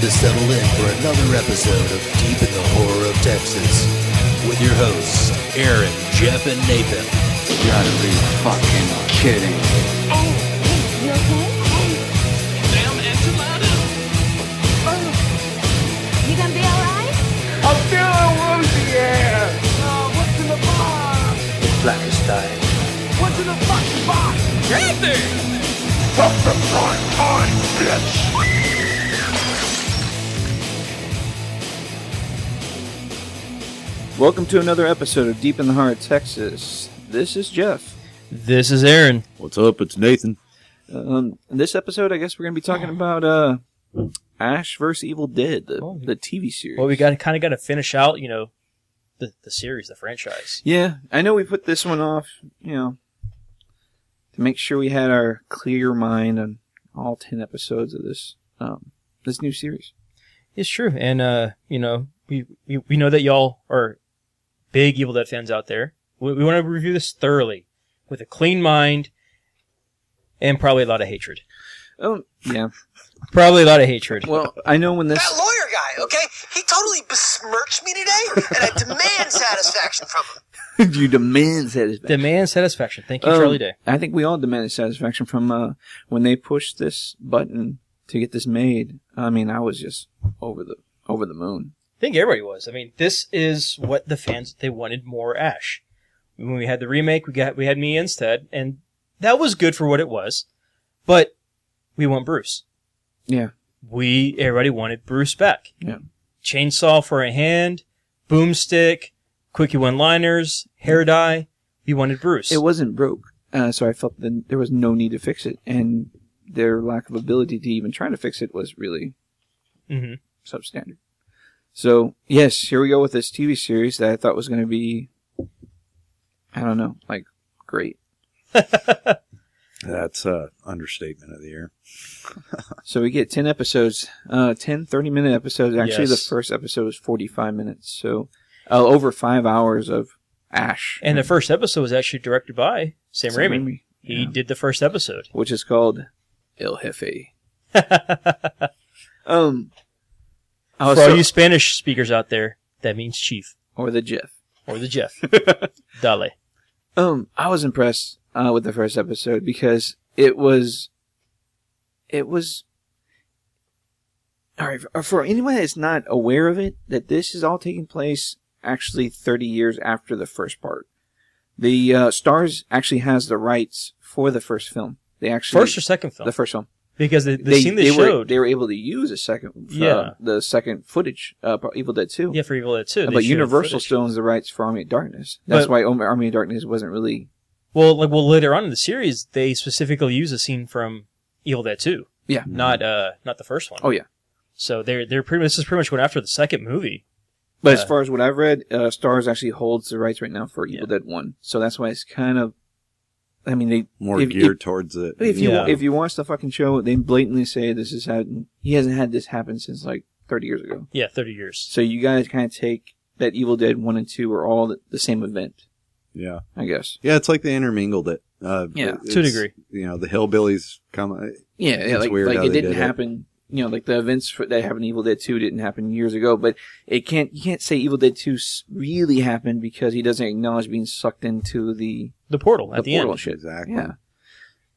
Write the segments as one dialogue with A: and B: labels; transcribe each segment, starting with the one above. A: to settle in for another episode of Deep in the Horror of Texas with your hosts, Aaron, Jeff, and Nathan.
B: You gotta be fucking kidding me.
C: Hey, hey, you okay? Hey,
D: Damn enchiladas!
C: oh, you gonna be alright?
B: It's blackest day.
E: Welcome to another episode of Deep in the Heart of Texas. This is Jeff.
F: This is Aaron.
G: What's up? It's Nathan.
E: Um, in this episode, I guess we're going to be talking about uh, Ash vs. Evil Dead, the,
F: Oh.
E: the TV series.
F: Well, we got kind of got to finish out, you know, the the series, the franchise.
E: Yeah, I know we put this one off, you know, to make sure we had our clear mind on all 10 episodes of this um, this new series.
F: It's true, and uh, you know, we we, we know that y'all are big Evil Dead fans out there. We, we want to review this thoroughly with a clean mind and probably a lot of hatred.
E: Oh, yeah.
F: Probably a lot of hatred.
E: Well, I know when
H: That
E: this.
H: lawyer guy, okay? He totally besmirched me today, and I demand satisfaction from him.
E: you demand satisfaction.
F: Demand satisfaction. Thank you,
E: Um,
F: Charlie Day.
E: I think we all demanded satisfaction from uh, when they pushed this button to get this made. I mean, I was just over the over the moon.
F: I think everybody was. I mean, this is what the fans they wanted more Ash. When we had the remake, we got we had me instead, and that was good for what it was. But we want Bruce.
E: Yeah.
F: We everybody wanted Bruce back.
E: Yeah.
F: Chainsaw for a hand, boomstick, quickie one liners, hair dye. We wanted Bruce.
E: It wasn't broke, uh, so I felt that there was no need to fix it, and their lack of ability to even try to fix it was really
F: Mhm.
E: substandard. So yes, here we go with this TV series that I thought was going to be, I don't know, like great.
G: That's uh understatement of the year.
E: So we get 10 episodes, uh, 10 30 minute episodes. Actually,
F: Yes.
E: the first episode was 45 minutes. So uh, over five hours of Ash.
F: And the first episode was actually directed by Sam,
E: Sam
F: Raimi.
E: Raimi,
F: He
E: yeah.
F: did the first episode.
E: Which is called Il Jefe. um, I was
F: for all
E: so-
F: you Spanish speakers out there, that means chief
E: or the Jeff.
F: or the Jeff. Dale.
E: Um, I was impressed uh, with the first episode because it was, it was. All right, for- for anyone that's not aware of it, that this is all taking place actually 30 years after the first part. The uh, Stars actually has the rights for the first film. They actually
F: First or second film?
E: the first film.
F: because the, the scene they,
E: were
F: showed,
E: they were able to use a second
F: Yeah.
E: uh, the second footage uh, part- Evil Dead 2.
F: yeah, for Evil Dead too. they
E: but
F: showed
E: Universal
F: footage.
E: still owns the rights for Army of Darkness. That's
F: But-
E: why Om- Army of Darkness wasn't really
F: Well, like well later on in the series, they specifically use a scene from Evil Dead Two,
E: yeah.
F: not uh not the first one.
E: Mm-hmm. Oh yeah.
F: So they're they're pretty. This is pretty much going after the second movie.
E: But as
F: Uh,
E: far as what I've read, uh, Stars actually holds the rights right now for Evil
F: Yeah.
E: Dead One, so that's why it's kind of. I mean, they
G: More
E: if,
G: geared towards it.
E: If, if you
F: Yeah.
E: if you watch the fucking show, they blatantly say this is how he hasn't had this happen since like 30 years ago.
F: Yeah, thirty years.
E: So you guys kind of take that Evil Dead One and Two are all the, the same event,
G: yeah,
E: I guess.
G: yeah, it's like they intermingled it. Uh,
E: Yeah,
G: it-
F: to a
G: it's-
F: degree.
G: You know, the hillbillies come. uh,
E: Yeah, yeah,
G: It's
E: like
G: weird
E: like
G: how
E: it
G: they
E: didn't
G: did it.
E: happen. You know, like the events for, that happened in Evil Dead Two didn't happen years ago, but it can't you can't say Evil Dead Two s- really happened because he doesn't acknowledge being sucked into the
F: The portal at the,
E: portal
F: end.
E: shit.
G: Exactly.
E: Yeah.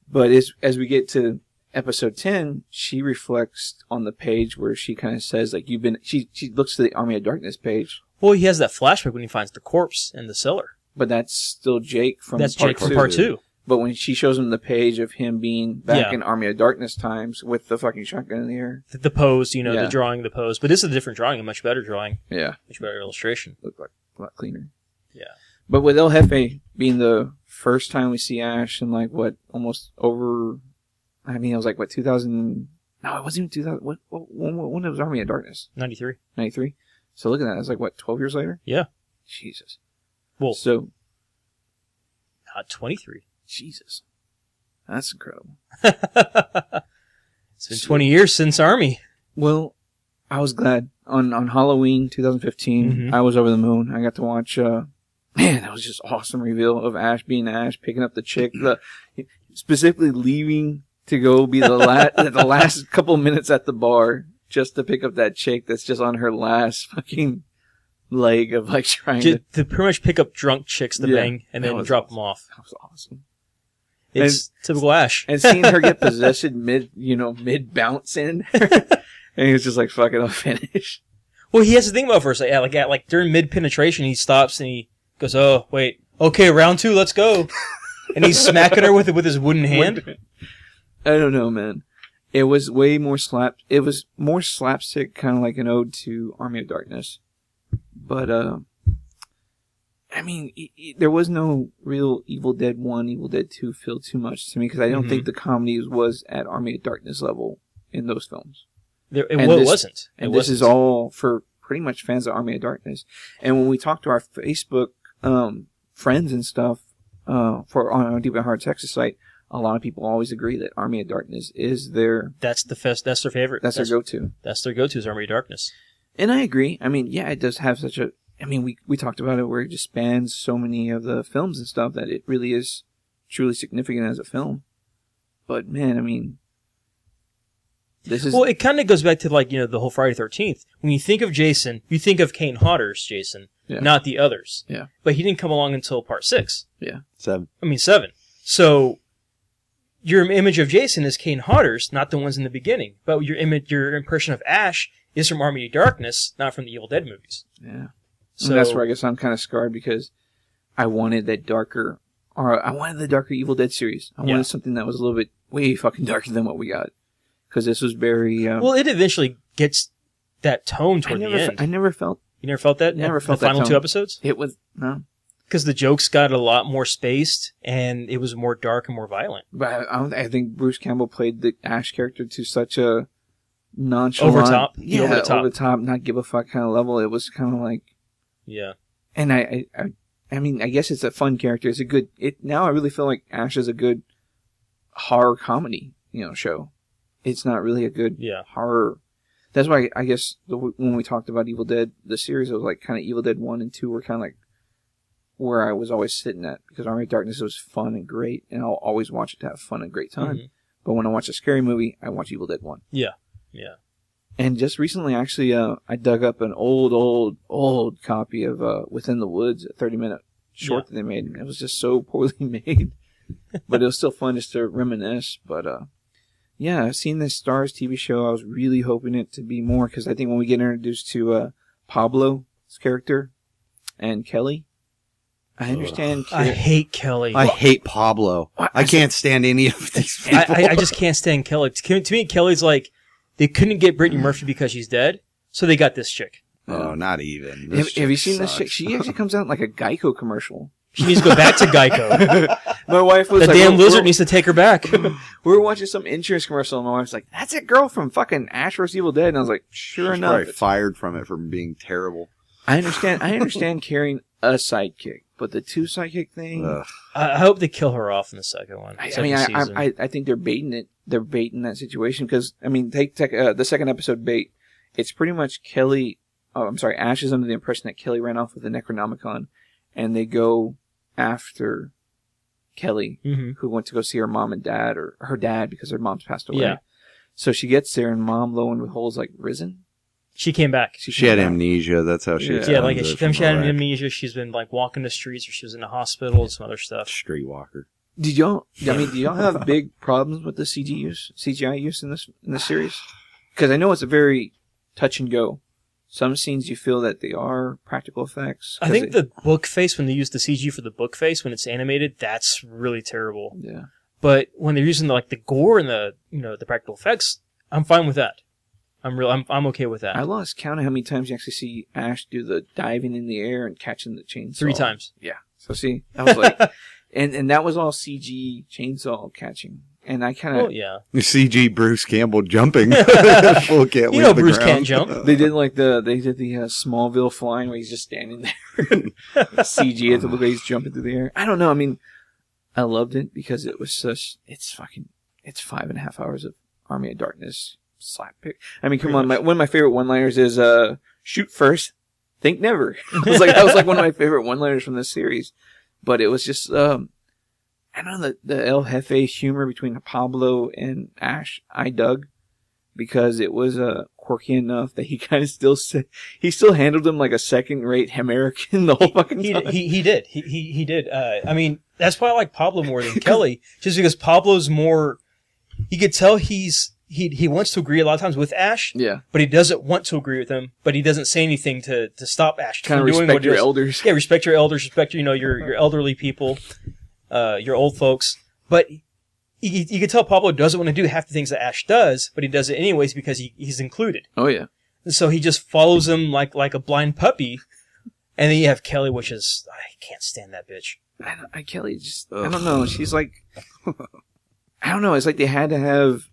E: But as as we get to episode ten, she reflects on the page where she kind of says like you've been. She she looks to the Army of Darkness page,
F: Well, he has that flashback when he finds the corpse in the cellar.
E: but that's still Jake from
F: That's
E: part
F: Jake from
E: two.
F: part two.
E: But when she shows him the page of him being back
F: Yeah.
E: in Army of Darkness times with the fucking shotgun in the air,
F: The, the pose, you know,
E: Yeah.
F: the drawing, the pose. But this is a different drawing, a much better drawing,
E: yeah,
F: much better illustration.
E: looked like a lot cleaner.
F: Yeah.
E: But with El Jefe being the first time we see Ash in like what almost over, I mean it was like what 2000. No, it wasn't even 2000. What, what, when, when it was Army of Darkness?
F: Ninety three.
E: 93. So look at that. It's like, what, 12 years later?
F: Yeah.
E: Jesus.
F: Well,
E: So,
F: not twenty three.
E: Jesus. That's incredible.
F: it's been 20 years since Army.
E: Well, I was glad. On, on Halloween 2015,
F: Mhm.
E: I was over the moon. I got to watch, uh, man, that was just awesome reveal of Ash being Ash, picking up the chick, the, specifically leaving to go be the last, the last couple minutes at the bar just to pick up that chick that's just on her last fucking leg of like trying to.
F: Just to pretty much pick up drunk chicks to
E: Yeah,
F: bang and
E: that
F: then
E: was
F: drop them off.
E: That was awesome.
F: It's typical Ash.
E: And seeing her get possessed mid, you know, mid bounce in, and he was just like, "Fuck it, I'll finish."
F: Well, he has to think about it first. Like, yeah, like, yeah, like during mid penetration, he stops and he goes, "Oh, wait, okay, round two, let's go." and he's smacking her with with his wooden hand.
E: I don't know, man. It was way more slap. It was more slapstick, kind of like an ode to Army of Darkness. But uh, I mean, e- e- there was no real Evil Dead One, Evil Dead Two feel too much to me because I don't
F: Mhm.
E: think the comedy was at Army of Darkness level in those films.
F: There, it,
E: And
F: well,
E: this-
F: it wasn't.
E: and
F: it
E: this
F: wasn't.
E: is all for pretty much fans of Army of Darkness. And when we talk to our Facebook um, friends and stuff uh, for on our Deep and Hard Texas site, a lot of people always agree that Army of Darkness is their
F: That's the fest. That's their favorite.
E: that's,
F: that's
E: their go-to.
F: That's their go-to is Army of Darkness.
E: And I agree. I mean, yeah, it does have such a. I mean, we we talked about it where it just spans so many of the films and stuff that it really is truly significant as a film. But man, I mean, this is
F: Well, it kind of goes back to like you know the whole Friday Thirteenth. When you think of Jason, you think of Kane Hodder's Jason,
E: Yeah.
F: not the others.
E: Yeah.
F: But he didn't come along until part six.
G: Seven.
F: I mean seven. So your image of Jason is Kane Hodder's, not the ones in the beginning. But your image, your impression of Ash is from Army of Darkness, not from the Evil Dead movies.
E: yeah.
F: So
E: and that's where I guess I'm kind of scarred because I wanted that darker, or I wanted the darker Evil Dead series. I
F: Yeah.
E: wanted something that was a little bit way fucking darker than what we got because this was very. Um,
F: Well, it eventually gets that tone
E: I
F: toward the
E: never, fe-
F: end.
E: I never felt
F: you never felt that? in
E: never felt
F: the
E: that
F: final
E: tone.
F: two episodes
E: it was no,
F: because the jokes got a lot more spaced and it was more dark and more violent.
E: but I, I, don't- I think Bruce Campbell played the Ash character to such a nonchalant,
F: Over the top.
E: yeah,
F: Over the top.
E: over the top, not give a fuck kind of level. It was kind of like
F: Yeah.
E: and I, I, I, I mean, I guess it's a fun character. It's a good. It now I really feel like Ash is a good horror comedy, you know, show. It's not really a good
F: Yeah.
E: horror. That's why I guess the, when we talked about Evil Dead, the series, it was like kind of Evil Dead one and two were kind of like where I was always sitting at because Army of Darkness was fun and great, and I'll always watch it to have fun and great time.
F: Mhm.
E: But when I watch a scary movie, I watch Evil Dead one.
F: Yeah. Yeah.
E: And just recently, actually, uh, I dug up an old, old, old copy of uh, Within the Woods, a 30 minute short that they made. And it was just so poorly made. but it was still fun just to reminisce. But uh, yeah, I've seen this Stars TV show. I was really hoping it to be more because I think when we get introduced to uh, Pablo's character and Kelly, I understand.
F: I
E: Ke-
F: hate Kelly.
G: I
F: I,
G: hate Pablo.
E: What?
G: I can't stand any of these people.
F: I, I just can't stand Kelly. To to me, Kelly's like, they couldn't get Brittany Murphy because she's dead, so they got this chick.
G: oh, not even.
E: have,
G: This
E: have you
G: chick
E: seen this
G: sucks.
E: chick? She actually comes out in like a Geico commercial.
F: She needs to go back to Geico.
E: My wife was
F: The
E: like,
F: damn
E: "We're-
F: lizard
E: we're-
F: needs to take her back.
E: we were watching some insurance commercial, and my wife's like, "That's a girl from fucking Ash vs Evil Dead," and I was like, "Sure
G: She's
E: enough,
G: probably fired from it for being terrible.
E: I understand. I understand carrying a sidekick, but the two sidekick thing.
G: Ugh.
F: I I hope they kill her off in the second one.
E: I, I
F: second
E: mean, I,
F: season.
E: I, I, I think they're baiting it. They're baiting that situation because I mean, take, take uh, the second episode bait. It's pretty much Kelly. Oh, I'm sorry. Ash is under the impression that Kelly ran off with the Necronomicon, and they go after Kelly
F: Mhm.
E: who went to go see her mom and dad or her dad because her mom's passed away.
F: Yeah.
E: So she gets there and mom lo and behold is like risen.
F: She came back.
G: She had
E: him.
G: amnesia. That's how she.
E: Yeah.
F: Yeah, like
G: explains
F: she,
G: it from
F: she had
G: her act-
F: amnesia. She's been like walking the streets, or she was in the hospital and some other stuff.
G: Streetwalker.
E: Did y'all? I mean, do y'all have big problems with the CG use, CGI use in this in this series? Because I know it's a very touch and go. Some scenes you feel that they are practical effects.
F: I
E: 'cause
F: think
E: it-
F: the book face when they use the CG for the book face when it's animated, that's really terrible.
E: yeah.
F: But when they're using the, like the gore and the you know the practical effects, I'm fine with that. I'm real. I'm, I'm okay with that.
E: I lost count of how many times you actually see Ash do the diving in the air and catching the chainsaw.
F: Three times.
E: Yeah. So see, I was like, and and that was all CG chainsaw catching, and I kind of
F: Well, Oh, yeah.
G: CG Bruce Campbell jumping. Fool can't
F: You
G: leave
F: know
G: the
F: Bruce
G: ground.
F: can't jump.
E: They did like the they did the uh, Smallville flying where he's just standing there, CG at the look like he's jumping through the air. I don't know. I mean, I loved it because it was such. It's fucking. It's five and a half hours of Army of Darkness slap pick. I mean, come on. My, one of my favorite one liners is uh, "Shoot first, think never." It was like that was like one of my favorite one liners from this series. But it was just um, I don't know the the El Jefe humor between Pablo and Ash. I dug because it was uh, quirky enough that he kind of still said he still handled him like a second rate American the whole fucking
F: he,
E: time.
F: he he did he he, he did. Uh, I mean, that's why I like Pablo more than Kelly, just because Pablo's more. You could tell he's he he wants to agree a lot of times with Ash,
E: yeah,
F: but he doesn't want to agree with him. But he doesn't say anything to to stop Ash
E: kind of
F: from doing
E: respect
F: what he
E: your
F: does.
E: elders.
F: Yeah, respect your elders, respect you know your your elderly people, uh, your old folks. But you, you you could tell Pablo doesn't want to do half the things that Ash does, but he does it anyways because he, he's included.
E: Oh yeah,
F: And so he just follows him like like a blind puppy. And then you have Kelly, which is I can't stand that bitch.
E: I, don't- I Kelly just I don't know. She's like I don't know. It's like they had to have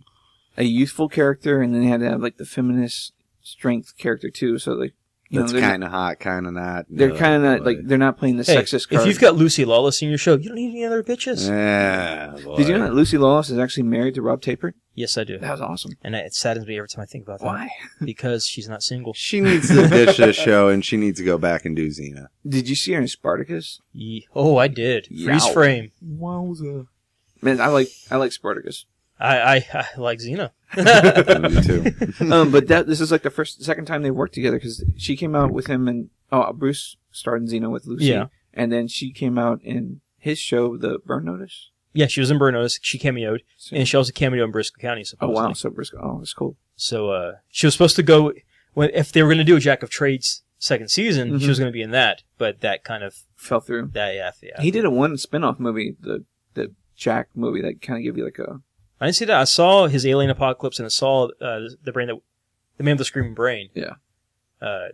E: a youthful character and then they had to have like the feminist strength character too. So like you
G: That's
E: know they're,
G: kind of hot, kind of not.
E: they're
G: Uh,
E: kind of not like they're not playing the
F: Hey,
E: sexist card.
F: If you've got Lucy Lawless in your show, you don't need any other bitches.
G: Yeah.
E: Did you know
G: boy.
E: that Lucy Lawless is actually married to Rob Tapert?
F: Yes, I do.
E: That was awesome.
F: And it saddens me every time I think about that.
E: Why?
F: Because she's not single.
G: She needs to ditch this show, and she needs to go back and do Xena.
E: Did you see her in Spartacus?
F: Ye- Oh, I did. Freeze
E: Yow.
F: frame.
E: Wowza. Man, I like I like Spartacus.
F: I, I, I like Xena.
G: Me too.
E: um, but that this is like the first, second time they worked together because she came out with him and oh, Bruce starred in Xena with Lucy,
F: Yeah.
E: and then she came out in his show, The Burn Notice.
F: Yeah, she was in Burn Notice. She cameoed.
E: So-
F: And she also cameoed in Briscoe County,
E: oh
F: supposedly.
E: wow, so Briscoe. Oh, that's cool.
F: So uh, she was supposed to go, when, if they were going to do a Jack of Trades second season, she
E: Mhm.
F: was going to be in that. But that kind of,
E: Fell through.
F: that, yeah, yeah.
E: He did a one spin-off movie, the the Jack movie that kind of gave you like a
F: I didn't see that. I saw his Alien Apocalypse and I saw uh, the brain that, the man with the screaming brain.
E: Yeah.
F: Uh,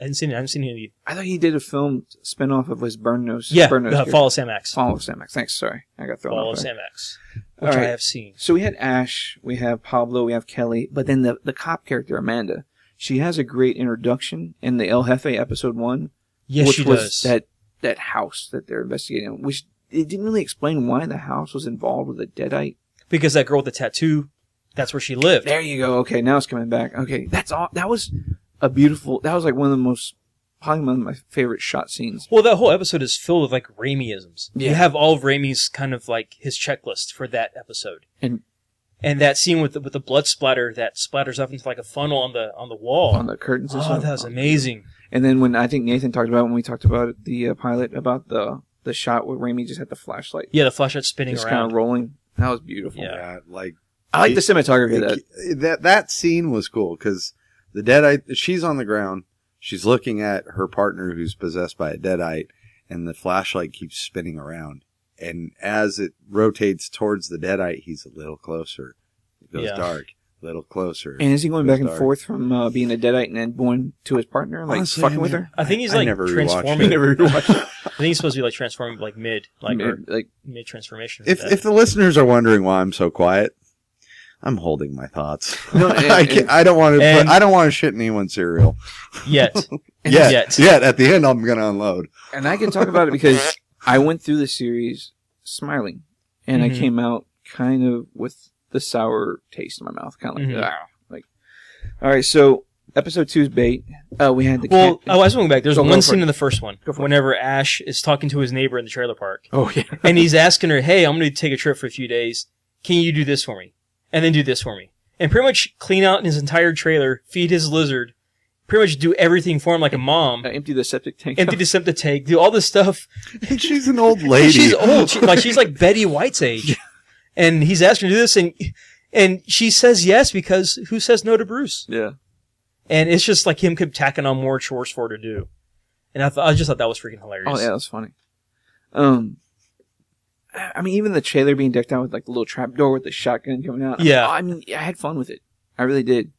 F: I hadn't seen. I haven't seen any.
E: I thought he did a film spin-off of his Burn Notice.
F: Yeah,
E: Burn
F: uh,
E: Notice.
F: Fall of Sam X.
E: Fall of Sam X. Thanks. Sorry, I got thrown
F: Fall
E: off.
F: of
E: there.
F: Sam X,
E: All
F: which I
E: right.
F: have seen.
E: So we had Ash, we have Pablo, we have Kelly, but then the the cop character Amanda. She has a great introduction in the El Jefe episode one,
F: Yes,
E: which
F: she
E: was
F: does.
E: that that house that they're investigating. Which it didn't really explain why the house was involved with a deadite.
F: because that girl with the tattoo, that's where she lived.
E: There you go. Okay, now it's coming back. Okay, that's all. That was a beautiful. That was like one of the most probably one of my favorite shot scenes.
F: Well, that whole episode is filled with like Raimiisms. You
E: Yeah.
F: have all of Raimi's kind of like his checklist for that episode,
E: And-
F: and that scene with the, with the blood splatter that splatters up into like a funnel on the on the wall.
E: On the curtains. and
F: oh,
E: stuff.
F: that was amazing.
E: And then when I think Nathan talked about it when we talked about it, the uh, pilot about the the shot where Raimi just had the flashlight.
F: Yeah, the flashlight spinning
E: just kind
F: around.
E: of rolling. That was beautiful.
F: Yeah.
G: Yeah, like
E: I like the cinematography of that.
G: that that scene was cool because the deadite she's on the ground she's looking at her partner who's possessed by a deadite and the flashlight keeps spinning around and as it rotates towards the deadite he's a little closer it goes
F: Yeah.
G: dark a little closer
E: And is he going back and
G: Sorry.
E: forth from uh, being a deadite and then going to his partner, like
G: Honestly,
E: fucking
G: I
E: with
G: never-
E: her?
F: I think he's
G: I
F: like
G: never rewatched
F: transforming.
G: it.
E: Never watched.
F: I think he's supposed to be like transforming like mid, like
E: Like,
F: or
E: like
F: mid transformation.
G: if if the listeners are wondering why i'm so quiet I'm holding my thoughts.
E: No, and-
G: I, can't, I don't want to.
F: and-
G: put, I don't want to shit in anyone's cereal.
F: yet,
G: Yet,
F: Yet.
G: yet, at the end, I'm gonna unload.
E: and I can talk about it because I went through the series smiling, and
F: Mhm.
E: I came out kind of with the sour taste in my mouth, kind of like,
F: Mhm.
E: "Ah," like. All right, so episode two is bait. Uh, we had the
F: well,
E: cat-
F: oh, I was going back. There's
E: Go- go
F: one
E: for
F: scene
E: it.
F: in the first one
E: Go for it.
F: whenever Ash is talking to his neighbor in the trailer park,
E: oh yeah,
F: and he's asking her, "Hey, I'm going to take a trip for a few days. Can you do this for me? And then do this for me, and pretty much clean out his entire trailer, feed his lizard, pretty much do everything for him like a mom."
E: I empty the septic tank.
F: Empty the septic tank, do all this stuff.
G: And she's an old lady.
F: She's old, she, like she's like Betty White's age, and he's asking her to do this, and and she says yes because who says no to Bruce?
E: yeah,
F: and it's just like him kept tacking on more chores for her to do. And I, th- I just thought that was freaking hilarious.
E: Oh yeah, that's funny. Um, I I mean, even the trailer being decked out with like the little trap door with the shotgun coming out.
F: Yeah.
E: I mean, I had fun with it. I really did.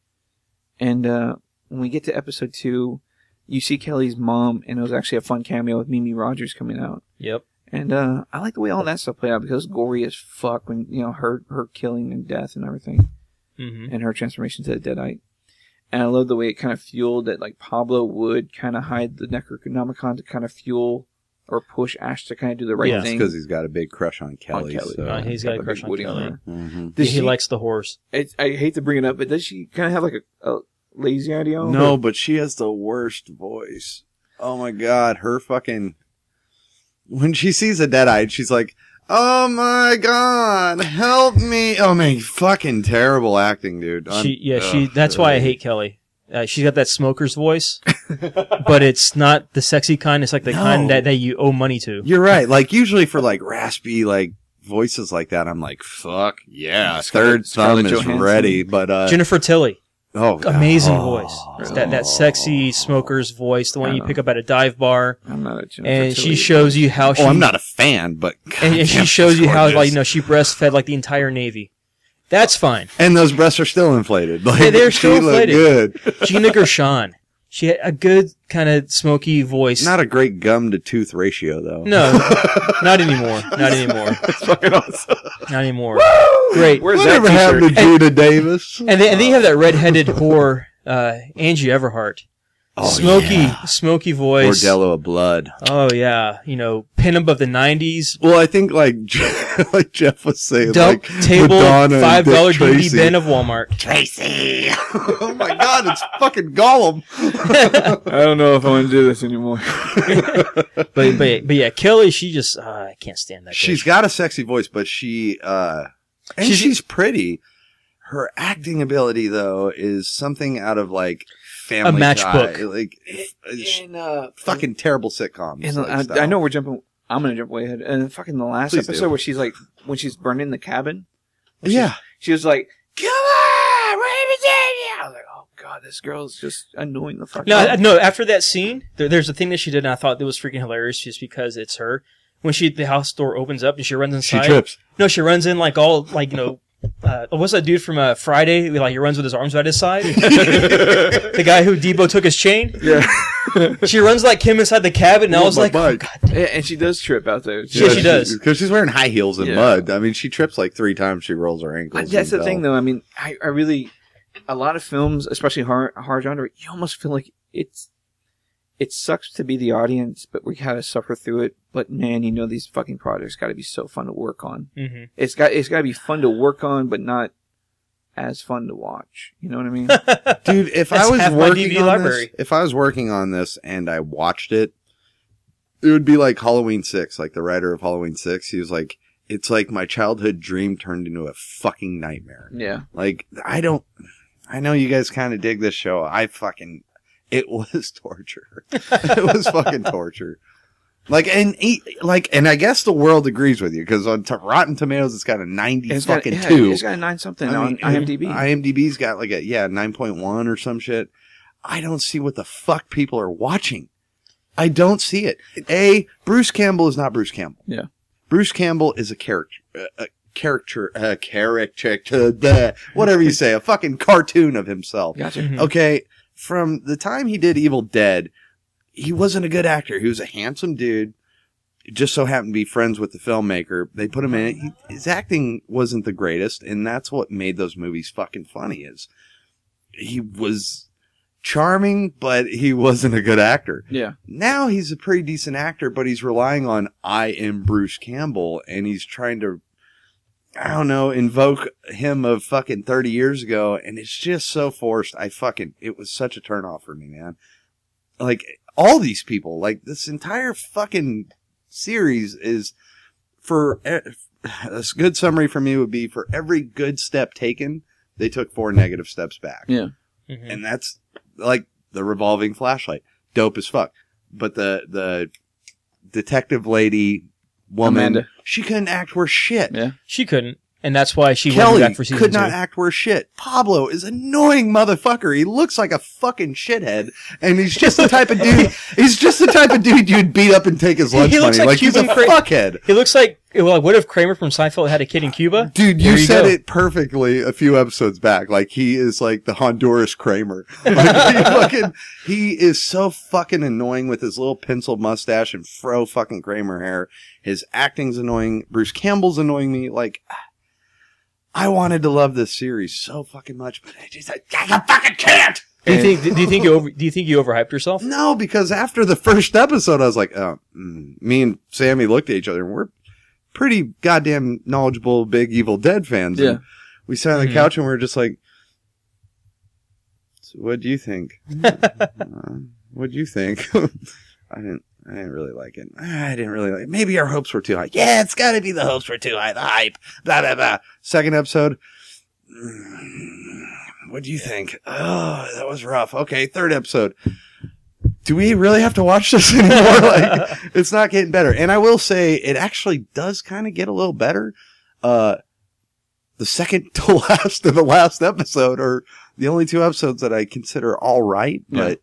E: And uh, when we get to episode two, you see Kelly's mom, and it was actually a fun cameo with Mimi Rogers coming out.
F: Yep.
E: And uh, I like the way all that stuff played out because it was gory as fuck when you know her her killing and death and everything
F: hmm
E: and her transformation to the Deadite. And I love the way it kind of fueled that, like Pablo would kind of hide the Necronomicon to kind of fuel or push Ash to kind of do the right
F: Yeah.
E: thing.
G: because he's got a big crush on
E: on
G: Kelly. So.
F: Uh, he's got a
E: Like
F: crush on
E: Woody
F: Kelly.
E: her.
G: Mhm.
E: Does
F: he
E: she-
F: likes the horse.
E: It's- I hate to bring it up, but does she kind of have like a, a lazy idea? on
G: No,
E: her?
G: but she has the worst voice. Oh my god, her fucking when she sees a dead eye, she's like, Oh my god, help me! Oh man, fucking terrible acting, dude. I'm-
F: She, yeah, she.
G: ugh,
F: That's why I
G: really.
F: hate Kelly. Uh, she's got that smoker's voice, but it's not the sexy kind. It's like the
G: No.
F: kind that, that you owe money to.
G: You're right. Like usually for like raspy like voices like that, I'm like, fuck yeah, third
E: Scarlett
G: thumb is
E: Johansson.
G: ready. But uh,
F: Jennifer Tilly,
G: oh, God.
F: amazing
G: Oh.
F: voice. That that sexy smoker's voice, the one you pick up at a dive bar,
E: I'm not a Jennifer
F: and Eh, she
E: Tilly.
F: shows you how she.
G: Oh, I'm not a fan, but
F: And, and
G: goddamn,
F: she shows you how like
G: gorgeous.
F: you know she breastfed like the entire Navy. That's fine.
G: and those breasts are still inflated. Like,
F: Yeah, they're
G: she
F: still
G: looked
F: inflated.
G: Good.
F: Gina Gershon. She had a good kind of smoky voice.
G: Not a great gum to tooth ratio though.
F: no, not anymore. Not anymore.
G: it's fucking awesome.
F: Not anymore. Great.
E: Where's that
G: Whatever
E: t-shirt?
G: happened to Gina Davis?
F: And then, and then you have
G: Uh,
F: that redheaded whore, uh, Angie Everhart.
G: Oh,
F: smoky, smoky voice.
G: Bordello of blood.
F: Oh yeah, you know, pinup of the '90s,
G: Well, I think like like Jeff was saying,
F: dump
G: like
F: table,
G: Madonna and
F: five
G: Dick
F: dollar DVD
G: Tracy.
F: bin of Walmart.
G: Tracy. oh my God, it's fucking Gollum.
E: I don't know if I want to do this anymore.
F: But but but yeah, Kelly, she just uh, I can't stand that.
G: She's
F: bitch.
G: got a sexy voice, but she uh and
F: She's-
G: she's, pretty. Her acting ability though is something out of like family
F: matchbook.
G: Guy, like it's fucking terrible sitcoms.
E: And
G: like,
E: I, I
G: style.
E: know we're jumping. I'm gonna jump way ahead. And fucking the last
G: Please do.
E: episode where she's like, when she's burning the cabin,
G: Yeah.
E: she was like, "Come on, Raven I was like, "Oh god, this girl's just annoying the fuck."
F: no
E: out.
F: no. After that scene, there, there's a thing that she did, and I thought that was freaking hilarious, just because it's her. When she the house door opens up and she runs
G: She
F: inside,
G: trips.
F: No, she runs in like all like you know. Uh, what's that dude from uh, Friday? Like he runs with his arms by his side. the guy who Debo took his chain.
E: Yeah.
F: She runs like Kim inside the cabin, and I
G: Rode
F: was
G: my
F: like,
G: bike.
F: oh, God.
E: Yeah, and she does trip out there.
F: Yeah, she does.
G: Because she's wearing high heels and
E: Yeah.
G: mud. I mean, she trips like three times. She rolls her ankles.
E: I- that's
G: and
E: the thing,
G: fell.
E: though. I mean, I, I really, a lot of films, especially horror, horror genre, you almost feel like it's, it sucks to be the audience, but we gotta suffer through it. But man, you know these fucking projects gotta be so fun to work on.
F: hmm
E: It's got, it's gotta be fun to work on, but not as fun to watch. You know what I mean?
F: Mm-hmm.
G: dude. If I
F: That's
G: was
F: half my
G: working
F: DVD
G: on
F: library.
G: this, if I was working on this and I watched it, it would be like Halloween Six. Like the writer of Halloween Six, he was like, "It's like my childhood dream turned into a fucking nightmare."
E: yeah.
G: Like I don't, I know you guys kind of dig this show. I fucking, it was torture. it was fucking torture. Like and he, like and I guess the world agrees with you because on t- Rotten Tomatoes it's got a ninety
E: It's got,
G: fucking
E: yeah,
G: two.
E: it's got a nine something
G: I mean,
E: on IMDb.
G: IMDb's got like a yeah nine point one or some shit. I don't see what the fuck people are watching. I don't see it. A Bruce Campbell is not Bruce Campbell.
E: Yeah.
G: Bruce Campbell is a character, uh, a character, a character, blah, whatever you say, a fucking cartoon of himself.
E: gotcha.
F: Mhm.
G: Okay, from the time he did Evil Dead, he wasn't a good actor. He was a handsome dude. Just so happened to be friends with the filmmaker. They put him in it. He, his acting wasn't the greatest, and that's what made those movies fucking funny. Is he was charming, but he wasn't a good actor.
E: Yeah.
G: Now he's a pretty decent actor, but he's relying on I am Bruce Campbell, and he's trying to, I don't know, invoke him of fucking thirty years ago, and it's just so forced. I fucking it was such a turnoff for me, man. Like all these people, like this entire fucking series is for eh, a good summary for me would be for every good step taken, they took four negative steps back
F: hmm
G: and that's like the revolving flashlight dope as fuck but the the detective lady woman
E: Amanda.
G: she couldn't act worth shit
E: Yeah.
F: She couldn't, and that's why she went
G: kelly
F: back for season
G: could
F: two.
G: not act worth shit pablo is annoying motherfucker he looks like a fucking shithead and he's just the type of dude he's just the type of dude you'd beat up and take his
F: He
G: lunch
F: looks
G: money
F: like
G: like, he's a
F: Cuban Cra-
G: fuckhead
F: he looks like well, what if Kramer from Seinfeld had a kid in Cuba?
G: Dude, you,
F: There
G: said
F: go.
G: it perfectly a few episodes back. Like he is like the Honduras Kramer. Like, he fucking, he is so fucking annoying with his little pencil mustache and fro fucking Kramer hair. His acting's annoying. Bruce Campbell's annoying me. Like I wanted to love this series so fucking much, but I just I, I fucking can't.
F: Do you think? Do you think you over? Do you think you overhyped yourself?
G: No, because after the first episode, I was like, oh, mm. me and Sammy looked at each other and we're pretty goddamn knowledgeable, big Evil Dead fans.
E: Yeah.
G: And we sat on the
F: Mhm.
G: couch and we were just like, so what do you think? Uh, what do you think? I didn't, I didn't really like it. I didn't really like. Maybe our hopes were too high. Yeah, it's got to be the hopes were too high. The hype. Blah blah blah. Second episode. Mm, What do you think? Oh, that was rough. Okay, third episode. Do we really have to watch this anymore? like, it's not getting better. And I will say, it actually does kind of get a little better. Uh, the second to last of the last episode are the only two episodes that I consider all right.
E: Yeah.
G: But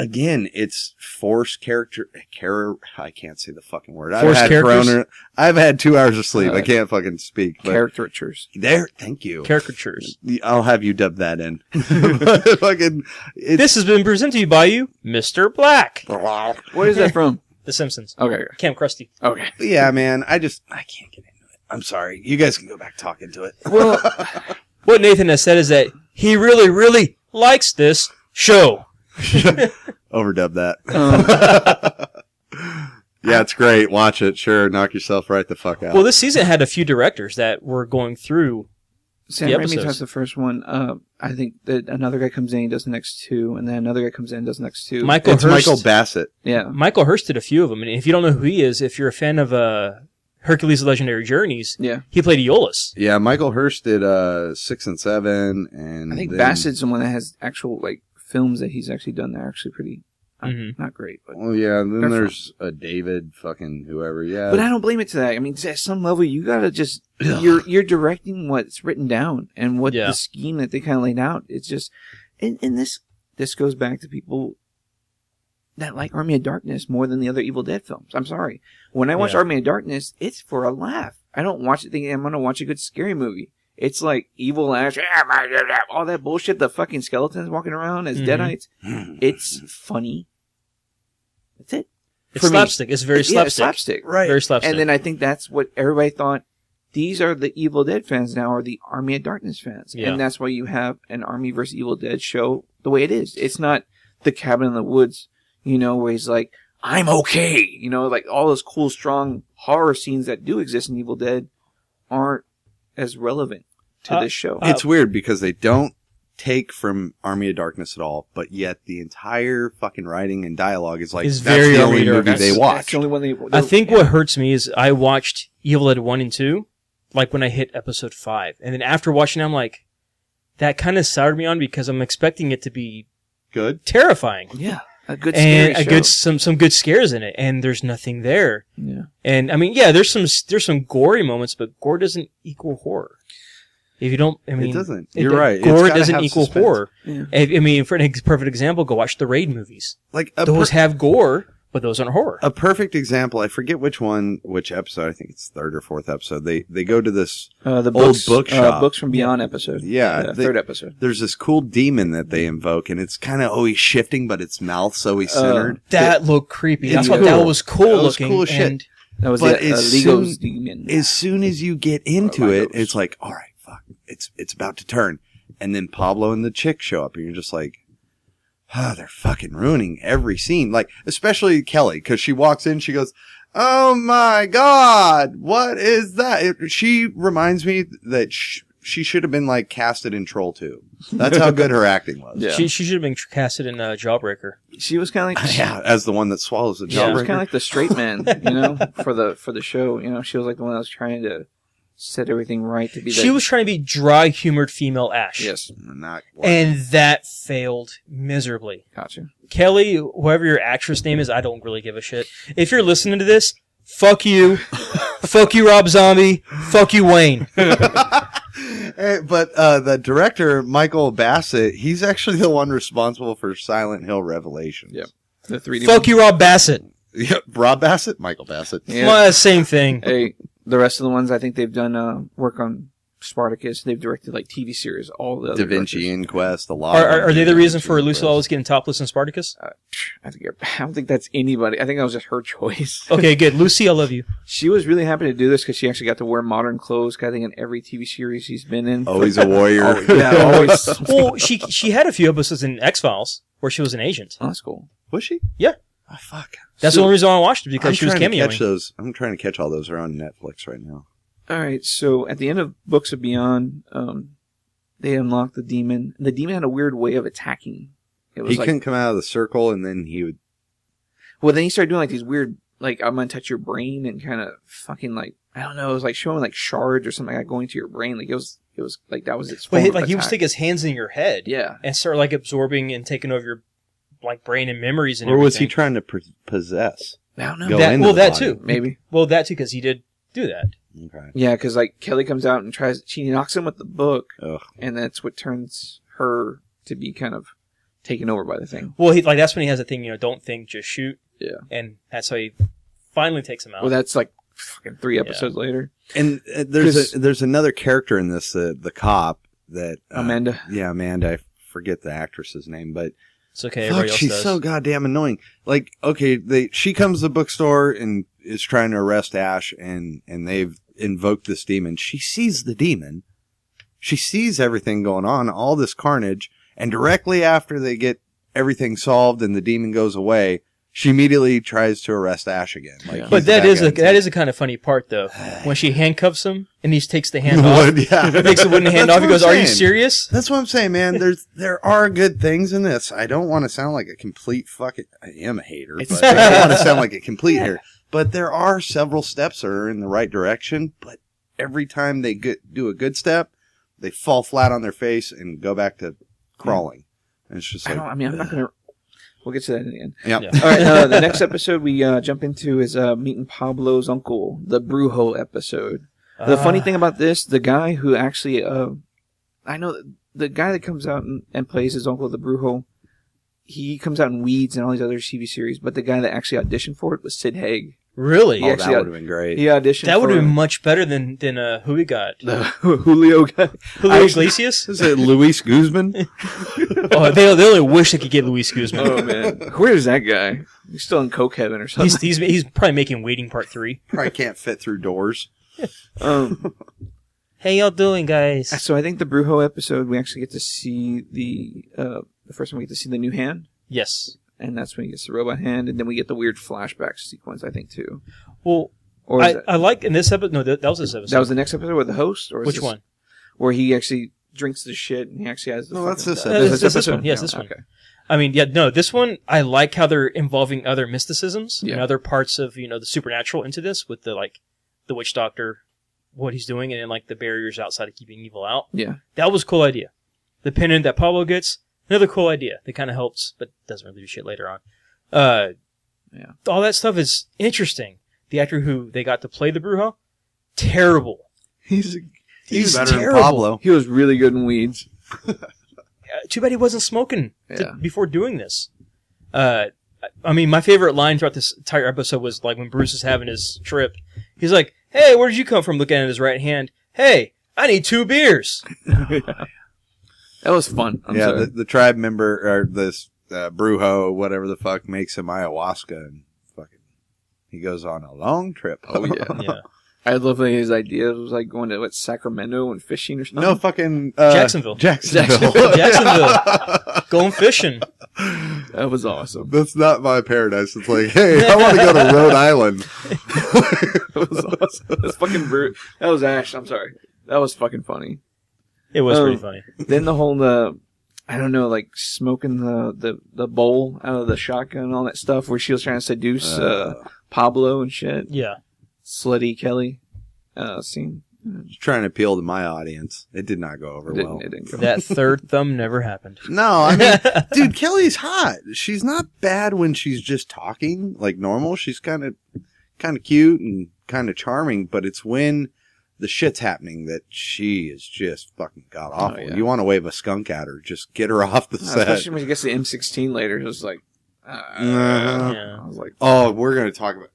G: again, it's forced character, char- I can't say the fucking word.
F: Forced
G: I've had
F: characters?
G: corona- I've had two hours of sleep. I
E: Uh,
G: can't fucking speak. But
E: Caricatures.
G: there, thank you.
F: Caricatures.
G: I'll have you dub that in. But fucking, it's,
F: This has been presented to you by you, Mr. Black.
E: What is that from?
F: The Simpsons.
G: Oh.
E: Okay.
F: Camp Krusty.
E: Okay.
G: yeah, man, I just, I can't get into it. I'm sorry. You guys can go back talking to it.
E: Well,
F: What Nathan has said is that he really, really likes this show.
G: Overdub that.
E: um,
G: Yeah, it's great. Watch it. Sure. Knock yourself right the fuck out.
F: Well, this season had a few directors that were going through.
E: Sam
F: The
E: Raimi
F: episodes.
E: does the first one. Uh, I think that another guy comes in, he does the next two, and then another guy comes in, does the next two.
F: Michael
G: it's
F: Hurst.
G: Michael Bassett.
E: Yeah.
F: Michael Hurst did a few of them, and if you don't know who he is, if you're a fan of uh, Hercules: Legendary Journeys,
E: Yeah.
F: he played Aeolus.
G: Yeah, Michael Hurst did uh six and seven, and
E: I think
G: then-
E: Bassett's the one that has actual like films that he's actually done that are actually pretty not,
F: Mhm.
E: not great, but
G: Well, yeah, and then
E: They're
G: there's a David fucking whoever. Yeah,
E: but I don't blame it to that. I mean, at some level, you gotta just you're you're directing what's written down and what
F: Yeah.
E: the scheme that they kind of laid out. It's just and and this this goes back to people that like Army of Darkness more than the other Evil Dead films. I'm sorry, when I watch
F: Yeah.
E: Army of Darkness, it's for a laugh. I don't watch it thinking I'm gonna watch a good scary movie. It's like evil ash, all that bullshit. The fucking skeletons walking around as
F: Mhm.
E: deadites. It's funny. That's it.
F: It's
E: For me.
F: slapstick. It's very
E: Yeah, it's
F: slapstick.
E: slapstick.
G: right.
F: Very slapstick.
E: And then I think that's what everybody thought. These are the Evil Dead fans now, or the Army of Darkness fans,
F: Yeah.
E: and that's why you have an Army versus Evil Dead show the way it is. It's not the Cabin in the Woods, you know, where he's like, "I'm okay," you know, like all those cool, strong horror scenes that do exist in Evil Dead aren't as relevant to
F: Uh,
E: this show.
G: it's weird because they don't take from Army of Darkness at all, but yet the entire fucking writing and dialogue is like
F: Is
G: that's
F: very
G: the
F: Army
G: only
F: of
G: movie
F: Darkness.
G: they
E: That's
G: watch.
E: the only one they.
F: I think what hurts me is I watched Evil Dead 1 and 2, like when I hit episode 5. And then after watching it, I'm like, that kind of soured me on because I'm expecting it to be
G: Good.
F: terrifying.
E: yeah, a good
F: and
E: scary
F: a
E: show.
F: good some some good scares in it and there's nothing there.
E: yeah.
F: And I mean, yeah, there's some there's some gory moments, but gore doesn't equal horror. If you don't, I mean,
G: doesn't.
F: it-
G: You're
F: the
G: right. It's
F: Gore
G: gotta
F: doesn't
G: have
F: equal
G: suspense.
F: horror.
E: Yeah.
F: I, I mean, for a perfect example, go watch the Raid movies.
G: Like a
F: Those
G: per-
F: have gore, but those aren't horror.
G: a perfect example. I forget which one, which episode. I think it's third or fourth episode. They they go to this
E: Uh, the
G: Old
E: books,
G: book
E: uh,
G: shop.
E: books from Beyond episode.
G: Yeah,
E: Uh,
G: they-
E: third episode.
G: there's this cool demon that they invoke, and it's kind of always shifting, but its mouth's always
E: Uh,
G: centered.
F: that looked creepy.
G: It's
F: That's what
G: cool.
F: that was cool
G: That was
F: looking.
G: cool as shit.
F: and
E: That was
G: But
E: the, uh,
G: as
E: Lego's
G: soon-
E: demon.
G: as soon as you get into it,
E: Orlando's.
G: it's like, all right, fuck, it's it's about to turn, and then Pablo and the chick show up, and you're just like, ah, they're fucking ruining every scene, like especially Kelly because she walks in, she goes, oh my god, what is that? It- she reminds me that sh- she should have been like casted in Troll Two. That's how good her acting was.
E: Yeah.
F: she, she should have been casted in uh, Jawbreaker.
E: she was kind of like
G: Yeah, as the one that swallows the
E: she was
G: jawbreaker.
E: kind of like the straight man, you know, for the for the show. You know, she was like the one that was trying to set everything right to be.
F: She
E: that-
F: was trying to be dry humored female Ash.
E: yes,
G: Not
F: And that failed miserably.
E: gotcha.
F: Kelly, whoever your actress name is, I don't really give a shit. If you're listening to this, fuck you. fuck you, Rob Zombie. Fuck you, Wayne.
G: Eh, but uh, the director Michael Bassett, he's actually the one responsible for Silent Hill Revelations.
E: Yep. The three D.
F: fuck you, Rob Bassett.
G: Yep. Rob Bassett, Michael Bassett.
E: Yeah.
F: Well, same thing.
E: Hey, the rest of the ones I think they've done uh, work on Spartacus. They've directed like TV series. All the other
G: Da Vinci
E: directors.
G: Inquest, a lot.
F: Are,
G: of
F: are,
G: them
F: are they
G: did
F: the
G: Da
F: reason
G: Vinci
F: for
G: Inquest.
F: Lucille always getting topless in Spartacus?
E: Uh, I, think, I don't think that's anybody. I think that was just her choice.
F: Okay, good. Lucy, I love you.
E: she was really happy to do this because she actually got to wear modern clothes. I think in every TV series she's been in.
G: Always a warrior.
E: Oh, yeah, always.
F: Well, she she had a few episodes in X Files where she was an agent.
E: Oh, that's cool.
G: Was she?
F: Yeah.
G: Oh, fuck.
F: That's the only reason I watched it because
G: I'm
F: she was
G: trying to catch
F: cameoing.
G: those. I'm trying to catch all those. They're on Netflix right now.
E: All right, so at the end of Books of Beyond, um, they unlock the demon. The demon had a weird way of attacking. It
G: He
E: was like,
G: couldn't come out of the circle, and then he would.
E: Well, then he started doing like these weird, like I'm gonna touch your brain and kind of fucking like I don't know. It was like showing like shards or something like going to your brain. Like it was, it was like that was its
F: Well,
E: form
F: he,
E: of
F: like he would
E: attack.
F: stick his hands in your head
E: Yeah,
F: and start like absorbing and taking over your like brain and memories and
G: Or was he
F: everything.
G: trying to p- possess?
E: I don't know.
G: Go
F: That-
G: into
F: well,
G: the
F: that
G: body.
F: too.
E: Maybe.
F: Well, that too because he did do that.
G: Okay.
E: Yeah, because like Kelly comes out and tries. She knocks him with the book,
G: Ugh.
E: and that's what turns her to be kind of taken over by the thing.
F: Well, he like that's when he has a thing, you know, don't think, just shoot.
E: Yeah.
F: And that's how he finally takes him out.
E: Well, that's like fucking three episodes later.
G: And uh, there's
E: 'Cause-
G: a, there's another character in this, the the cop that uh,
E: Amanda.
G: Yeah, Amanda. I forget the actress's name, but
F: it's okay.
G: Fuck,
F: Everybody else
G: she's
F: does.
G: so goddamn annoying. Like, okay, they she comes to the bookstore and is trying to arrest Ash, and and they've invoked this demon. She sees the demon. She sees everything going on, all this carnage, and directly after they get everything solved and the demon goes away, she immediately tries to arrest Ash again. Like, he's
F: but
G: the
F: that
G: bad
F: is
G: guy
F: a
G: in
F: that is a kind of funny part though. When she handcuffs him and he takes the hand off,
G: Wood, yeah.
F: takes the wooden hand
G: That's
F: off. He
G: what
F: goes,
G: I'm
F: "Are you
G: saying.
F: serious?"
G: That's what I'm saying, man. There's there are good things in this. I don't want to sound like a complete fucking. I am a hater, but I don't want to sound like a complete hater. But there are several steps that are in the right direction. But every time they get, do a good step, they fall flat on their face and go back to crawling. And it's just
E: I
G: like,
E: don't. I mean, I'm not gonna. We'll get to that in the end.
G: yeah.
F: Yeah.
E: All right. Uh, the next episode we uh, jump into is uh, meeting Pablo's uncle, the Brujo episode. Uh, The funny
F: Ah.
E: thing about this, the guy who actually, uh, I know the guy that comes out and, and plays his uncle, the Brujo, he comes out in Weeds and all these other TV series, but the guy that actually auditioned for it was Sid Haig.
F: really,
G: Oh,
E: Yeah.
G: that
E: actually-
G: would have been great.
E: He auditioned
F: that would
E: for
F: have been much better than than uh, who we got.
E: the Julio guy.
F: Julio Iglesias.
G: Is it Luis Guzman?
F: oh, they they only wish they could get Luis Guzman.
E: Oh, man. Where's that guy? He's still in Coke Heaven or something.
F: He's, he's he's probably making Waiting Part Three.
G: Probably can't fit through doors.
E: Um,
F: How y'all doing, guys?
E: so I think the Brujo episode, we actually get to see the, uh, the first time we get to see the new hand.
F: Yes.
E: And that's when he gets the robot hand, and then we get the weird flashback sequence, I think, too.
F: Well,
E: Or is
F: I,
E: that,
F: I like in this episode. No, that, that was this episode.
E: that was the next episode with the host, or is
F: which
E: this-
F: one?
E: where he actually drinks the shit and he actually has the.
G: No, that's
E: fucking-
G: this
E: uh,
G: episode.
F: This- this one. Yes,
E: No,
F: this one.
E: Okay.
F: I mean, yeah, no, this one I like how they're involving other mysticisms and
E: Yeah.
F: other parts of you know the supernatural into this with the like the witch doctor, what he's doing, and then like the barriers outside of keeping evil out.
E: Yeah.
F: That was a cool idea. The pennant that Pablo gets, another cool idea that kind of helps, but doesn't really do shit later on. Uh,
E: Yeah.
F: all that stuff is interesting. The actor who they got to play the Brujo, terrible.
G: He's,
F: He's
G: better
F: terrible.
G: than Pablo.
E: He was really good in weeds.
F: uh, too bad he wasn't smoking to-
E: Yeah.
F: before doing this. Uh, I- I mean, my favorite line throughout this entire episode was like when Bruce is having his trip. He's like, "Hey, where did you come from?" Looking at his right hand. Hey, I need two beers.
E: That was fun. I'm
G: yeah,
E: sorry.
G: The, the tribe member or this uh, brujo, whatever the fuck, makes him ayahuasca and fucking he goes on a long trip.
E: Oh yeah,
F: Yeah,
E: I love that his idea was like going to what Sacramento and fishing or something.
G: no fucking uh,
F: Jacksonville.
G: Jacksonville.
F: Jacksonville. going fishing.
E: that was awesome.
G: That's not my paradise. It's like, hey, I want to go to Rhode Island.
E: That was awesome. That's fucking brute. That was Ash. I'm sorry. That was fucking funny.
F: It was pretty
E: Um,
F: funny.
E: Then the whole uh, I don't know, like smoking the, the the bowl out of the shotgun and all that stuff, where she was trying to seduce uh, Pablo and shit,
F: Yeah,
E: slutty Kelly uh, scene.
G: Just trying to appeal to my audience. It did not go over
E: It didn't,
G: well.
E: it didn't go.
F: that third thumb never happened.
G: No, I mean, dude, Kelly's hot. She's not bad when she's just talking like normal. She's kind of, kind of cute and kind of charming, but it's when the shit's happening that she is just fucking god awful.
E: Oh, yeah.
G: You want to wave a skunk at her, just get her off the
E: Uh,
G: set.
E: Especially when you get to the M16 later, it was like, uh,
G: Uh,
F: Yeah.
E: I was like,
G: oh, we're gonna talk about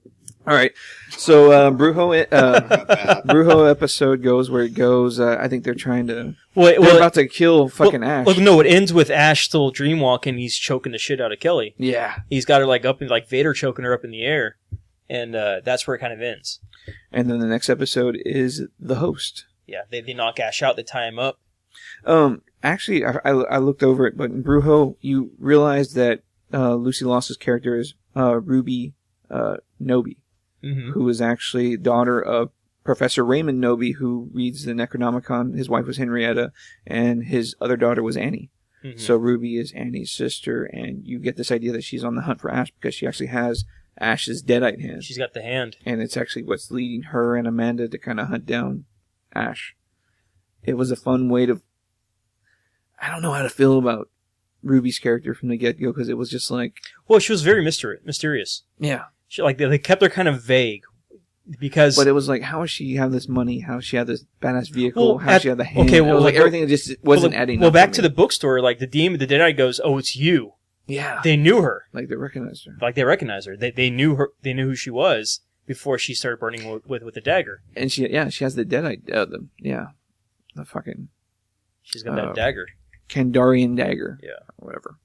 E: all right. So uh, Brujo, uh,
G: that.
E: Brujo episode goes where it goes. Uh, I think they're trying to.
F: Well, it-
E: They're
F: well,
E: about to kill fucking
F: well,
E: Ash.
F: Look, no, it ends with Ash still dreamwalking. He's choking the shit out of Kelly.
E: Yeah,
F: He's got her like up in like Vader choking her up in the air, and uh, that's where it kind of ends.
E: and then the next episode is the host.
F: Yeah, they, they knock Ash out, they tie him up.
E: Um, actually, I, I, I looked over it, but in Brujo, you realize that uh, Lucy Loss's character is uh, Ruby uh, Nobi.
F: Mm-hmm.
E: who is actually daughter of Professor Raymond Noby, who reads the Necronomicon. His wife was Henrietta, and his other daughter was Annie.
F: Mhm.
E: So Ruby is Annie's sister, and you get this idea that she's on the hunt for Ash because she actually has Ash's deadite hand,
F: she's got the hand.
E: and it's actually what's leading her and Amanda to kind of hunt down Ash. It was a fun way to. I don't know how to feel about Ruby's character from the get go because it was just like,
F: Well, she was very myster- mysterious.
E: yeah,
F: She, like they, they kept her kind of vague because
E: but it was like, how does she have this money? How she had this badass vehicle?
F: Well,
E: how
F: at-
E: she had the hand?
F: okay,
E: Okay,
F: well,
E: well, like
F: well,
E: everything just wasn't
F: well,
E: adding.
F: Well,
E: up
F: back
E: for
F: to
E: me.
F: the bookstore, like the demon, the deadite goes, "Oh, it's you."
E: yeah,
F: They knew her.
E: like they recognized her,
F: Like they recognized her. They they knew her. They knew who she was before she started burning with with, with the dagger.
E: and she yeah she has the deadite. Uh, the yeah, the fucking
F: She's got
E: Oh.
F: that dagger.
E: Kandarian dagger.
F: Yeah.
E: Or whatever.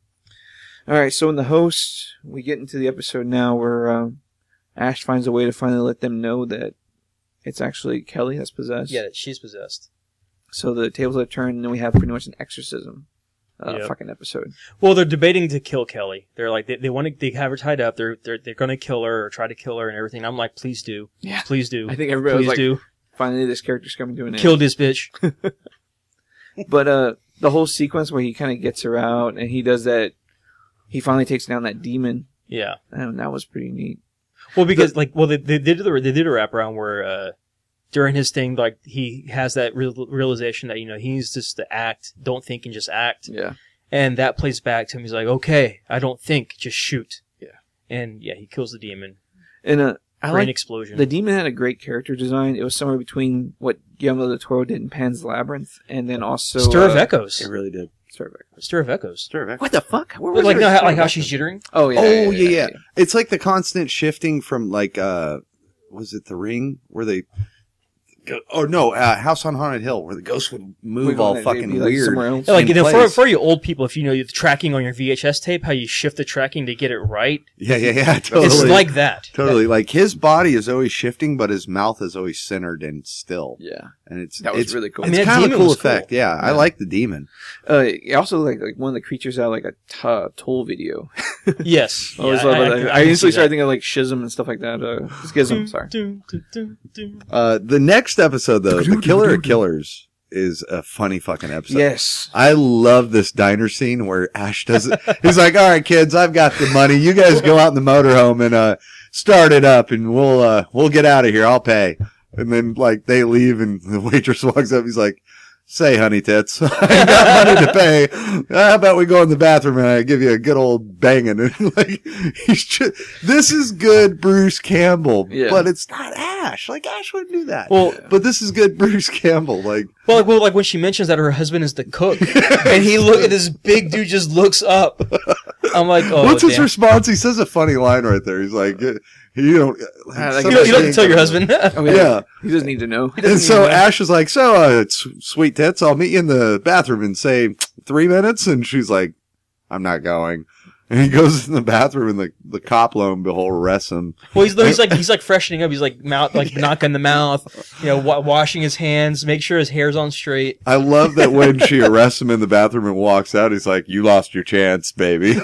E: All right, so in the host, we get into the episode now where um, Ash finds a way to finally let them know that it's actually Kelly that's possessed.
F: Yeah, that she's possessed.
E: So the tables are turned, and then we have pretty much an exorcism uh,
F: Yep.
E: fucking episode.
F: Well, they're debating to kill Kelly. They're like they, they want to they have her tied up. They're they're they're going to kill her or try to kill her and everything. I'm like, please do,
E: Yeah.
F: please do,
E: I think everybody was
F: please
E: like,
F: do,
E: finally this character's coming to an end.
F: kill this bitch.
E: But uh, the whole sequence where he kind of gets her out, and he does that, he finally takes down that demon,
F: yeah.
E: and that was pretty neat.
F: Well, because like, well, they, they did the they did a wraparound where uh, during his thing, like he has that real, realization that you know he needs just to act, don't think and just act,
E: Yeah.
F: and that plays back to him. He's like, okay, I don't think, just shoot.
E: Yeah.
F: And yeah, he kills the demon.
E: And uh, I
F: Brain
E: like
F: explosion.
E: The demon had a great character design. It was somewhere between what Guillermo del Toro did in Pan's Labyrinth, and then also
F: Stir of
E: uh,
F: echoes.
G: It really did.
E: Stir of Echo.
F: Stir of echoes.
G: Sure,
E: What the fuck? Where
F: But like,
E: her
F: no, how,
E: Stir
F: like
E: of
F: how
E: Echo?
F: she's jittering.
E: Oh yeah.
G: oh yeah, yeah. It's like the constant shifting from like uh, was it the Ring where they? Oh no, uh, House on Haunted Hill where the ghost would move
E: We'd
G: all
E: go-
G: fucking
E: they'd be, like,
G: weird.
E: somewhere else.
F: Yeah, like
G: in
F: you know, for,
G: place.
F: for you old people, if you know the tracking on your VHS tape, how you shift the tracking to get it right,
G: Yeah, yeah, yeah. Totally.
F: it's like that.
G: totally like his body is always shifting, but his mouth is always centered and still.
E: yeah.
G: And it's
E: That was
G: it's,
E: really cool.
F: I mean,
G: it's
F: that
G: kind of a
F: demon
G: cool
F: was cool.
G: effect. Yeah, I
E: Yeah.
G: like the demon.
E: Uh, it also, like like one of the creatures had like a t- uh, toll video.
F: Yes,
E: I always
F: Yeah,
E: love
F: I- I
E: that.
F: can-
E: I,
F: I can see
E: instantly started
F: that. Hmm.
E: thinking of like schism and stuff like that. Uh, schism. sorry.
F: Dun, dun, dun, dun.
G: Uh, the next episode though, the Killer of Killers, is a funny fucking episode.
E: Yes.
G: I love this diner scene where Ash does it. He's like, "All right, kids, I've got the money. You guys go out in the motorhome and uh, start it up, and we'll uh, we'll get out of here. I'll pay." And then like they leave, and the waitress walks up. He's like, "Say, honey tits, I got money to pay. How about we go in the bathroom and I give you a good old banging?" And like, he's just, this is good, Bruce Campbell,
E: Yeah.
G: but it's not Ash. Like Ash wouldn't do that.
F: Well-
G: but this is good, Bruce Campbell. Like.
F: Well, like, well, like when she mentions that her husband is the cook, and he look at this big dude just looks up. I'm like, oh,
G: What's his
F: damn.
G: response? He says a funny line right there. He's like, "You don't,
E: Yeah, like,
F: you, don't, you don't
E: Something-
F: tell your husband.
E: Oh,
G: Yeah.
E: He doesn't need to know.
G: And so Ash is like, "So, uh, it's sweet tits, I'll meet you in the bathroom in say three minutes." And she's like, "I'm not going." And he goes in the bathroom, and the the cop lo and behold arrests him.
F: well, he's, he's like he's like freshening up. He's like mouth, like knock on the mouth. You know, wa- washing his hands, make sure his hair's on straight.
G: I love that when she arrests him in the bathroom and walks out, he's like, "You lost your chance, baby."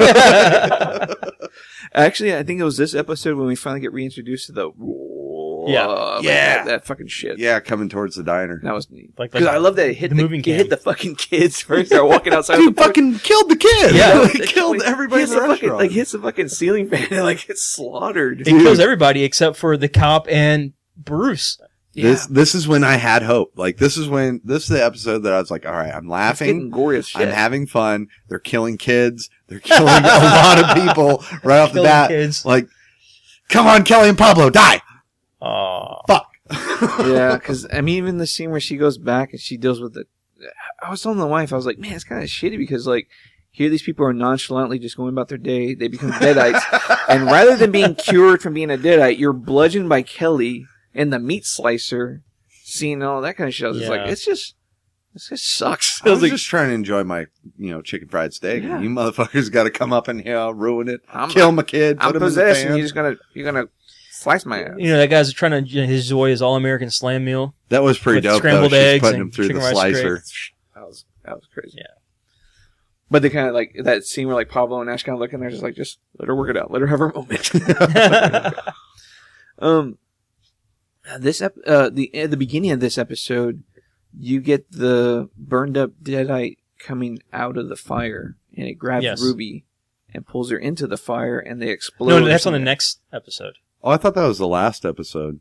E: Actually, I think it was this episode when we finally get reintroduced to the
F: Yeah.
E: Uh,
G: Yeah.
E: that, that fucking shit.
G: yeah, coming towards the diner.
E: That was neat.
F: Like-
E: Because
F: like
E: I love that it hit
F: the
E: the,
F: moving
E: it hit
F: cam.
E: the fucking kids first. They're walking outside.
G: Dude
E: the fucking-
G: fucking killed the kid.
F: Yeah.
G: he killed everybody in
E: Hits
G: the
E: the fucking,
G: restaurant.
E: like hits the fucking ceiling fan and like gets slaughtered.
F: It kills everybody except for the cop and Bruce.
G: This this is when I had hope. Like this is when this is the episode that I was like, all
E: It's
G: right, I'm
E: getting
G: laughing,
E: gory as shit.
G: I'm having fun. They're killing kids. They're killing a lot of people right off the
F: Killing
G: bat.
F: kids.
G: Like, come on, Kelly and Pablo, die.
F: Aw.
G: Fuck.
E: yeah, because I mean, even the scene where she goes back and she deals with the. I was telling the wife, I was like, man, it's kind of shitty because like here these people are nonchalantly just going about their day. They become deadites, and rather than being cured from being a deadite, you're bludgeoned by Kelly and the meat slicer, scene and all that kind of shit. I was just like,
F: Yeah.
E: it's just, this just sucks.
G: I
E: I
G: was
E: was like,
G: just trying to enjoy my, you know, chicken fried steak.
E: Yeah.
G: You motherfuckers got to come up in here, ruin it,
E: I'm-
G: kill my kid,
E: I'm
G: put him in the
E: possessed, and
G: van.
E: you're just gonna you're gonna slice my ass.
F: You know that guy's trying to you know, his joy is all American slam meal.
G: That was pretty
F: with
G: dope. Though.
F: scrambled
G: She's
F: eggs
G: putting
F: and
G: him through the
F: chicken rice
G: slicer.
E: That was that was crazy.
F: Yeah.
E: But they kind of like that scene where like Pablo and Ash kind of look and they're just like, just let her work it out, let her have her moment. um, this ep- uh the at the beginning of this episode, you get the burned up deadite coming out of the fire, and it grabs
F: Yes.
E: Ruby and pulls her into the fire, and they explode.
F: No,
E: or
F: no, that's on the
E: something.
F: next episode.
G: Oh, I thought that was the last episode.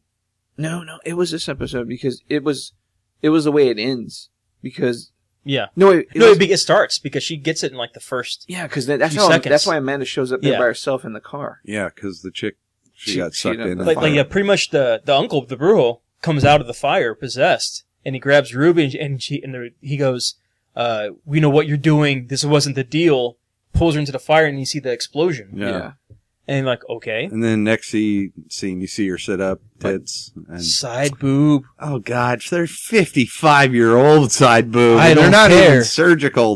E: No, no, it was this episode because it was, it was the way it ends because
F: Yeah.
E: no, it, it
F: no,
E: was,
F: it, be- it starts because she gets it in like the first.
E: yeah, because that, that's
F: Few
E: how
F: seconds.
E: that's why Amanda shows up there
F: Yeah.
E: by herself in the car.
G: Yeah, because the chick she,
E: She-
G: got
E: she
G: sucked
E: didn't-
G: in. the
F: Like, like
G: fire.
F: yeah, pretty much the the uncle, the Brujo, comes out of the fire possessed, and he grabs Ruby, and, and she and the, he goes, uh, "We know what you're doing. This wasn't the deal." Pulls her into the fire, and you see the explosion,
G: yeah.
F: and like, okay,
G: And then next see, scene, you see her sit up, tits, and
F: side boob.
G: oh gosh, they're fifty-five year old side boob.
F: I
G: they're
F: don't
G: not even
F: care.
G: surgical.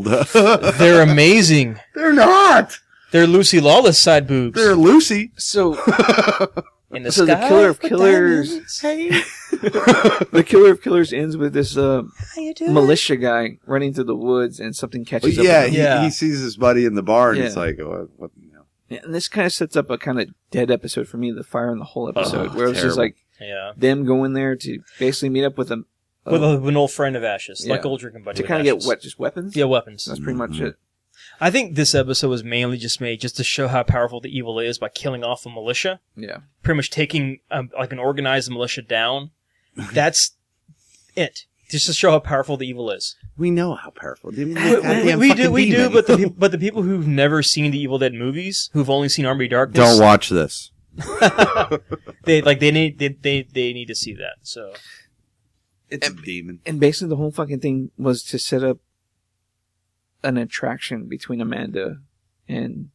G: they're
F: They're amazing.
G: not.
F: They're Lucy Lawless side boobs.
G: They're Lucy.
E: So
F: in the
E: so the
F: sky
E: killer of
F: for
E: killers-
F: diamonds.
E: the killer of killers ends with this uh, militia guy running through the woods, and something catches up.
G: yeah,
E: with him.
G: he,
F: Yeah.
G: he sees his buddy in the bar, and
E: Yeah.
G: he's like, what, what, you know.
E: Yeah, and this kind of sets up a kind of dead episode for me, the fire in the whole episode,
G: Oh,
E: where it was just
G: terrible.
E: like
F: Yeah.
E: them going there to basically meet up with them uh,
F: With, a, with an old friend of Ash's, like
E: Yeah.
F: old drinking buddy.
E: to
F: with
E: kind of get
F: Ash's.
E: what just weapons.
F: Yeah, weapons.
E: that's pretty
G: Mm-hmm.
E: much it.
F: I think this episode was mainly just made just to show how powerful the evil is by killing off a militia,
E: Yeah,
F: pretty much taking um, like an organized militia down. That's it. Just to show how powerful the evil is.
G: we know how powerful.
F: We,
G: Didn't that
F: we-
G: goddamn
F: we do,
G: fucking
F: we do,
G: demon-
F: but the peop- but the people who've never seen the Evil Dead movies, who've only seen Army of Darkness,
G: don't watch this.
F: they like they need they, they they need to see that. So
G: It's a demon.
E: and basically the whole fucking thing was to set up an attraction between Amanda and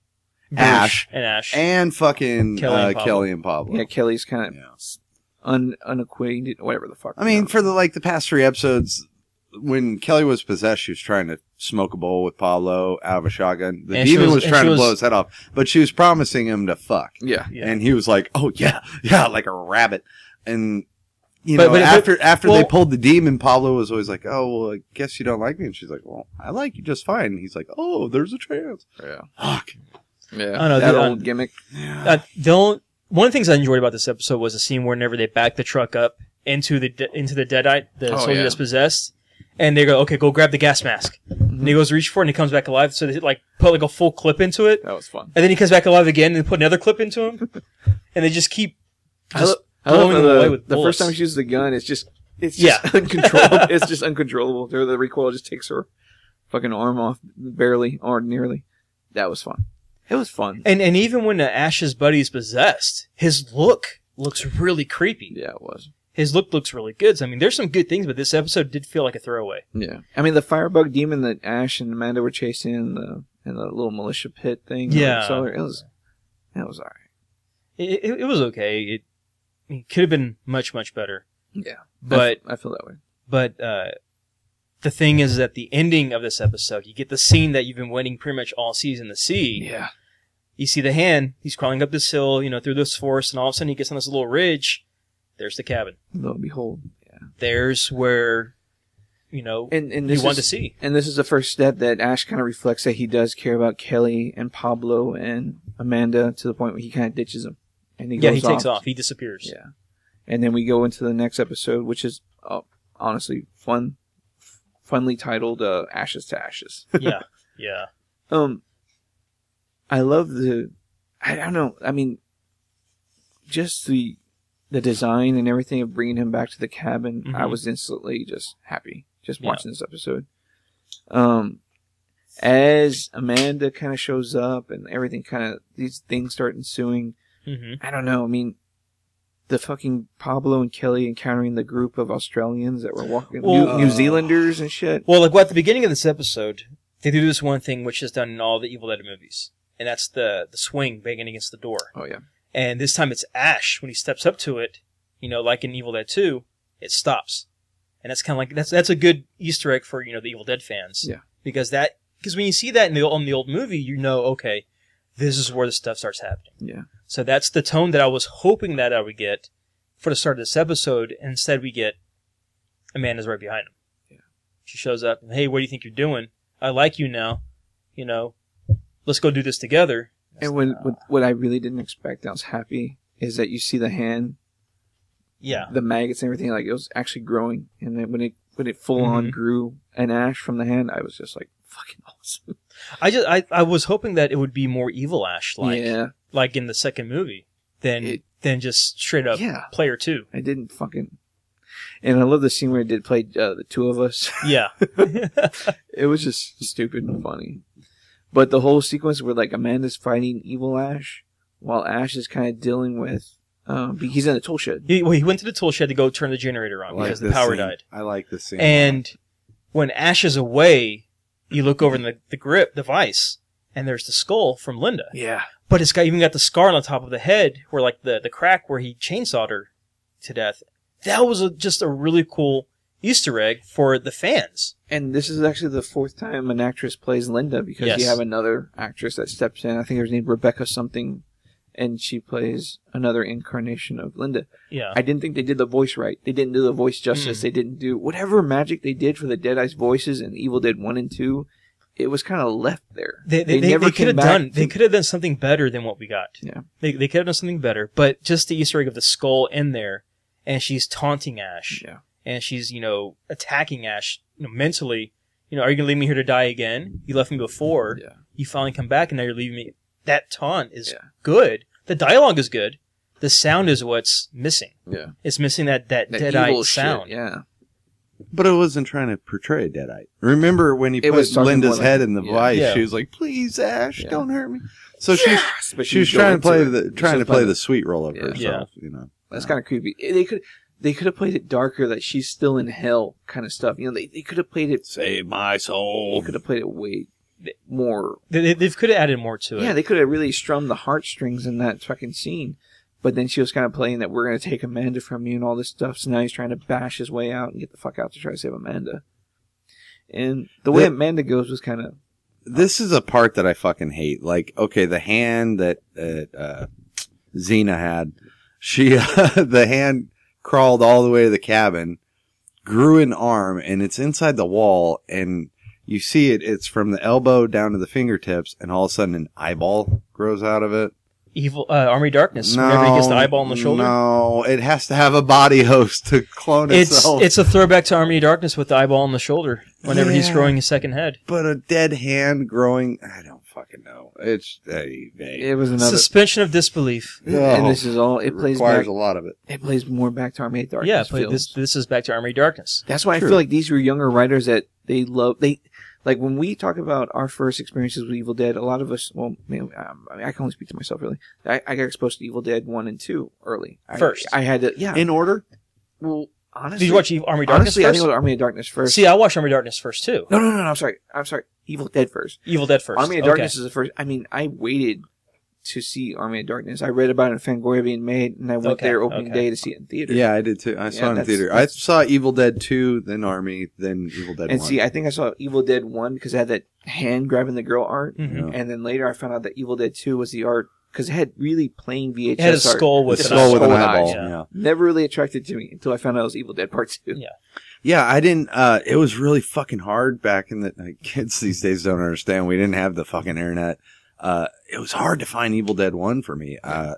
G: Ash.
F: and Ash,
G: And fucking
F: Kelly and
G: uh,
F: Pablo.
G: Kelly and Pablo.
E: yeah, Kelly's kind of
G: Yeah.
E: un unacquainted, whatever the fuck.
G: I mean, for the like the past three episodes, when Kelly was possessed, she was trying to smoke a bowl with Pablo out of a shotgun. The
F: And she
G: demon
F: was-
G: was,
F: and
G: trying
F: she
G: to
F: was-
G: blow his head off, but she was promising him to fuck,
E: yeah,
F: Yeah.
G: and he was like, "Oh yeah, yeah," like a rabbit. And you
F: But-
G: know,
F: but- but-
G: after after
F: well-
G: they pulled the demon, Pablo was always like, "Oh well, I guess you don't like me," and she's like, "Well, I like you just fine." And he's like, "Oh, there's a chance."
E: yeah,
G: Fuck.
E: yeah.
F: I know,
E: that
F: the-
E: old gimmick.
F: uh, the only, one of the things I enjoyed about this episode was the scene whenever they back the truck up into the de- into the deadite, the
E: Oh,
F: soldier
E: yeah.
F: that's possessed, and they go, "Okay, go grab the gas mask." And
G: Mm-hmm.
F: he goes to reach for it, and he comes back alive. So they like put like a full clip into it,
E: That was fun.
F: and then he comes back alive again, and they put another clip into him, and they just keep
E: I lo-
F: just
E: I love
F: blowing
E: how
F: them away
E: the,
F: with
E: the first
F: bullets.
E: time she uses the gun, it's just it's just
F: Yeah.
E: uncontrollable. it's just uncontrollable. The, the recoil just takes her fucking arm off, barely or nearly. That was fun. It was fun.
F: And and even when uh, Ash's buddy is possessed, his look looks really creepy.
E: Yeah, it was.
F: His look looks really good. So, I mean, there's some good things, but this episode did feel like a throwaway.
E: Yeah, I mean the firebug demon that Ash and Amanda were chasing in the in the little militia pit thing.
F: Yeah.
E: so it was that was alright.
F: It, it, it was okay. It, it could have been much much better.
E: Yeah,
F: But
E: I, I feel that way.
F: but uh, the thing is, at the ending of this episode, you get the scene that you've been waiting pretty much all season to see.
E: Yeah,
F: You see the hand. He's crawling up this hill, you know, through this forest, and all of a sudden he gets on this little ridge. There's the cabin.
E: lo and behold,
F: There's where, you know,
E: and and
F: you
E: this
F: want
E: is,
F: to see.
E: And this is the first step that Ash kind of reflects that he does care about Kelly and Pablo and Amanda to the point where he kind of ditches them. And he
F: yeah,
E: goes
F: he takes off. He disappears.
E: Yeah. And then we go into the next episode, which is uh, honestly fun, funly titled uh, "Ashes to Ashes."
F: yeah, yeah.
E: Um, I love the, I don't know. I mean, just the the design and everything of bringing him back to the cabin.
F: Mhm.
E: I was instantly just happy just
F: Yeah.
E: watching this episode. Um, as Amanda kind of shows up and everything kind of these things start ensuing.
F: hmm
E: I don't know. I mean. The fucking Pablo and Kelly encountering the group of Australians that were walking,
F: Well-
E: New, New Zealanders and shit.
F: Well, like well, at the beginning of this episode, they do this one thing which is done in all the Evil Dead movies, and that's the the swing banging against the door.
E: Oh yeah,
F: And this time it's Ash when he steps up to it, you know, like in Evil Dead 2, it stops. And that's kind of like that's that's a good Easter egg for, you know, the Evil Dead fans.
E: Yeah.
F: Because that because when you see that in the on the old movie, you know, okay, this is where the stuff starts happening.
E: Yeah.
F: So that's the tone that I was hoping that I would get for the start of this episode. Instead, we get Amanda's right behind him. Yeah. She shows up. Hey, what do you think you're doing? I like you now. You know, let's go do this together.
E: And when, what, what I really didn't expect, I was happy, is that you see the hand,
F: Yeah.
E: the maggots and everything, like it was actually growing. And then when it when it full on
F: Mhm.
E: grew an ash from the hand, I was just like, fucking awesome.
F: I just I, I was hoping that it would be more Evil Ash like
E: yeah,
F: like in the second movie than
E: It-
F: than just straight up
E: Yeah.
F: player two.
E: I didn't fucking. And I love the scene where it did play uh, the two of us.
F: Yeah.
E: It was just stupid and funny. But the whole sequence where like Amanda's fighting evil Ash, while Ash is kind of dealing with, um, be- he's in a tool shed.
F: he, well, he went to the tool shed to go turn the generator
G: I
F: on
G: like
F: because the
G: this
F: power
G: scene.
F: died.
G: I like this scene. a lot.
F: And when Ash is away, you look over in the, the grip device and there's the skull from Linda.
E: Yeah,
F: But it's got even got the scar on the top of the head where like the, the crack where he chainsawed her to death. That was a, just a really cool Easter egg for the fans.
E: and this is actually the fourth time an actress plays Linda because
F: Yes.
E: you have another actress that steps in. I think her named Rebecca something, and she plays another incarnation of Linda.
F: Yeah.
E: I didn't think they did the voice right. They didn't do the voice justice.
F: Mm.
E: They didn't do whatever magic they did for the Deadeye's voices and Evil Dead One and Two. It was kind of left there.
F: they, they, they,
E: never
F: they could
E: came
F: have
E: back
F: done
E: to-
F: they could have done something better than what we got.
E: Yeah.
F: They they could have done something better, but just the Easter egg of the skull in there and she's taunting Ash
E: Yeah.
F: and she's, you know, attacking Ash you know, mentally, you know, are you going to leave me here to die again? You left me before.
E: Yeah.
F: You finally come back and now you're leaving me. That taunt is
E: Yeah.
F: good. The dialogue is good. The sound is what's missing.
E: Yeah.
F: It's missing that that,
E: That
F: deadite
E: evil shit,
F: sound.
E: Yeah.
G: But I wasn't trying to portray a deadite. Remember when he
E: It was
G: put
E: talking more
G: Linda's
E: like-
G: head in the
E: yeah.
G: vice?
F: Yeah.
G: She was like, "Please, Ash,
E: Yeah.
G: don't hurt me." So she's
E: But
G: she was
E: she's
G: trying to play
E: going it.
G: the trying
E: She's
G: to play
E: playing-
G: the sweet role of
E: Yeah.
G: herself. You know,
E: That's kind of creepy. Eh, They could they could have played it darker, that she's still in hell kind of stuff. You know, they they could have played it.
G: save my
E: They
G: soul.
E: could have played it way more.
F: They, they, they could have added more to it.
E: Yeah, they could have really strummed the heartstrings in that fucking scene. But then she was kind of playing that we're going to take Amanda from you and all this stuff. So now he's trying to bash his way out and get the fuck out to try to save Amanda. And the way
G: Yeah.
E: Amanda goes was kind of
G: This is a part that I fucking hate. Like, okay, the hand that that uh, Xena had, she uh, the hand crawled all the way to the cabin, grew an arm, and it's inside the wall, and you see it. It's from the elbow down to the fingertips, and all of a sudden, an eyeball grows out of it.
F: Evil uh, Army of Darkness. whenever he gets the eyeball on the shoulder.
G: No, it has to have a body host to clone
F: It's
G: itself.
F: it's a throwback to Army of Darkness with the eyeball on the shoulder whenever he's
G: Yeah.
F: growing his second head.
G: but a dead hand growing. I don't fucking know. It's hey, hey.
E: it was another.
F: Suspension of disbelief.
E: and this is all it plays
G: requires
E: back.
G: a lot of it.
E: It plays more back to Army of Darkness.
F: yeah, play,
E: films.
F: this this is back to Army of Darkness.
E: That's why
G: True.
E: I feel like these were younger writers that they love they like when we talk about our first experiences with Evil Dead. A lot of us, well, man, um, I, mean, I can only speak to myself really. I, I got exposed to Evil Dead one and two early. I,
F: First.
E: I had to, yeah.
G: In order,
E: well, honestly,
F: Did you watch Evil- Army of Darkness
E: honestly, I
F: first?
E: think it was Army of Darkness first.
F: See, I watched Army of Darkness first too.
E: no, no, no, no. I'm sorry. I'm sorry. Evil Dead first.
F: Evil Dead first.
E: Army of
F: Okay.
E: Darkness is the first. I mean, I waited to see Army of Darkness. I read about it in Fangoria being made, and I went
F: Okay,
E: there opening
F: okay.
E: day to see it in theater.
G: yeah, I did too. I
E: Yeah,
G: saw it in
E: that's-
G: theater. I
E: that's-
G: saw Evil Dead Two, then Army, then Evil Dead
E: And
G: One.
E: see, I think I saw Evil Dead one because I had that hand grabbing the girl art.
F: Mhm.
E: And then later I found out that Evil Dead 2 was the art because it had really plain VHS
F: It had a
E: art.
F: skull
G: with
F: with
G: the
F: an
G: skull with an
E: skull and
G: eyeball.
F: eyes,
G: Yeah.
F: yeah.
G: yeah,
E: Never really attracted to me until I found out it was Evil Dead Part 2.
F: Yeah.
G: I didn't. uh It was really fucking hard back in the like, kids these days. Don't understand. We didn't have the fucking internet. Uh It was hard to find Evil Dead One for me. Uh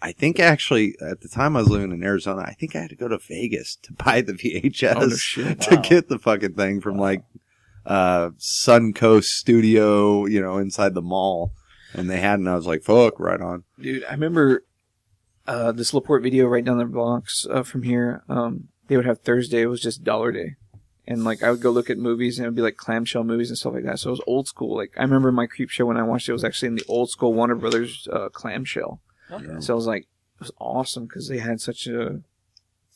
G: I think actually at the time I was living in Arizona, I think I had to go to Vegas to buy the VHS.
E: Oh, no shit.
G: to
F: Wow.
G: get the fucking thing from like uh Suncoast Studio, you know, inside the mall. And they had, and I was like, "Fuck, right on."
E: Dude, I remember uh, this Laporte video right down the blocks uh, from here. Um, they would have Thursday, it was just Dollar Day. And like I would go look at movies and it would be like clamshell movies and stuff like that. So it was old school. Like I remember my creep show when I watched it was actually in the old school Warner Brothers uh, clamshell.
F: Okay.
E: So I was like, it was awesome because they had such a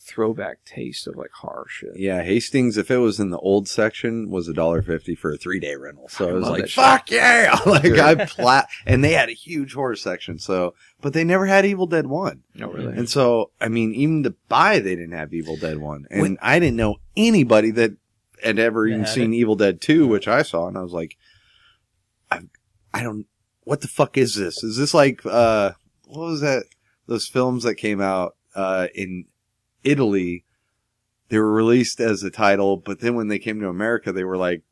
E: throwback taste of like horror shit.
G: Yeah, Hastings, if it was in the old section, was a dollar fifty for a three day rental. So I was
E: love
G: like,
E: that shit.
G: "Fuck yeah!" like
E: Sure.
G: I plat, and they had a huge horror section. So, but they never had Evil Dead One,
F: Oh,
E: No, really.
G: and so I mean, even to buy, they didn't have Evil Dead One, and
E: When-
G: I didn't know anybody that had ever
F: That
G: even
F: had
G: seen Evil Dead Two, which I saw, and I was like, I, I don't, what the fuck is this? Is this like, uh, what was that? Those films that came out uh, in Italy, they were released as a title, but then when they came to America, they were like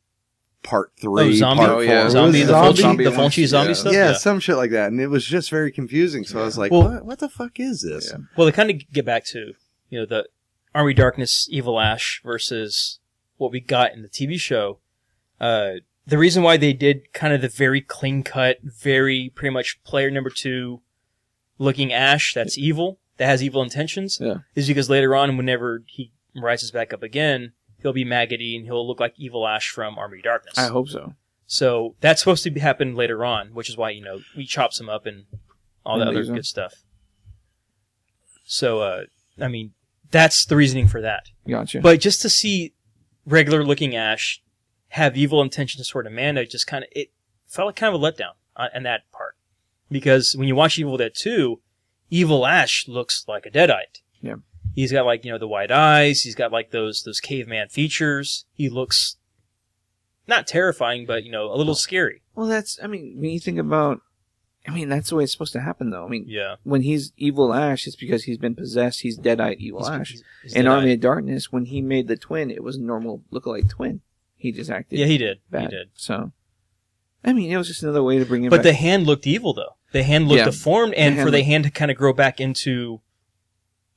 G: part three,
F: Oh, zombie,
G: part
E: oh,
G: four.
E: yeah.
G: It
F: zombie,
G: was
F: the
E: zombie-
F: Fulci,
E: zombie
F: the Fulci zombie
E: yeah.
F: stuff.
G: yeah,
F: Yeah.
G: some shit like that, and it was just very confusing. So I was like,
F: Well-
G: what, what the fuck is this?
F: Well, they kind of get back to you know the Army of Darkness, Evil Ash versus what we got in the TV show. Uh, the reason why they did kind of the very clean cut, very pretty much player number two looking Ash that's evil, that has evil intentions,
E: Yeah.
F: is because later on, whenever he rises back up again, he'll be maggoty and he'll look like evil Ash from Army of Darkness.
E: I hope so.
F: So that's supposed to be- happen later on, which is why you know he chops him up and all that
E: And
F: other
E: leaves him.
F: good stuff. So uh, I mean, that's the reasoning for that.
E: Gotcha.
F: But just to see regular looking Ash have evil intentions toward Amanda just kind of it felt like kind of a letdown on, on that part because when you watch Evil Dead Two, Evil Ash looks like a Deadite.
E: Yeah.
F: he's got like you know the wide eyes. He's got like those those caveman features. He looks not terrifying, but you know a little scary.
E: well, that's. I mean, when you think about, I mean, that's the way it's supposed to happen, though. I mean,
F: Yeah,
E: when he's evil Ash, it's because he's been possessed. He's dead-eyed evil
F: He's-
E: Ash.
F: he's- he's
E: In
F: Deadite.
E: Army of Darkness, when he made the twin, it was a normal lookalike twin. He just acted.
F: Yeah, he did.
E: bad.
F: He did.
E: So, I mean, it was just another way to bring him.
F: But
E: back.
F: the hand looked evil though. The hand looked
E: Yeah.
F: deformed, and
E: The
F: for
E: hand
F: the
E: looked-
F: hand to kind of grow back into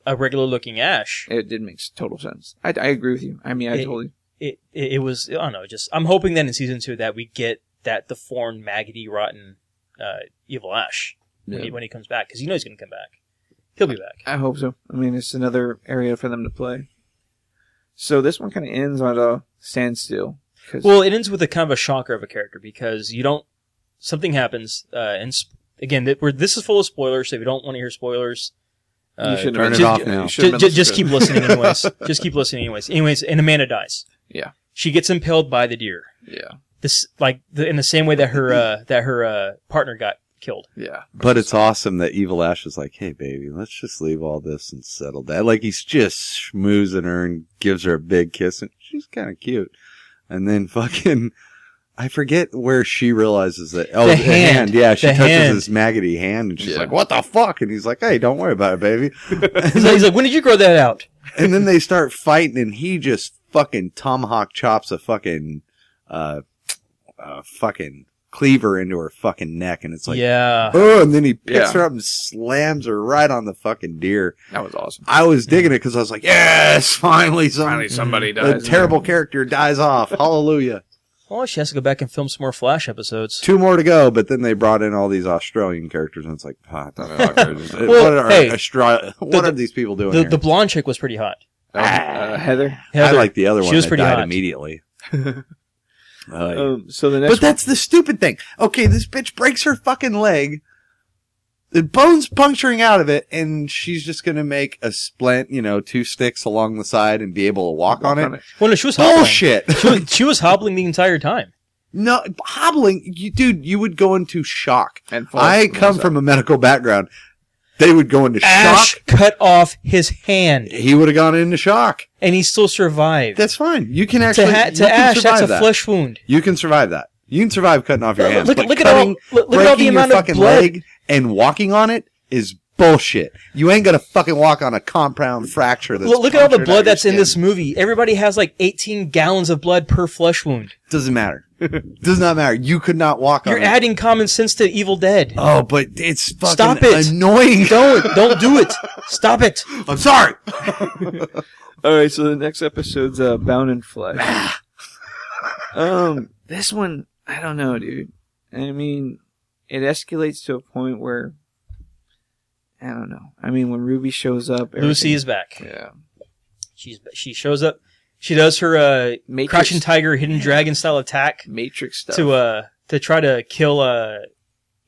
F: a regular looking Ash,
E: it did make total sense. I, I agree with you. I mean, I
F: It-
E: totally.
F: it, it it was I don't know. Just I'm hoping that in season two that we get that deformed, maggoty, rotten, uh, evil Ash when,
E: Yeah.
F: he, when he comes back because you know he's going to come back. He'll be back.
E: I hope so. I mean, it's another area for them to play. So this one kind of ends on a standstill. 'cause-
F: Well, it ends with a kind of a shocker of a character because you don't something happens uh, and sp- again th- we're, this is full of spoilers. So if you don't want to hear spoilers,
E: you
F: uh,
E: shouldn't
G: turn
E: have-
G: it
E: ju-
G: off
E: ju-
G: now.
E: you shouldn't
F: just,
E: have
F: just,
E: listened
F: just keep
E: to
F: listening anyways. just keep listening anyways. Anyways, and Amanda dies.
E: it. Yeah,
F: She gets impaled by the deer.
E: yeah,
F: This like the, in the same way that her uh, that her uh, partner got killed.
E: yeah.
G: But it's awesome that Evil Ash is like, hey, baby, let's just leave all this and settle down. Like, he's just schmoozing her and gives her a big kiss, and she's kind of cute. And then fucking, I forget where she realizes that. Oh,
F: The
G: the,
F: hand.
G: hand. Yeah, she
F: The
G: touches
F: hand.
G: his maggoty hand, and she's
E: Yeah.
G: like, what the fuck? And he's like, hey, don't worry about it, baby.
F: He's like, he's like, when did you grow that out?
G: and then they start fighting, and he just fucking tomahawk chops a fucking, uh, uh, fucking cleaver into her fucking neck, and it's like,
F: yeah,
G: Oh, and then he picks
E: Yeah.
G: her up and slams her right on the fucking deer.
E: That was awesome.
G: I was digging it because I was like, yes, finally, some,
A: Finally, somebody
G: a
A: dies.
G: Mm-hmm. terrible character dies off. Hallelujah.
F: Well, she has to go back and film some more Flash episodes.
G: Two more to go, but then they brought in all these Australian characters, and it's like, ah, I thought they were just- what are
F: hey,
G: Austra- what
F: the-
G: are these people doing
F: The,
G: here?
F: the blonde chick was pretty hot.
A: Ah.
E: That was- uh, Heather.
G: I
F: Heather.
G: like the other
F: she
G: one.
F: was
G: that
F: pretty
G: died
F: hot.
G: immediately. Uh,
E: Um, so the next.
G: But that's the stupid thing. Okay, this bitch breaks her fucking leg. The bone's puncturing out of it, and she's just gonna make a splint, you know, two sticks along the side and be able to walk, on, it. Oh,
F: well, no, she was hobbling.
G: Bullshit.
F: She was, she was hobbling the entire time.
G: no, hobbling, you, dude, you would go into shock.
E: and falls
G: I come
E: the
G: from a medical background. They would go into
F: Ash
G: shock.
F: cut off his hand,
G: He would have gone into shock.
F: and he still survived.
G: That's fine. You can
F: to
G: actually
F: ha-
G: you
F: to
G: can
F: Ash, that's
G: survive
F: a
G: that.
F: flesh wound.
G: You can survive that. You can survive cutting off your hands.
F: Look,
G: but
F: look at all,
G: cutting-
F: look, look at all the
G: breaking your
F: amount of
G: fucking
F: blood.
G: leg and walking on it is bullshit. You ain't gonna fucking walk on a compound fracture. That's
F: Look, look at all the
G: punctured out your
F: blood that's in
G: skin.
F: this movie. Everybody has like 18 gallons of blood per flesh wound.
G: Doesn't matter. Does not matter. You could not walk
F: You're
G: on. it.
F: adding common sense to Evil Dead.
G: Oh, but it's fucking
F: Stop it.
G: annoying.
F: Don't, don't do it. Stop it.
G: I'm sorry.
E: All right, so the next episode's uh, Bound in Flesh. um, this one, I don't know, dude. I mean, it escalates to a point where I don't know. I mean, when Ruby shows up, everything-
F: Lucy is back.
E: yeah,
F: She's she shows up. She does her uh,
E: Matrix,
F: crouching tiger, hidden dragon style attack
E: Matrix stuff.
F: to uh to try to kill uh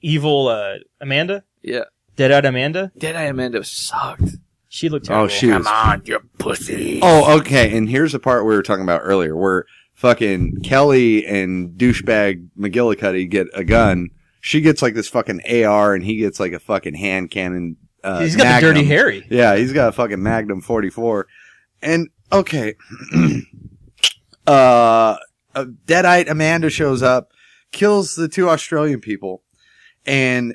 F: evil uh Amanda,
E: yeah,
F: dead out Amanda.
E: Dead Eye Amanda sucked.
F: She looked terrible.
G: Oh, she was.
A: on, you pussy.
G: Oh, okay. And here's the part we were talking about earlier, where fucking Kelly and douchebag McGillicuddy get a gun. She gets like this fucking AR, and he gets like a fucking hand cannon. Uh,
F: He's got the
G: Magnum.
F: dirty Harry.
G: Yeah, he's got a fucking Magnum 44. And okay, uh, a Deadite Amanda shows up, kills the two Australian people, and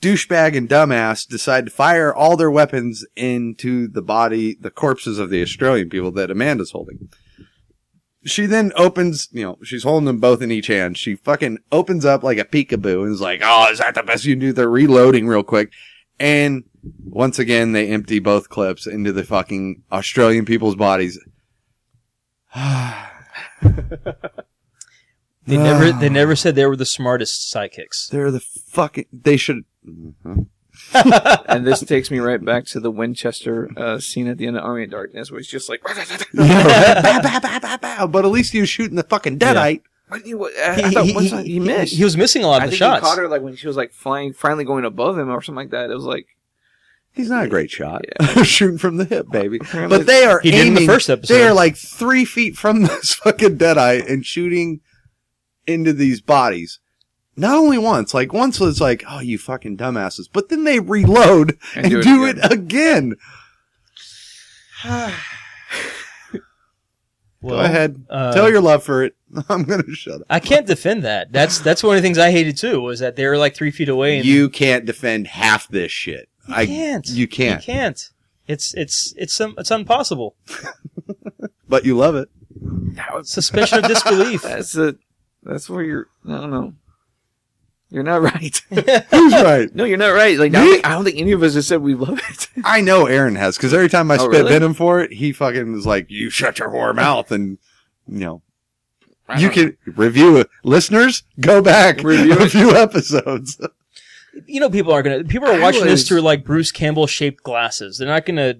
G: douchebag and dumbass decide to fire all their weapons into the body, the corpses of the Australian people that Amanda's holding. She then opens, you know, she's holding them both in each hand. She fucking opens up like a peekaboo and is like, "Oh, is that the best you can do?" They're reloading real quick, and once again, they empty both clips into the fucking Australian people's bodies.
F: They never
G: Ah.
F: they never said they were the smartest psychics.
G: They're the fucking. They should.
E: and this takes me right back to the Winchester uh, scene at the end of Army of Darkness, where it's just like,
G: Yeah, right? Bow, bow, bow, bow, bow. But at least he was shooting the fucking deadite.
E: what do you, what, I, I thought one time he, missed.
F: he was missing a lot
E: I
F: of the
E: think
F: shots.
E: he caught her like when she was like flying, finally going above him or something like that. It was like,
G: He's not a great shot. shooting from the hip, baby.
E: Apparently-
G: But they are.
F: He did in the
G: aiming-
F: first episode.
G: They are like three feet from this fucking deadeye and shooting into these bodies. Not only once, like once was like, oh, you fucking dumbasses, but then they reload and, do, it, again.
F: Well,
G: Go ahead,
F: uh,
G: tell your love for it. I'm gonna shut up.
F: I can't defend that. That's that's one of the things I hated too. Was that they were like three feet away. And
G: You can't defend half this shit.
F: You
G: I
F: can't.
G: You can't.
F: You can't. It's it's it's um, it's impossible.
G: But you love it.
F: Suspension of disbelief.
E: that's the, that's where you're. I don't know. You're not right.
G: Who's right?
E: no, you're not right. Like I don't, think, I don't think any of us have said we love it.
G: I know Aaron has because every time I
E: Oh,
G: spit
E: really?
G: venom for it, he fucking was like, "You shut your whore mouth," and you know, you can review it. Listeners, go back
E: Review
G: a
E: it.
G: few episodes.
F: You know, people are gonna people are
E: I
F: watching
E: was-
F: this through like Bruce Campbell shaped glasses. They're not gonna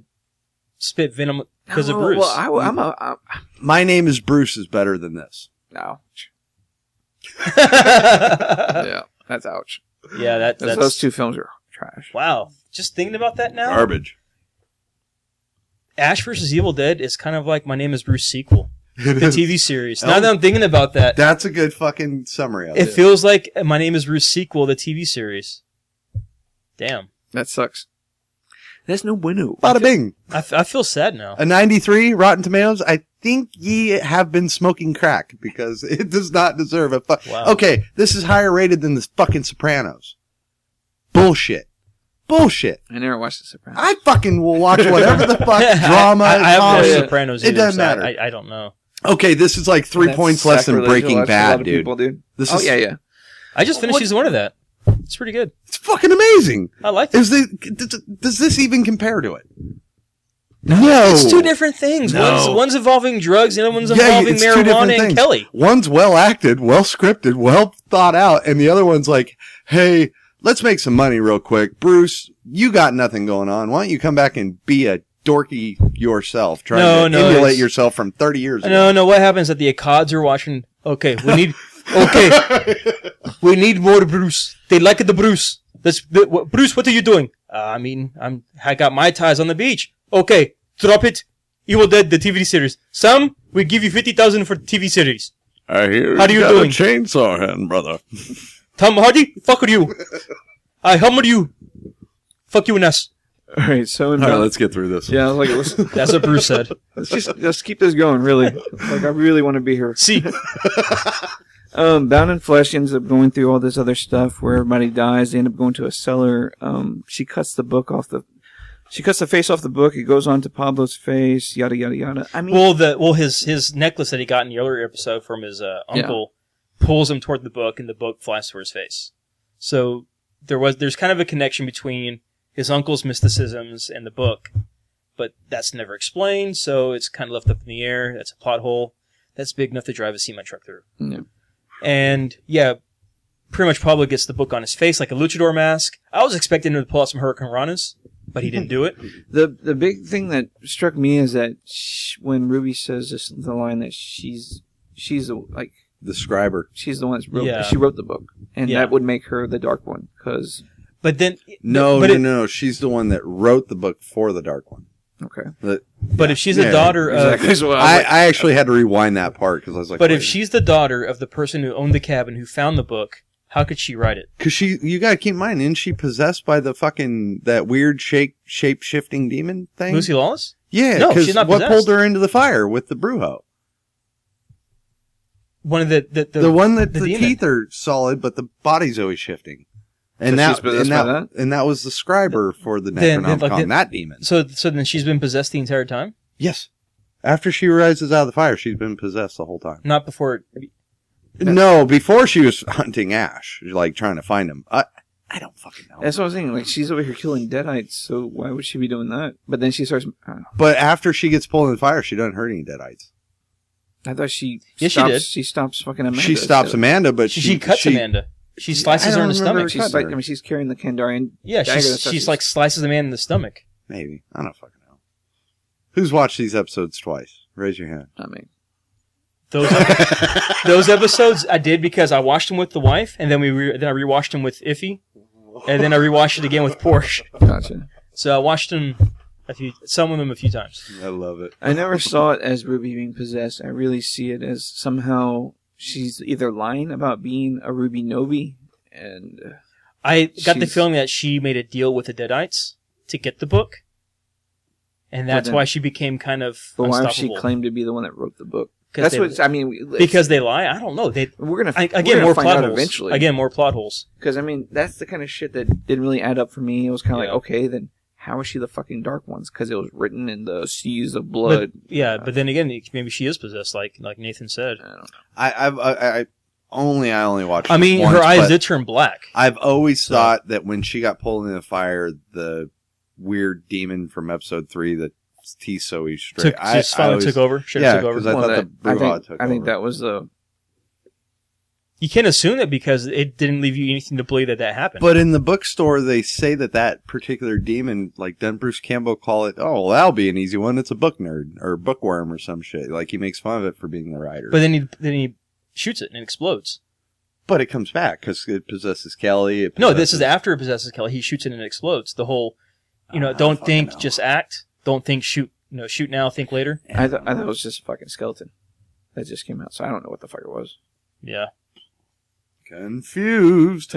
F: spit venom because of
E: Well,
F: Bruce.
E: Oh, Well, I, am a. I'm,
G: My name is Bruce is better than this.
E: ouch.
F: Uh,
E: Yeah, that's ouch.
F: yeah, that,
E: Those-
F: that's
E: Those two films are trash.
F: wow. Just thinking about that now.
G: Garbage.
F: Ash versus Evil Dead is kind of like My Name Is Bruce sequel, the TV series. Now
G: Oh.
F: that I'm thinking about that,
G: That's a good fucking summary of
F: it
G: it.
F: feels like My Name Is Bruce sequel, the TV series. Damn,
E: That sucks. That's no bueno.
G: Bada bing.
F: I, f- I feel sad now.
G: A 93 Rotten Tomatoes. I think ye have been smoking crack because it does not deserve a fuck.
F: Wow.
G: Okay, this is higher rated than the fucking Sopranos. Bullshit. Bullshit.
E: I never watched The Sopranos.
G: I fucking will watch whatever the fuck drama.
F: I, I haven't watched
G: comedy.
E: yeah.
F: Sopranos.
G: It
F: Either,
G: doesn't
F: so I-
G: matter.
F: I, I don't know.
G: okay, this is like three
E: That's
G: points less than
E: sacrilegial.
G: Breaking
E: That's a lot
G: Bad,
E: of
G: dude.
E: people, dude.
G: This
E: oh
G: is
E: yeah, yeah.
F: I just finished
E: What-
F: season one of that. It's pretty good.
G: it's fucking amazing.
F: I like it.
G: Is the does- does this even compare to it? No,
F: It's two different things.
G: No.
F: One's, one's involving drugs, the other one's
G: Yeah,
F: involving
G: it's two different
F: marijuana and
G: things.
F: Kelly.
G: One's well acted, well scripted, well thought out, and the other one's like, "Hey, let's make some money real quick, Bruce. You got nothing going on. Why don't you come back and be a dorky yourself, trying
F: No,
G: to
F: no,
G: emulate
F: it's-
G: yourself from thirty years ago?"
F: No, no. What happens is that the Akkads are watching? Okay, we need. Okay, we need more Bruce. They like the Bruce. That's the, what, Bruce. What are you doing? Uh, I mean, I'm. I got my ties on the beach. Okay, drop it. Evil Dead, the TV series. Sam, we give you fifty thousand for TV series.
G: I hear.
F: How do you
G: got a
F: doing?
G: chainsaw hand, brother?
F: Tom Hardy, fuck are you? I humble you. Fuck you and us.
E: All right, so in
G: All right, let's get through this.
E: yeah, I was like, let's,
F: That's what Bruce said.
E: let's just let's keep this going. Really, like I really want to be here.
F: See,
E: Um, Bound in Flesh ends up going through all this other stuff where everybody dies. They end up going to a cellar. Um, she cuts the book off the. She cuts the face off the book. It goes onto Pablo's face. Yada yada yada. I
G: Mm-hmm.
E: mean,
F: well, the well, his his necklace that he got in the earlier episode from his uh,
E: Yeah.
F: uncle pulls him toward the book, and the book flies toward his face. So there was there's kind of a connection between his uncle's mysticisms and the book, but that's never explained. So it's kind of left up in the air. That's a plot hole. That's big enough to drive a semi truck through.
E: Yeah.
F: And yeah, pretty much Pablo gets the book on his face like a luchador mask. I was expecting him to pull out some hurricanranas, but he didn't do it.
E: the the big thing that struck me is that sh when Ruby says this, the line that she's she's the like
G: The scriber.
E: she's the one that's wrote
F: Yeah.
E: she wrote the book, and
F: Yeah.
E: that would make her the dark one because
F: But then
G: No,
F: but
G: no,
F: it-
G: no. She's the one that wrote the book for the Dark One.
E: okay,
G: The-
F: But if she's
G: Yeah,
F: the daughter of
E: That's what I
G: I,
E: was like,
G: I actually had to rewind that part because I was like,
F: But if she's the daughter of the person who owned the cabin who found the book, how could she write it?
G: because she, you gotta keep in mind, isn't she possessed by the fucking that weird shape shape shifting demon thing?
F: Lucy Lawless?
G: yeah,
F: No,
G: 'cause
F: she's not
G: what
F: possessed.
G: pulled her into the fire with the brujo?
F: One of the the, the,
G: The, one that
F: the
G: the,
F: demon.
G: teeth are solid, but the body's always shifting. And
E: So
G: that,
E: she's possessed
G: and
E: by
G: that, and that was the scriber for the
F: Then- then,
G: Necronomicon,
F: like, the-
G: that demon.
F: So so then she's been possessed the entire time?
G: Yes. After she rises out of the fire, she's been possessed the whole time.
F: Not before
G: No, before she was hunting Ash, like trying to find him. I, I don't fucking know.
E: that's what I was saying. Like she's over here killing deadites, so why would she be doing that? But then she starts. I don't know.
G: But after she gets pulled in the fire, she doesn't hurt any deadites.
E: I thought she
F: Yes, she
E: stops,
F: did.
E: stops fucking Amanda.
G: she stops
E: so-
G: Amanda, but
F: She,
G: she,
F: she cuts Amanda. She slices her in the stomach.
E: She's
G: She's
E: like, I mean, she's carrying the Kandarian.
F: yeah,
E: dagger
F: she's,
E: that's what
F: she's like slices the man in the stomach.
G: Maybe I don't fucking know. Who's watched these episodes twice? Raise your hand.
E: I mean,
F: Those those episodes I did because I watched them with the wife, and then we re- then I rewatched them with Iffy, and then I rewatched it again with Porsche.
E: gotcha.
F: So I watched them a few, some of them a few times.
G: I love it.
E: I never saw it as Ruby being possessed. I really see it as somehow she's either lying about being a Ruby Novi, and uh,
F: I got the
E: She's-
F: feeling that she made a deal with the Deadites to get the book, and
E: But
F: that's
E: then-
F: why she became kind of
E: the wife she
F: unstoppable.
E: claimed to be the one that wrote the book.
F: 'Cause
E: That's
F: they-
E: what I mean. we- it's-
F: because they lie. I don't know. They
E: we're gonna
F: I,
E: we're
F: again
E: gonna
F: more
E: find
F: plot
E: out
F: holes.
E: eventually.
F: Again more plot holes.
E: Because I mean, that's the kind of shit that didn't really add up for me. It was kind of
F: Yeah.
E: like, okay, then how is she the fucking dark ones? Because it was written in the seas of blood.
F: But- yeah, but then again, maybe she is possessed, like like Nathan said.
E: I don't know.
G: I, I've I, I only I only watched.
F: I
G: it
F: mean,
G: once,
F: her eyes
G: but
F: did turn black.
G: I've always thought that when she got pulled in the fire, the weird demon from episode three that teeth so he's straight.
F: Took,
G: I,
F: just
G: I
F: finally
G: always-
F: took over. Should
G: yeah,
F: took over.
G: 'cause I thought the
E: I
G: Bruja
E: think,
G: took
E: I think
G: over.
E: that was the
F: You can't assume that because it didn't leave you anything to believe that that happened.
G: But in the bookstore, they say that that particular demon, like doesn't Bruce Campbell call it? Oh, well, that'll be an easy one. It's a book nerd or bookworm or some shit. Like he makes fun of it for being the writer.
F: But then he then he shoots it and it explodes.
G: But it comes back because it possesses Kelly. It
F: No, this
G: possesses-
F: is after it possesses Kelly. He shoots it and it explodes. The whole, you
E: Ah,
F: know, don't think, just act. Don't think, shoot. You know, shoot now, think later.
E: I, th- I thought it was just a fucking skeleton that just came out. So I don't know what the fuck it was.
F: Yeah,
G: confused.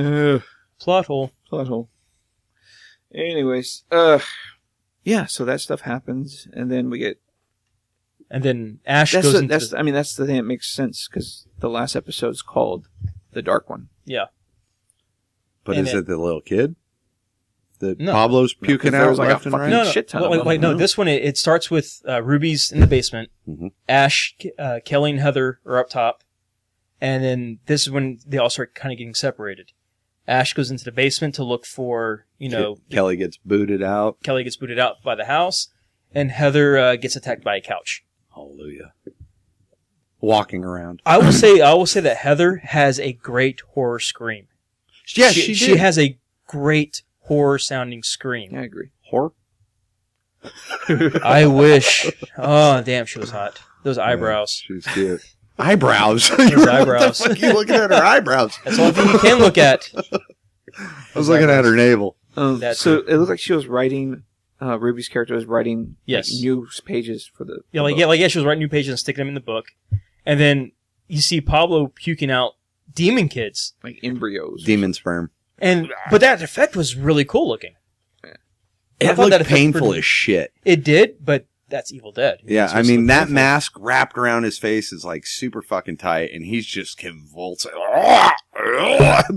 F: plot hole.
E: Plot hole. Anyways, uh, yeah. So that stuff happens, and then we get
F: And then Ash
E: that's
F: goes
E: the,
F: into
E: that's
F: the-
E: I mean that's the thing that makes sense because the last episode's called the Dark One.
F: yeah.
G: But
F: And
G: is
F: it-
G: it, the little kid that
F: No.
G: Pablo's puking
E: there
G: out
E: was, like, a
G: left and
E: fucking-
G: right?
F: No, no,
E: shit ton
F: wait,
E: of
F: wait,
E: them.
F: wait, no. This one it, it starts with uh, Ruby's in the basement.
E: Mm-hmm.
G: Mhm.
F: Ash, uh, Kelly, and Heather are up top, and then this is when they all start kind of getting separated. Ash goes into the basement to look for you know
G: Kelly gets booted out.
F: Kelly gets booted out by the house, and Heather uh, gets attacked by a couch.
G: Hallelujah. Walking around.
F: I will say, I will say that Heather has a great horror scream.
G: Yeah, she, did.
F: she has a great horror sounding scream.
E: Yeah, I agree.
G: horror.
F: I wish. Oh damn, she was hot. Those eyebrows.
G: She's cute. eyebrows. you
F: eyebrows.
G: What the fuck you looking at her eyebrows?
F: That's all you can look at.
G: I was looking at her navel.
E: Um,
F: That's
E: so it. looked like she was writing. Uh, Ruby's character was writing
F: Yes.
E: like, new pages for the
F: Yeah, like yeah, like yeah, she was writing new pages and sticking them in the book, and then you see Pablo puking out demon kids,
E: like embryos.
G: Demon sperm.
F: and but that effect was really cool looking. I
G: It
F: thought that
G: looked
F: effect
G: painful
F: pretty-
G: as shit.
F: It did, but that's Evil Dead.
G: Yeah,
F: It's
G: I
F: supposed to
G: mean
F: look
G: that
F: painful.
G: mask wrapped around his face is like super fucking tight, and he's just convulsing,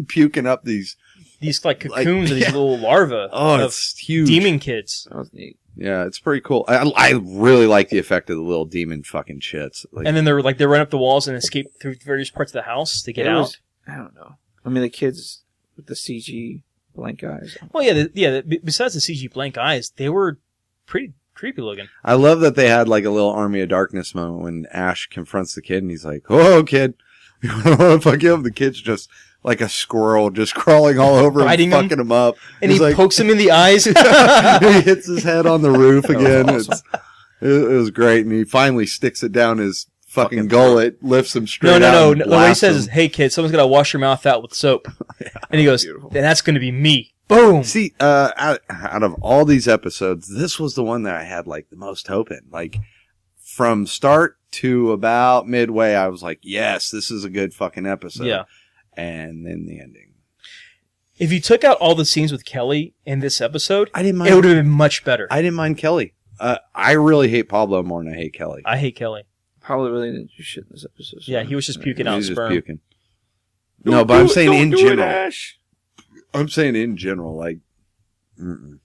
G: puking up these.
F: These like
G: like,
F: cocoons, of these
G: yeah.
F: little larvae
G: Oh,
F: of
G: it's huge.
F: demon kids,
E: That was neat.
G: Yeah, it's pretty cool. I, I really like the effect of the little demon fucking shits. Like,
F: and then they're like they run up the walls and escape through various parts of the house to get
E: It
F: out.
E: was- I don't know. I mean, the kids with the CG blank eyes.
F: well, yeah, the, yeah. The, besides the CG blank eyes, they were pretty creepy looking.
G: I love that they had like a little Army of Darkness moment when Ash confronts the kid, and he's like, "Oh, kid, you want to fuck you up?" The kid's just like a squirrel, just crawling all over
F: Biting
G: him,
F: him.
G: fucking him, up,
F: And
G: He's
F: he
G: like-
F: pokes him in the eyes.
G: he hits his head on the roof again. It's, it, it was great, and he finally sticks it down his fucking, gullet, lifts him straight.
F: No,
G: out
F: no,
G: and
F: no. What he
G: blasts
F: says
G: him.
F: is, "Hey, kid, someone's got to wash your mouth out with soap." and he goes,
E: Beautiful.
F: "Then that's going to be me." Boom.
G: See, uh, out, out of all these episodes, this was the one that I had like the most hope in. Like from start to about midway, I was like, yes, this is a good fucking episode.
F: Yeah.
G: And then the ending.
F: If you took out all the scenes with Kelly in this episode,
G: I didn't mind.
F: it would have been much better. I,
G: I didn't mind Kelly. Uh, I really hate Pablo more than I hate Kelly.
F: hate Kelly.
E: Probably really didn't do shit in this episode. so-
F: Yeah, he was just puking out
G: He's just
F: sperm.
G: puking. no, but I'm saying in general. I'm saying in general, like, mm-mm.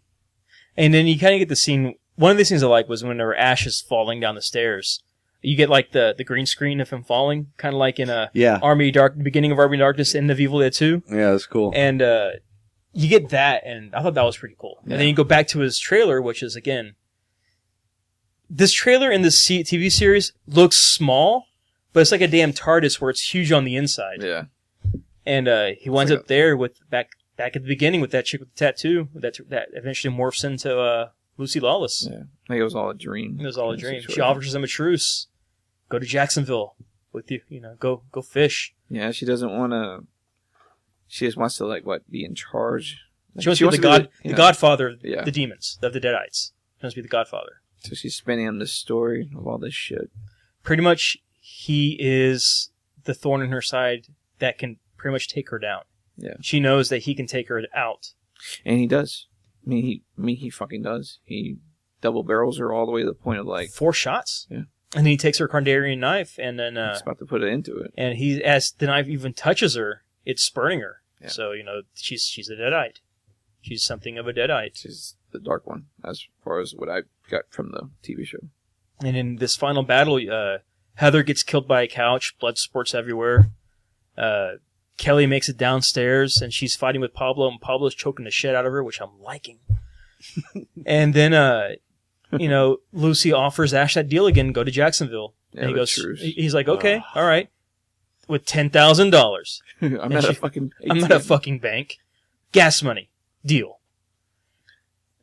F: And then you kind of get the scene. One of the scenes I like was whenever Ash is falling down the stairs. You get like the the green screen of him falling, kind of like in a
G: yeah,
F: Army Dark beginning of Army Darkness in the Evil Dead Two.
G: yeah, that's cool.
F: and uh, you get that, and I thought that was pretty cool. And then you go back to his trailer, which is again, this trailer in this C- TV series looks small, but it's like a damn TARDIS where it's huge on the inside.
I: Yeah.
F: And uh, he winds
I: like
F: up there with back back at the beginning with that chick with the tattoo that that eventually morphs into uh, Lucy Lawless.
I: Yeah. I think it was all a dream.
F: It was all a dream. She
I: Situation.
F: offers him a truce. Go to Jacksonville with you. You know, go go fish.
E: Yeah, she doesn't want to. She just wants to like what be in charge. Like,
F: She wants to be the god, the
E: yeah.
F: godfather of
I: Yeah.
F: the demons of the Deadites. She wants to be the godfather.
E: So she's spinning on this story of all this shit.
F: Pretty much, he is the thorn in her side that can pretty much take her down.
E: Yeah.
F: She knows that he can take her out.
E: And he does. I mean, he, I mean, he fucking does. He double barrels her all the way to the point of like,
F: four shots.
E: Yeah.
F: And he takes her Kandarian knife, and then uh,
E: he's about to put it into it.
F: and he as the knife even touches her, it's spurning her.
I: Yeah.
F: So you know she's she's a deadite. She's something of a deadite.
E: She's the dark one, as far as what I got from the TV show.
F: And in this final battle, uh, Heather gets killed by a couch. Blood spurts everywhere. Uh, Kelly makes it downstairs, and she's fighting with Pablo, and Pablo's choking the shit out of her, which I'm liking. and then, uh, you know, Lucy offers Ash that deal again. Go to Jacksonville.
E: Yeah,
F: and he
E: the
F: goes.
E: truce. Ah.
F: he- He's like, okay, all right, with ten thousand dollars.
E: I'm
F: And
E: not a
F: she-
E: fucking.
F: I'm not a fucking bank. Gas money deal.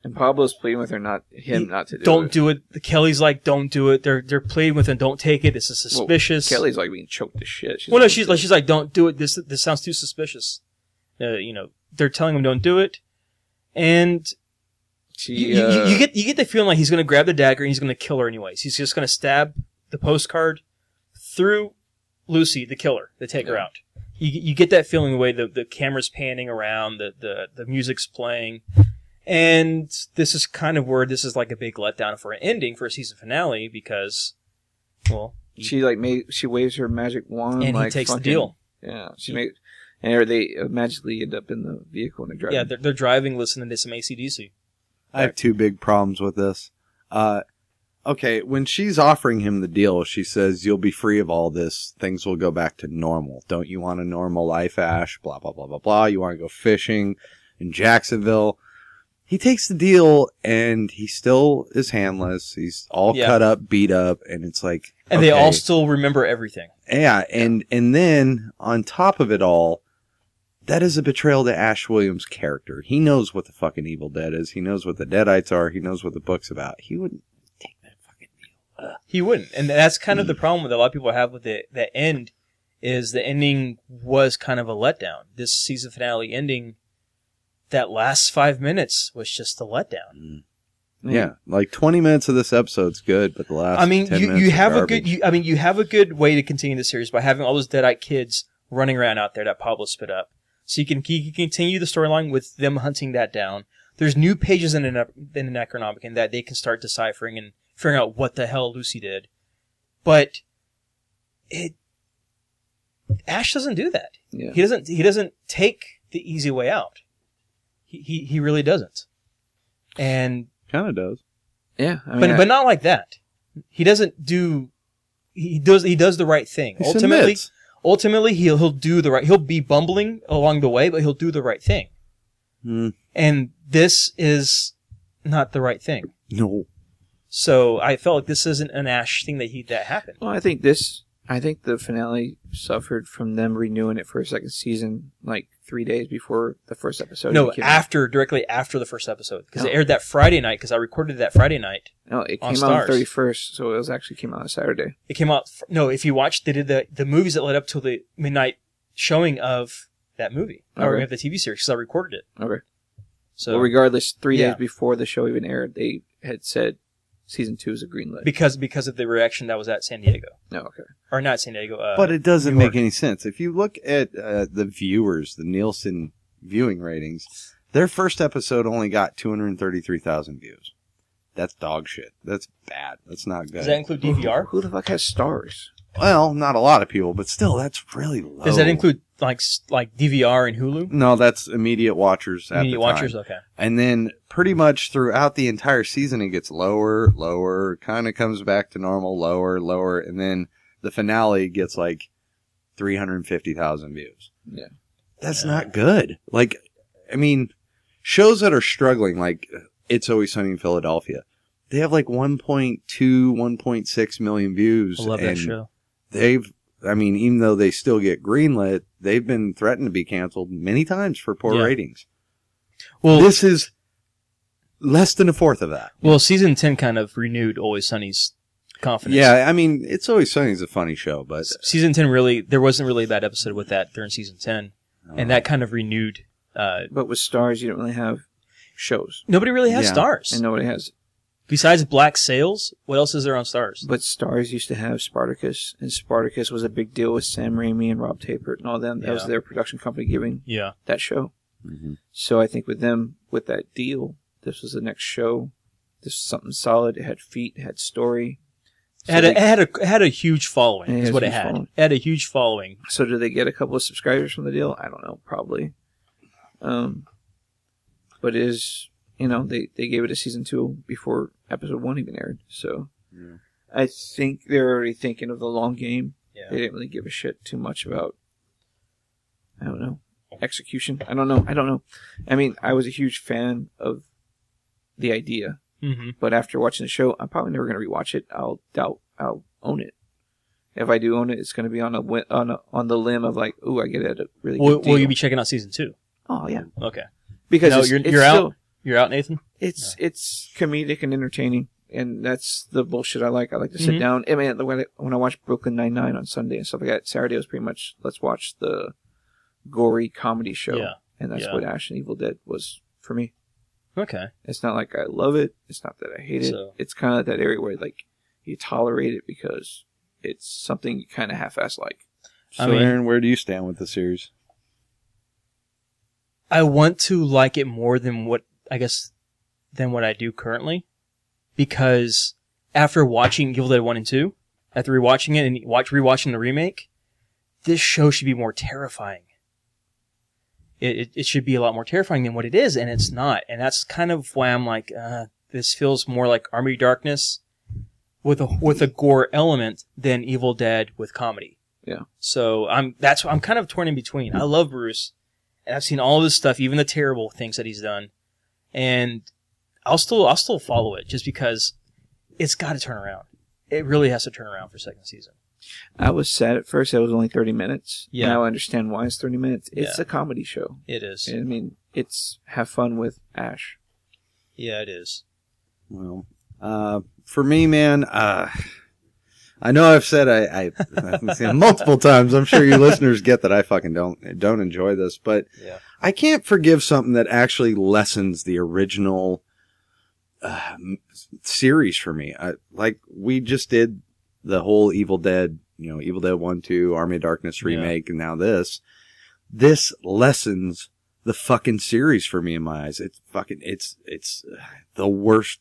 E: And Pablo's pleading with her not him not to do
F: Don't
E: it.
F: do it. The Kelly's like, don't do it. They're they're pleading with him. Don't take it. This is
E: Well,
F: suspicious.
E: Kelly's like being choked to shit.
F: well, no, she's like, she's like, don't do it. This this sounds too suspicious. Uh, you know, they're telling him don't do it, and
E: she,
F: you, you-
E: uh,
F: you, get you get the feeling like he's going to grab the dagger and he's going to kill her anyways. He's just going to stab the postcard through Lucy, the killer, to take her
E: Yeah.
F: out. You, you get that feeling the way the, the camera's panning around, the, the the music's playing, and this is kind of where this is like a big letdown for an ending for a season finale because, well,
E: she like made she waves her magic wand
F: and
E: like,
F: he takes
E: fucking-
F: the deal.
E: Yeah, she made and they uh, magically end up in the vehicle and they drive.
F: Yeah, they're, they're driving, listening to some ACDC.
G: I have two big problems with this. Uh, okay, when she's offering him the deal, she says, You'll be free of all this. Things will go back to normal. Don't you want a normal life, Ash? Blah, blah, blah, blah, blah. You want to go fishing in Jacksonville. He takes the deal and he still is handless. He's all
F: Yeah.
G: cut up, beat up, and it's like.
F: And they all
G: okay.
F: still remember everything.
G: Yeah, and and then on top of it all, that is a betrayal to Ash Williams' character. He knows what the fucking Evil Dead is. He knows what the Deadites are. He knows what the book's about. He wouldn't take that fucking deal.
F: He wouldn't, and that's kind of the problem that a lot of people have with the the end. Is the ending was kind of a letdown. This season finale ending, that last five minutes was just a letdown.
G: Yeah, like twenty minutes of this episode's good, but the last
F: Mm-hmm. I mean,
G: 10
F: you,
G: minutes
F: you
G: are
F: have a
G: garbage.
F: good. You, I mean, you have a good way to continue the series by having all those deadite kids running around out there that Pablo spit up, so you can, you can continue the storyline with them hunting that down. There's new pages in the in the Necronomicon that they can start deciphering and figuring out what the hell Lucy did, but it Ash doesn't do that.
E: Yeah.
F: He doesn't. He doesn't take the easy way out. He he, he really doesn't. And
G: kind of does.
E: yeah. I mean,
F: but but not like that. He doesn't do. He does. He does the right thing.
G: He
F: ultimately,
G: submits.
F: ultimately, he'll he'll do the right. He'll be bumbling along the way, but he'll do the right thing.
G: Hmm.
F: And this is not the right thing.
G: No,
F: So I felt like this isn't an Ash thing that he that happened.
E: well, I think this. I think the finale suffered from them renewing it for a second season, like three days before the first episode.
F: No,
E: It came out-
F: after directly after the first episode because
E: No.
F: it aired that Friday night because I recorded that Friday night.
E: no, it
F: on
E: came out on
F: Starz.
E: thirty first, so it was actually came out on Saturday.
F: It came out. fr- No, if you watched, they did the the movies that led up to the midnight showing of that movie or
E: Okay.
F: of the TV series because I recorded it.
E: Okay.
F: So
E: well, regardless, three
F: Yeah.
E: days before the show even aired, they had said season two is a green light.
F: because because of the reaction that was at San Diego
E: no, okay.
F: or not San Diego. Uh,
G: but it doesn't
F: New York.
G: make any sense. If you look at uh, the viewers, the Nielsen viewing ratings, their first episode only got two hundred thirty-three thousand views. That's dog shit. That's bad. That's not good.
F: does that include DVR?
E: Who the fuck has stars?
G: Well, not a lot of people, but still, that's really low.
F: Does that include like s- like DVR and Hulu?
G: No, that's immediate watchers. At
F: Media
G: the
F: watchers,
G: Time.
F: okay.
G: And then pretty much throughout the entire season, it gets lower, lower, kind of comes back to normal, lower, lower, and then the finale gets like three hundred fifty thousand views.
E: Yeah.
G: that's not good. Like, I mean, shows that are struggling, like It's Always Sunny in Philadelphia. They have like 1.2, 1.6 million views.
F: I love that
G: and
F: show.
G: they've, I mean, even though they still get greenlit, they've been threatened to be canceled many times for poor
F: Yeah.
G: ratings.
F: Well,
G: this is less than a fourth of that.
F: well, season ten kind of renewed Always Sunny's confidence.
G: Yeah, I mean, it's always Sunny's a funny show, but
F: season ten really there wasn't really a bad episode with that during season ten, and that kind of renewed. Uh,
E: But with stars, you don't really have shows,
F: nobody really has
G: Yeah.
F: stars
E: and nobody has.
F: besides Black Sails. What else is there on stars?
E: But stars used to have Spartacus, and Spartacus was a big deal with Sam Raimi and Rob Tapert and all them. That was
F: Yeah.
E: their production company giving
F: Yeah,
E: that show.
G: Mhm.
E: So I think with them, with that deal, this was the next show. This was something solid. It had feet, it had story.
F: it had a,
E: they-
F: it had a it had a huge following.
E: It
F: is
E: has
F: what it
E: huge
F: had.
E: following.
F: It had a huge following.
E: So do they get a couple of subscribers from the deal? I don't know, probably. Um, but it is you know they they gave it a season two before episode one even aired. So I think they're already thinking of the long game.
F: Yeah.
E: They didn't really give a shit too much about. I don't know execution. I don't know. I don't know. I mean, I was a huge fan of the idea,
F: hmm
E: but after watching the show, I'm probably never going to rewatch it. I'll doubt I'll own it. If I do own it, it's going to be on a wi- on a, on the limb of like, ooh, I get it at a really
F: Will,
E: good deal.
F: will you be checking out season two?
E: oh yeah,
F: Okay,
E: because
F: No,
E: it's-
F: you're-
E: it's
F: you're out.
E: still-
F: you're out, Nathan.
E: it's it's comedic and entertaining, and that's the bullshit I like. I like to sit
F: Mhm.
E: down. I mean, when I, when I watch Brooklyn Nine Nine on Sunday and stuff like that, Saturday was pretty much let's watch the gory comedy show,
F: Yeah.
E: and that's
F: Yeah.
E: what Ash and Evil Dead was for me.
F: Okay,
E: It's not like I love it. It's not that I hate it.
F: So-
E: It's kind of that area where like you tolerate it because it's something you kind of half-ass like.
G: so
F: I mean-
G: Aaron, where do you stand with the series?
F: I want to like it more than what I guess than what I do currently, because after watching Evil Dead One and Two, after rewatching it and watch rewatching the remake, this show should be more terrifying. It, it it should be a lot more terrifying than what it is, and it's not. And that's kind of why I'm like, uh, this feels more like Army of Darkness with a with a gore element than Evil Dead with comedy.
E: Yeah.
F: So I'm that's I'm kind of torn in between. I love Bruce and I've seen all of this stuff, even the terrible things that he's done, and I'll still I'll still follow it just because it's got to turn around. It really has to turn around for second season.
E: I was sad at first. It was only thirty minutes.
F: Yeah.
E: Now I understand why it's thirty minutes. It's
F: Yeah.
E: a comedy show.
F: It is,
E: I mean, it's have fun with Ash.
F: yeah, it is.
G: Well, uh, for me, man, uh, I know I've said I, I I've seen it multiple times. I'm sure you listeners get that I fucking don't don't enjoy this, but
F: Yeah.
G: I can't forgive something that actually lessens the original uh, m- series for me. I, like we just did the whole Evil Dead, you know, Evil Dead One, Two, Army of Darkness
F: Yeah.
G: remake, and now this. This lessens the fucking series for me in my eyes. It's fucking it's it's uh, the worst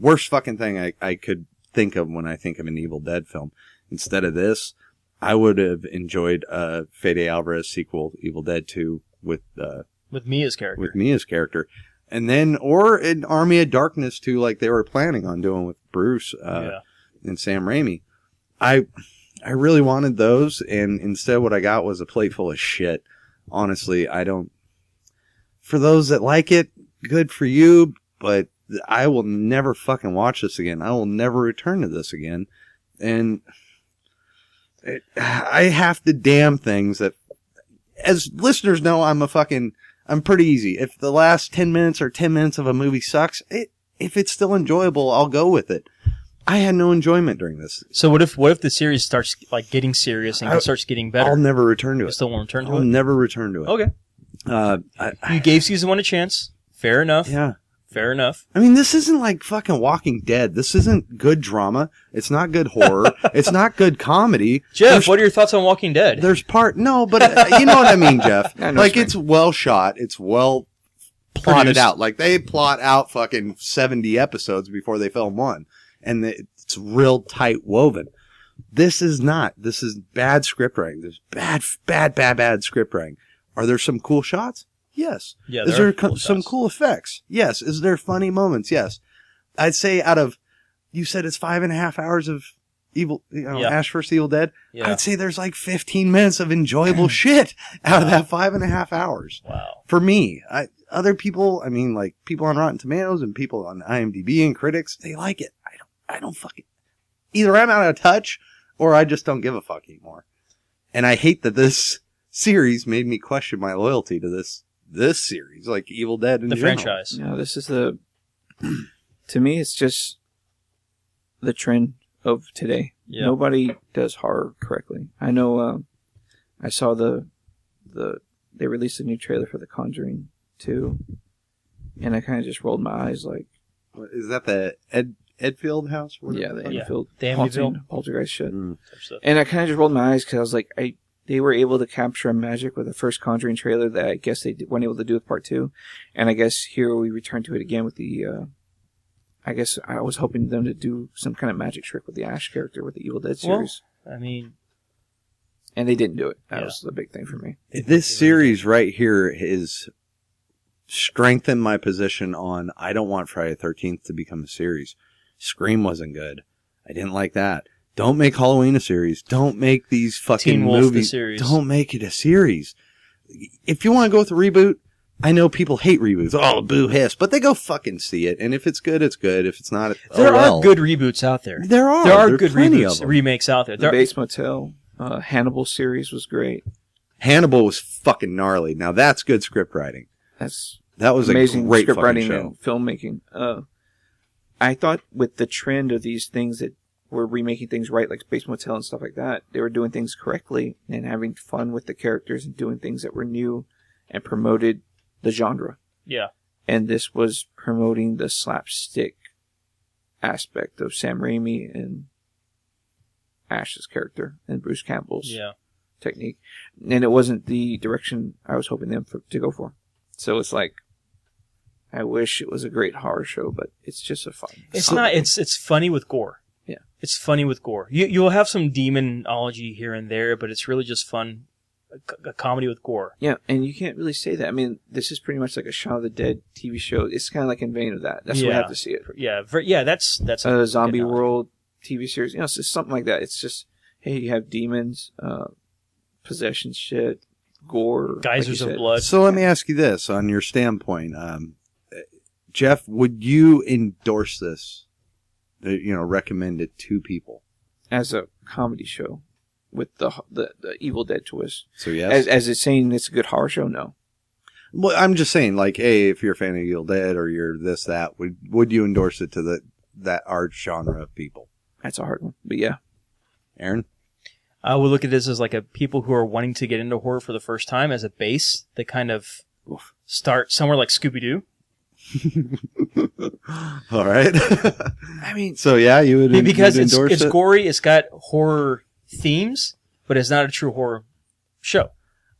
G: worst fucking thing I, I could think of when I think of an Evil Dead film. Instead of this, I would have enjoyed a Fede Alvarez sequel, Evil Dead 2, with uh,
F: With Mia's character,
G: with Mia's character. And then, or an Army of Darkness 2, like they were planning on doing with Bruce uh, and Sam Raimi. I, I really wanted those, and instead what I got was a plate full of shit. Honestly, I don't. For those that like it, good for you, but I will never fucking watch this again. I will never return to this again. And it, I have to damn things that, as listeners know, I'm a fucking, I'm pretty easy. If the last 10 minutes or 10 minutes of a movie sucks, it, if it's still enjoyable, I'll go with it. I had no enjoyment during this.
F: So what if what if the series starts like getting serious and
G: I-
F: starts getting
G: I'll
F: better?
G: never return to
F: You
G: it.
F: still won't return to
G: I'll
F: it.
G: never return to it.
F: Okay,
G: Uh, I,
F: you gave season one a chance. Fair enough.
G: yeah.
F: Fair enough.
G: I mean, this isn't like fucking Walking Dead. This isn't good drama. It's not good horror. it's not good comedy.
F: Jeff,
G: There's-
F: what are your thoughts on Walking Dead?
G: There's part no, but uh, you know what I mean, Jeff.
E: I know
G: like
E: what you
G: it's well shot, it's well plotted
F: Produced.
G: out. Like they plot out fucking seventy episodes before they film one, and the- it's real tight woven. This is not. This is bad script writing. There's bad, bad, bad, bad script writing. Are there some cool shots? Yes.
F: Yeah,
G: Is
F: there
G: there
F: are cool
G: co- some
F: shots.
G: cool effects? Yes. Is there funny moments? Yes. I'd say out of you said it's five and a half hours of evil, you know,
F: Yeah.
G: Ash vs. Evil Dead.
F: Yeah.
G: I'd say there's like 15 minutes of enjoyable shit out of that five and a half hours
F: wow.
G: for me. I, other people, I mean, like people on Rotten Tomatoes and people on IMDb and critics, they like it. I don't, I don't fucking, either I'm out of touch or I just don't give a fuck anymore. And I hate that this series made me question my loyalty to this this series, like Evil Dead in
F: the
G: general.
F: franchise.
E: No, this is the. To me, it's just the trend of today.
F: Yeah.
E: Nobody does horror correctly. I know. Um, I saw the the they released a new trailer for The Conjuring two, and I kind of just rolled my eyes like,
G: What, Is that the Ed Edfield house? Whatever
E: yeah,
G: the
E: the
G: fuck?
F: Yeah.
E: Enfield
F: The
E: haunting,
F: Amityville.
E: poltergeist shit.
G: Mm.
F: Type stuff.
E: And I kind of just rolled my eyes because I was like, I they were able to capture a magic with the first Conjuring trailer that I guess they d- weren't able to do with part two, and I guess here we return to it again with the. Uh, I guess I was hoping them to do some kind of magic trick with the Ash character with the Evil Dead
F: Well-
E: series,
F: I mean,
E: and they didn't do it. That
F: Yeah.
E: was the big thing for me.
G: This series right here is strengthened my position on I don't want Friday the 13th to become a series. Scream wasn't good. I didn't like that. Don't make Halloween a series. Don't make these fucking
F: Teen Wolf the
G: movies.
F: series.
G: Don't make it a series. If you want to go with a reboot, I know people hate reboots. Oh, boo hiss, but they go fucking see it. And if it's good, it's good. If it's not, oh
F: there
G: well.
F: are good reboots out there.
G: There are.
F: There are
G: There are
F: good
G: plenty
F: reboots,
G: of 'em.
F: remakes out there.
E: The
F: There-
E: Bates Motel, uh, Hannibal series was great.
G: Hannibal was fucking gnarly. Now that's good script writing.
E: That's
G: That was
E: amazing
G: a great
E: script
G: fucking
E: writing
G: show.
E: and filmmaking. Uh, I thought with the trend of these things that were remaking things right, like Space Motel and stuff like that, they were doing things correctly and having fun with the characters and doing things that were new and promoted the genre.
F: yeah,
E: And this was promoting the slapstick aspect of Sam Raimi and Ash's character and Bruce Campbell's
F: yeah.
E: technique, and it wasn't the direction I was hoping them for, to go for. So it's like, I wish it was a great horror show, but it's just a fun.
F: It's
E: fun-
F: not. It's it's funny with gore.
E: Yeah.
F: it's funny with gore. You you'll have some demonology here and there, but it's really just fun, a, co- a comedy with gore.
E: Yeah, and you can't really say that. I mean, this is pretty much like a Shaun of the Dead TV show. It's kind of like in vein of that. That's what I
F: Yeah.
E: have to see it.
F: Yeah, ver- yeah. That's that's
E: A Uh, zombie
F: good knowledge.
E: world TV series, you know, it's just something like that. It's just hey, you have demons, uh, possession shit, gore, like you
F: Geysers of
E: said.
F: blood.
G: So let me ask you this on your standpoint. Um, Jeff, would you endorse this? Uh, You know, recommend it to people.
E: as a comedy show with the the, the Evil Dead twist.
G: So yes.
E: As, as it's saying it's a good horror show, no.
G: well, I'm just saying, like, hey, if you're a fan of Evil Dead or you're this that, would would you endorse it to the that art genre of people?
E: That's a hard one. But yeah.
G: Aaron,
F: I would look at this as like a people who are wanting to get into horror for the first time as a base. They kind of start somewhere like Scooby Doo.
G: all right.
E: I mean,
G: so yeah, you would
F: because
G: you'd
F: it's
G: endorse
F: it's
G: it.
F: gory. It's got horror themes, but it's not a true horror show.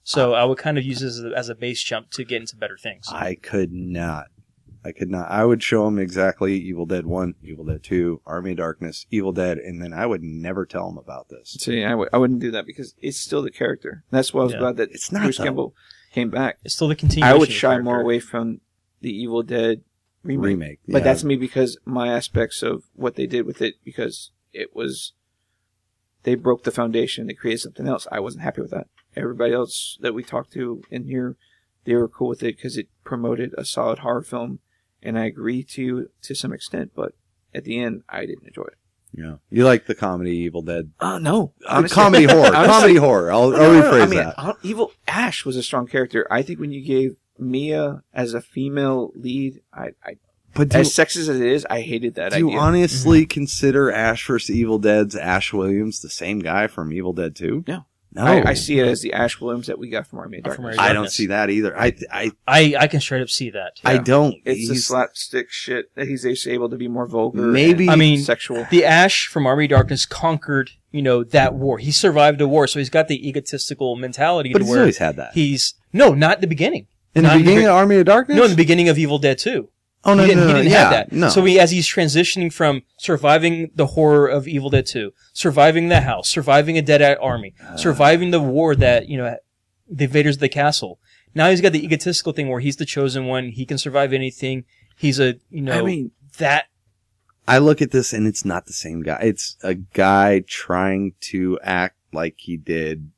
F: So I would kind of use this as a, as a base jump to get into better things.
G: I could not. I could not. I would show them exactly Evil Dead 1, Evil Dead 2, Army of Darkness, Evil Dead, and then I would never tell them about this.
E: see, I w- I wouldn't do that because it's still the character. That's why I was
F: Yeah.
E: glad that
G: It's not,
E: Bruce
G: though.
E: Campbell came back.
F: It's still the continuation.
E: I would
F: of
E: shy more
F: character.
E: away from the Evil Dead remake.
G: Remake.
E: But
G: yeah.
E: that's me because my aspects of what they did with it, because it was. They broke the foundation. They created something else. I wasn't happy with that. Everybody else that we talked to in here, they were cool with it because it promoted a solid horror film, and I agree to you to some extent. But at the end, I didn't enjoy it.
G: Yeah. You like the comedy Evil Dead.
E: Uh, no,
G: Uh, comedy horror. comedy horror. I'll, I'll rephrase
E: I mean,
G: that.
E: I don't- Evil Ash was a strong character. I think when you gave Mia as a female lead, I, I
G: But do,
E: as sexist as it is, I hated that
G: do you
E: idea.
G: honestly consider Ash vs. Evil Dead's Ash Williams the same guy from Evil Dead 2?
E: No.
G: No.
E: I, I see it as the Ash Williams that we got from our main
F: From our
E: darkness.
F: main-
G: I don't see that either. I, I,
F: I I can straight up see that.
G: I
E: Yeah.
G: don't.
E: It's the
G: He's-
E: slapstick shit that he's just able to be more vulgar.
G: Maybe-
E: and
F: I mean,
E: sexual.
F: The Ash from Army of Darkness conquered, you know, that war. He survived a war, so he's got the egotistical mentality
G: but
F: to
G: he's
F: where
G: always had that.
F: he's no, not the beginning.
G: in the
F: not in the
G: beginning
F: be-
G: of Army of Darkness?
F: No, in the beginning of Evil Dead 2.
G: oh, no,
F: he didn't,
G: no,
F: he
G: no,
F: didn't
G: yeah,
F: have that.
G: No.
F: So he, as he's transitioning from surviving the horror of Evil Dead 2, surviving the house, surviving a dead army,
G: Uh.
F: surviving the war that, you know, the invaders of the castle. Now he's got the egotistical thing where he's the chosen one. He can survive anything. He's a, you know,
E: I mean,
F: that.
G: I look at this and it's not the same guy. It's a guy trying to act like he did.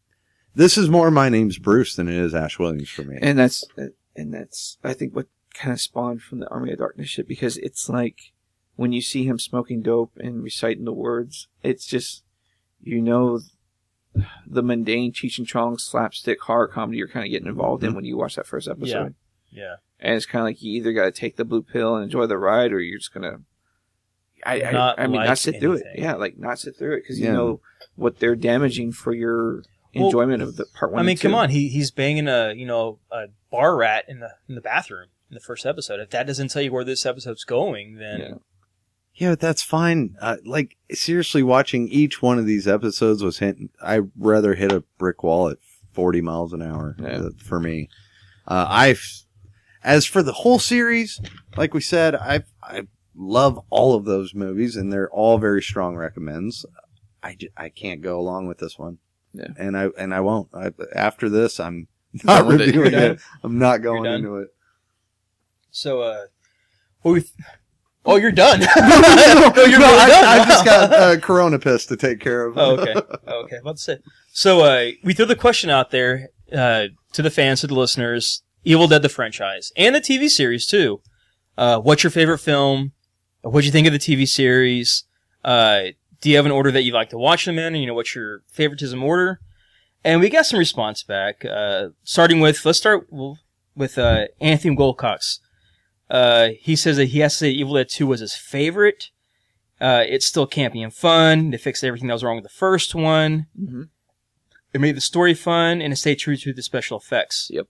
G: This is more my name's Bruce than it is Ash Williams for me.
E: and that's and that's I think what kind of spawned from the Army of Darkness shit because it's like when you see him smoking dope and reciting the words, it's just you know the mundane Cheech and Chong slapstick horror comedy you're kind of getting involved in when you watch that first episode.
F: Yeah. Yeah.
E: And it's kind of like you either got to take the blue pill and enjoy the ride, or you're just gonna. I I,
F: Not
E: I mean,
F: like
E: not sit through it.
F: anything.
E: Yeah, like not sit through it because
G: Yeah.
E: you know what they're damaging for your
F: Well,
E: enjoyment of the part one.
F: I
E: and
F: mean,
E: two.
F: come on. He he's banging a you know a bar rat in the in the bathroom in the first episode. If that doesn't tell you where this episode's going, then
E: Yeah.
G: Yeah, but that's fine. Uh, like seriously, watching each one of these episodes was hit. I rather hit a brick wall at forty miles an hour
E: Yeah.
G: uh, for me. Uh, I, as for the whole series, like we said, I I love all of those movies, and they're all very strong recommends. I, ju- I can't go along with this one.
E: Yeah.
G: and I and I won't. I, after this, I'm not
E: Done with it.
G: reviewing
E: You're
G: it.
E: done.
G: I'm not going
F: done.
G: into it.
F: so uh, what we oh you're done.
G: no,
F: you're
G: no,
F: really
G: I,
F: done
G: I've just
F: now.
G: got uh, Corona piss to take care of.
F: oh, okay. Oh, okay. About to say. So uh, we threw the question out there uh, to the fans, to the listeners. Evil Dead, the franchise, and the TV series too. Uh, what's your favorite film? What'd you think of the TV series? Uh, do you have an order that you like to watch them in? And you know, what's your favoritism order? And we got some response back. Uh, starting with let's start w- with uh, Anthony Goldcox. Uh, he says that he has to say Evil Dead Two was his favorite. Uh, it's still campy and fun. They fixed everything that was wrong with the first one.
E: Mhm.
F: It made the story fun and it stayed true to the special effects.
E: Yep.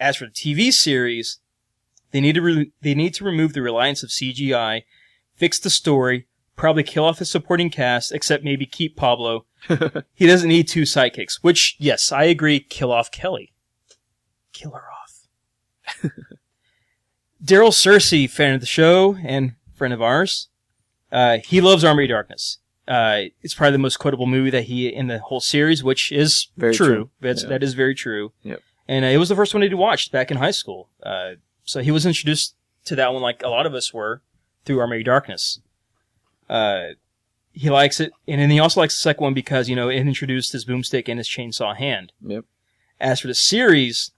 F: As for the TV series, they need to re- they need to remove the reliance of CGI, fix the story, probably kill off his supporting cast, except maybe keep Pablo. he doesn't need two sidekicks. Which, yes, I agree. Kill off Kelly. Kill her off. Daryl Cersei, fan of the show and friend of ours, uh, he loves Army of Darkness. Uh, it's probably the most quotable movie that he in the whole series, which is
E: Very
F: true.
E: true.
F: That's,
E: Yeah.
F: That is very true.
E: Yep.
F: And uh, it was the first one he watched back in high school. Uh, so he was introduced to that one like a lot of us were through Army of Darkness. Uh, he likes it, and then he also likes the second one because you know it introduced his boomstick and his chainsaw hand.
E: Yep.
F: As for the series,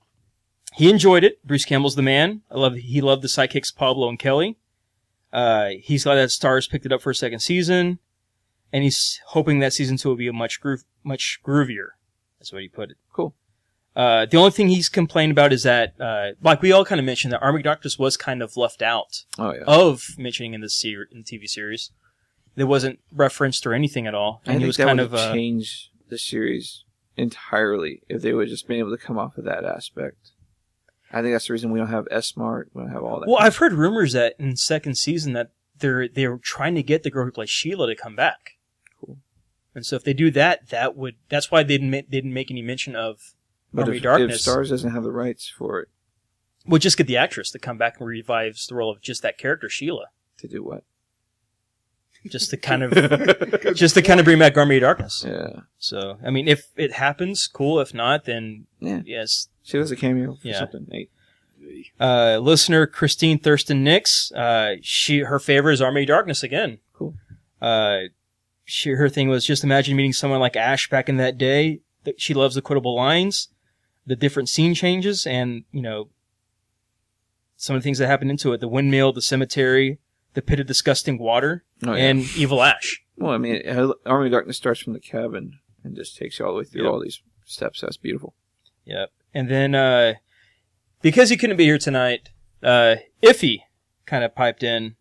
F: he enjoyed it. Bruce Campbell's the man. I love. He loved the sidekicks Pablo and Kelly. Uh, he's glad that Stars picked it up for a second season, and he's hoping that season two will be a much groove, much groovier. That's what he put it.
E: Cool.
F: Uh, the only thing he's complained about is that, uh, like we all kind of mentioned, that Army Doctors was kind of left out
E: Oh yeah.
F: of mentioning in the ser- in the TV series. There wasn't referenced or anything at all,
E: I
F: and he
E: think
F: was
E: that
F: kind
E: would
F: of uh,
E: change the series entirely if they would have just been able to come off of that aspect. I think that's the reason we don't have S Smart. We don't have all that.
F: Well, I've heard rumors that in second season that they're they're trying to get the girl who plays Sheila to come back.
E: Cool.
F: And so if they do that, that would that's why they didn't ma- they didn't make any mention of
E: but
F: Army
E: if,
F: Darkness.
E: if Stars doesn't have the rights for it
F: we'll just get the actress to come back and revives the role of just that character Sheila,
E: to do what?
F: just to kind of just to kind of bring back Army of Darkness.
E: Yeah.
F: So I mean, if it happens, cool. If not, then
E: Yeah.
F: yes,
E: She does a cameo for
F: Yeah.
E: something. Nate.
F: uh, listener Christine Thurston Nix. Uh, she her favorite is Army of Darkness again.
E: Cool.
F: Uh, she her thing was just imagine meeting someone like Ash back in that day. Th- She loves the quotable lines, the different scene changes, and you know some of the things that happened into it: the windmill, the cemetery, the pit of disgusting water,
E: Oh, yeah.
F: and evil Ash.
E: Well, I mean, uh, Army of Darkness starts from the cabin and just takes you all the way through
F: Yep.
E: all these steps. That's beautiful.
F: Yep. And then uh, because he couldn't be here tonight, uh, Iffy kind of piped in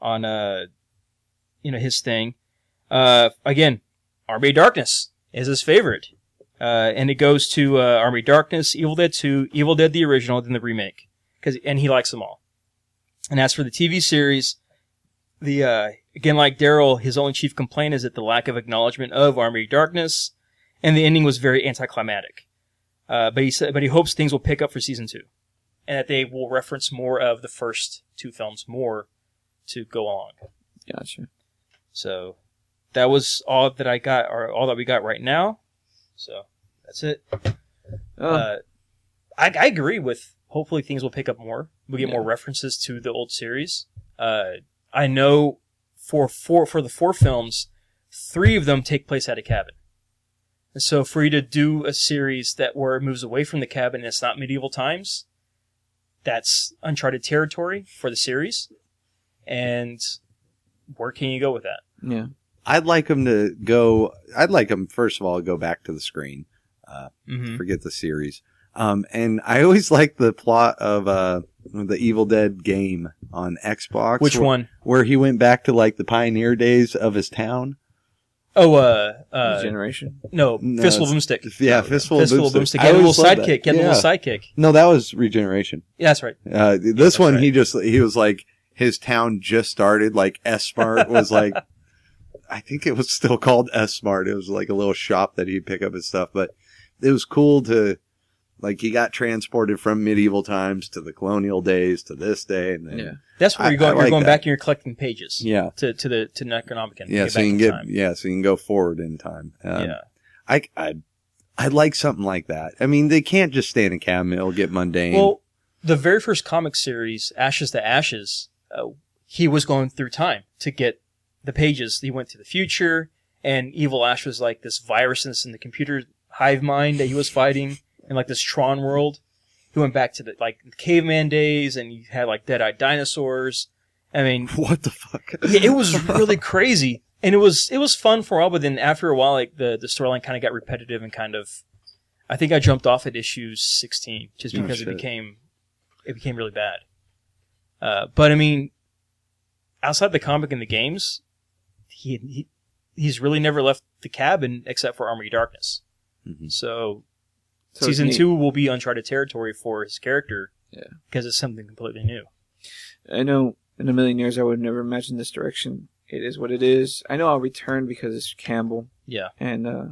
F: on uh, you know his thing. Uh, again, Army of Darkness is his favorite, uh, and it goes to uh, Army of Darkness, Evil Dead Two, Evil Dead the original, then the remake, 'Cause- and he likes them all. And as for the TV series, the uh, again like Daryl, his only chief complaint is that the lack of acknowledgement of Army of Darkness, and the ending was very anticlimactic. Uh, but he said, but he hopes things will pick up for season two, and that they will reference more of the first two films more to go along.
E: Gotcha.
F: So that was all that I got, or all that we got right now. So that's it.
E: Oh,
F: Uh, I, I agree with. Hopefully, things will pick up more. We get more
E: Yeah.
F: references to the old series. Uh, I know for four for the four films, three of them take place at a cabin. And so, for you to do a series that where it moves away from the cabin and it's not medieval times, that's uncharted territory for the series. And where can you go with that?
E: yeah.
G: I'd like them to go. I'd like them first of all go back to the screen. Uh,
F: Mm-hmm.
G: forget the series. Um, and I always like the plot of uh, the Evil Dead game on Xbox.
F: Which
G: where-
F: one?
G: Where he went back to like the pioneer days of his town.
F: Oh, uh, uh,
E: generation.
F: no,
G: No,
F: Fistful of
G: it's-
F: Boomstick.
G: Yeah, fistful,
F: Oh, Fistful of Boomstick.
G: of boomstick.
F: He had a
G: I
F: little
G: always loved that.
F: sidekick. He had a
G: Yeah.
F: little sidekick.
G: No, that was regeneration.
F: Yeah, that's right.
G: Uh, this
F: that's
G: one,
F: right.
G: he just he was like his town just started. Like S Smart was like, I think it was still called S Smart. It was like a little shop that he'd pick up his stuff, but it was cool to like he got transported from medieval times to the colonial days to this day, and then
E: Yeah.
F: That's where
G: I-
F: you're going.
G: I
F: you're
G: like
F: going
G: that.
F: back and you're collecting pages.
G: yeah,
F: To to the to Necronomicon.
G: yeah.
F: Get
G: so
F: back
G: you
F: in
G: can get
F: time.
G: yeah, so you can go forward in time. Um,
F: yeah.
G: I I I like something like that. I mean, they can't just stand in camel, get mundane.
F: Well, the very first comic series, Ashes to Ashes, uh, he was going through time to get the pages. He went to the future, and Evil Ash was like this virus in- in the computer hive mind that he was fighting, and like this Tron world. He went back to the like caveman days, and you had like dead-eyed dinosaurs. I mean,
G: what the fuck?
F: yeah, it was really crazy, and it was it was fun for a while. But then after a while, like the the storyline kind of got repetitive and kind of, I think I jumped off at issue sixteen just
G: Oh,
F: because it
G: shit.
F: became it became really bad. Uh, but I mean, outside the comic and the games, he, he he's really never left the cabin except for Armory Darkness.
E: Mm-hmm.
G: Mhm.
F: So,
E: So
F: season
E: it's neat.
F: two will be uncharted territory for his character.
E: Yeah.
F: Because it's something completely new.
E: I know in a million years I would never imagine this direction. It is what it is. I know I'll return because it's Campbell
F: Yeah.
E: and uh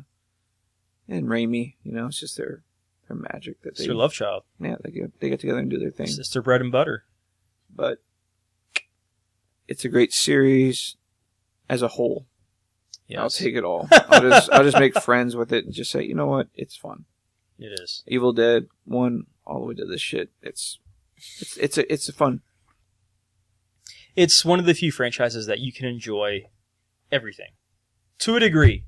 E: and Raimi. You know, it's just their their magic that
F: It's
E: they
F: their love child.
E: Yeah, they get, they get together and do their thing.
F: It's their bread and butter.
E: But it's a great series as a whole. I'll
F: Yes.
E: take it all. I'll just I'll just make friends with it and just say, you know what, it's fun.
F: It is.
E: Evil Dead one all the way to this shit. It's it's it's a it's a fun.
F: It's one of the few franchises that you can enjoy everything to a degree.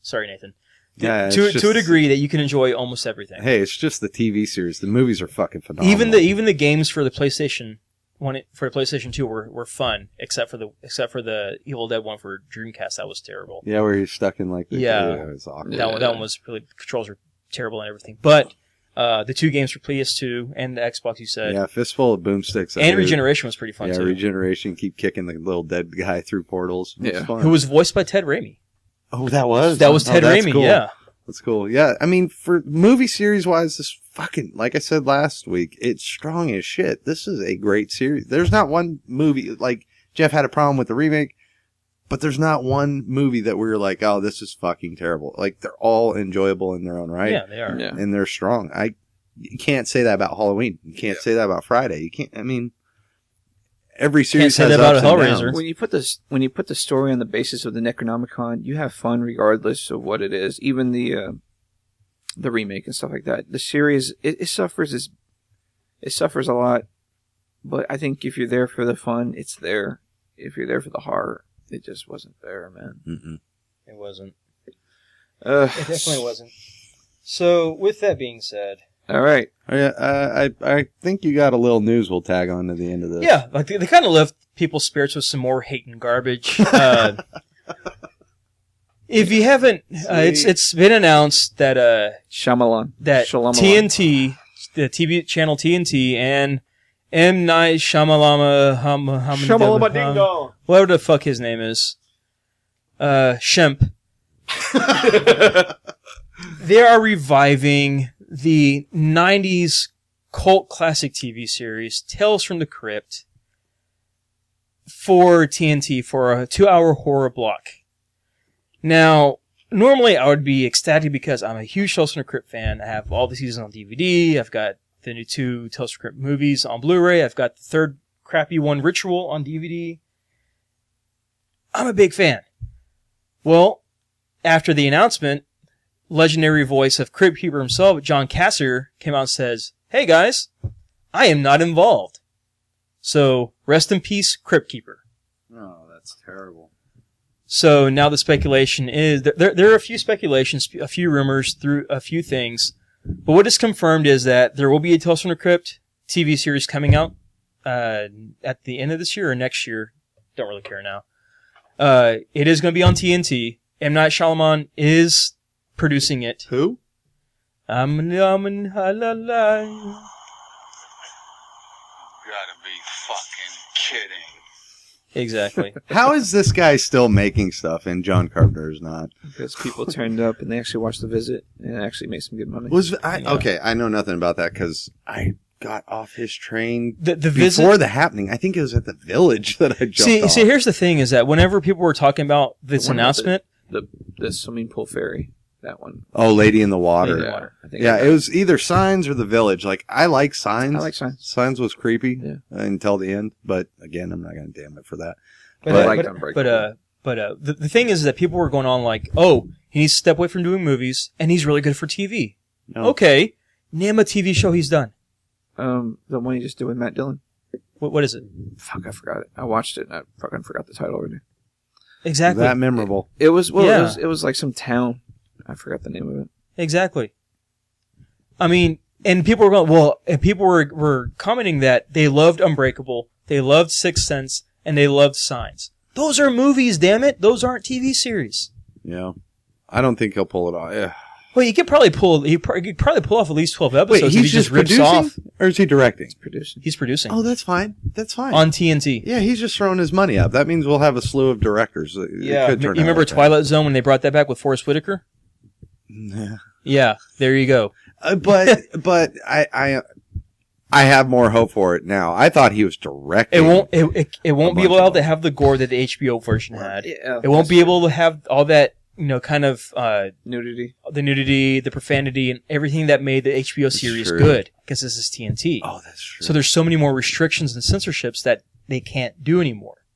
F: Sorry, Nathan.
G: Yeah,
F: to
G: it's just-
F: to a degree that you can enjoy almost everything.
G: Hey, it's just the TV series. The movies are fucking phenomenal.
F: even the even the games for the PlayStation one for the PlayStation Two were, were fun, except for the except for the Evil Dead one for Dreamcast that was terrible.
G: yeah, where you're stuck in like the
F: Yeah.
G: it was awkward.
F: That one that one was really the controls were terrible and everything. But uh, the two games for PS2 and the Xbox, you said,
G: yeah, fistful of boomsticks.
F: and
G: Re-
F: Regeneration was pretty fun
G: Yeah,
F: too.
G: regeneration. Keep kicking the little dead guy through portals. It was
E: Yeah.
G: fun.
F: who was voiced by Ted Raimi?
G: Oh, that was
F: That was
G: Oh,
F: Ted
G: that's
F: Raimi.
G: cool.
F: Yeah,
G: that's cool. Yeah, I mean, for movie series wise, this fucking like I said last week, it's strong as shit. This is a great series. There's not one movie like Jeff had a problem with the remake, but there's not one movie that we were like, oh, this is fucking terrible. Like they're all enjoyable in their own right.
F: yeah, they are.
E: Yeah.
G: and they're strong. I you can't say that about Halloween. You can't say that about Friday. You can't. I mean, every series
F: say
G: has
F: that about
G: ups and
F: Hellraiser.
G: downs.
E: When you put this, when you put the story on the basis of the Necronomicon, you have fun regardless of what it is. Even the uh, the remake and stuff like that. The series it, it suffers is it suffers a lot, but I think if you're there for the fun, it's there. If you're there for the horror, it just wasn't there, man.
G: Mm-mm.
F: It wasn't.
E: Uh,
F: It definitely wasn't. So, with that being said,
E: All right,
G: Oh, yeah, uh, I I think you got a little news. We'll tag on to the end of this.
F: yeah, like they, they kind of left people's spirits with some more hate and garbage. Uh, if you haven't, uh, it's it's been announced that uh,
E: Shyamalan.
F: that
E: Shyamalan.
F: TNT, the TV channel TNT, and M Night Shyamalama hum, hum,
E: Shyamalama
F: hum- whatever the fuck his name is, uh, Shemp. they are reviving the '90s cult classic TV series Tales from the Crypt for TNT for a two-hour horror block. Now, normally I would be ecstatic because I'm a huge Tales from the Crypt fan. I have all the seasons on DVD. I've got the new two Tales from the Crypt movies on Blu-ray. I've got the third crappy one, Ritual, on DVD. I'm a big fan. Well, after the announcement, legendary voice of Crypt Keeper himself, John Casser, came out and says, Hey guys, I am not involved. So rest in peace, Crypt Keeper.
G: Oh, that's terrible.
F: So now the speculation is there, there, there are a few speculations, a few rumors through a few things, but what is confirmed is that there will be a Tales from the Crypt TV series coming out, uh, at the end of this year or next year. Don't really care now. Uh, it is going to be on TNT. M Night Shyamalan is producing it.
G: Who?
F: Um, um, and la, la, la.
B: Gotta be fucking kidding.
F: Exactly.
G: How is this guy still making stuff and John Carpenter is not?
E: because people turned up and they actually watched the visit and it actually made some good money.
G: Was I
F: Yeah.
G: okay? I know nothing about that because I got off his train
F: The, the visit.
G: before the happening. I think it was at the village that I jumped
F: see,
G: off.
F: see, here's the thing: is that whenever people were talking about this
E: The one with the-
F: announcement,
E: the the swimming pool ferry, that one.
G: oh, Lady in the Water.
F: Lady in the
G: yeah,
F: Water.
E: I think
G: it was either Signs or the Village. Like I like Signs.
E: I like Signs.
G: Signs was creepy
E: Yeah.
G: until the end, but again, I'm not gonna damn it for that.
F: but,
G: But-
F: uh,
E: Like
F: but-
E: Unbreakable.
F: but, uh, but uh, the, the thing is that people were going on like, oh, he needs to step away from doing movies, and he's really good for TV.
G: No.
F: Okay, name a TV show he's done.
E: um the one you just did with Matt Dillon.
F: What, what is it?
E: Fuck, I forgot it. I watched it and I fucking forgot the title already.
F: Exactly.
G: That memorable.
E: It was well,
F: Yeah.
E: it was it was like some town. I forgot the name of it.
F: Exactly. I mean, and people were going, well, and people were, were commenting that they loved Unbreakable, they loved Sixth Sense, and they loved Signs. Those are movies, damn it. Those aren't TV series.
G: Yeah, I don't think he'll pull it off. Yeah.
F: Well, you could probably pull, he pr- you could probably pull off at least 12
G: Wait,
F: episodes
G: he's
F: if he
G: just,
F: just rips
G: producing,
F: off.
G: or is he directing?
E: Producing.
F: He's producing
G: Oh, that's fine. That's fine.
F: on TNT.
G: yeah, he's just throwing his money up. That means we'll have a slew of directors. It- it could
F: You
G: turn out
F: remember
G: like that.
F: Twilight Zone when they brought that back with Forrest Whitaker?
G: Yeah.
F: Yeah, there you go.
G: Uh, but but I I I have more hope for it now. I thought he was directing.
F: It won't, it, it, it won't be
G: bunch of
F: allowed to
G: them.
F: have the gore that the HBO version had.
E: Yeah,
F: It won't be able to have all that, you know, kind of, uh,
E: nudity.
F: the nudity, the profanity, and everything that made the HBO
G: That's
F: series
G: true.
F: good because this is TNT.
G: Oh, that's true.
F: so there's so many more restrictions and censorships that they can't do anymore.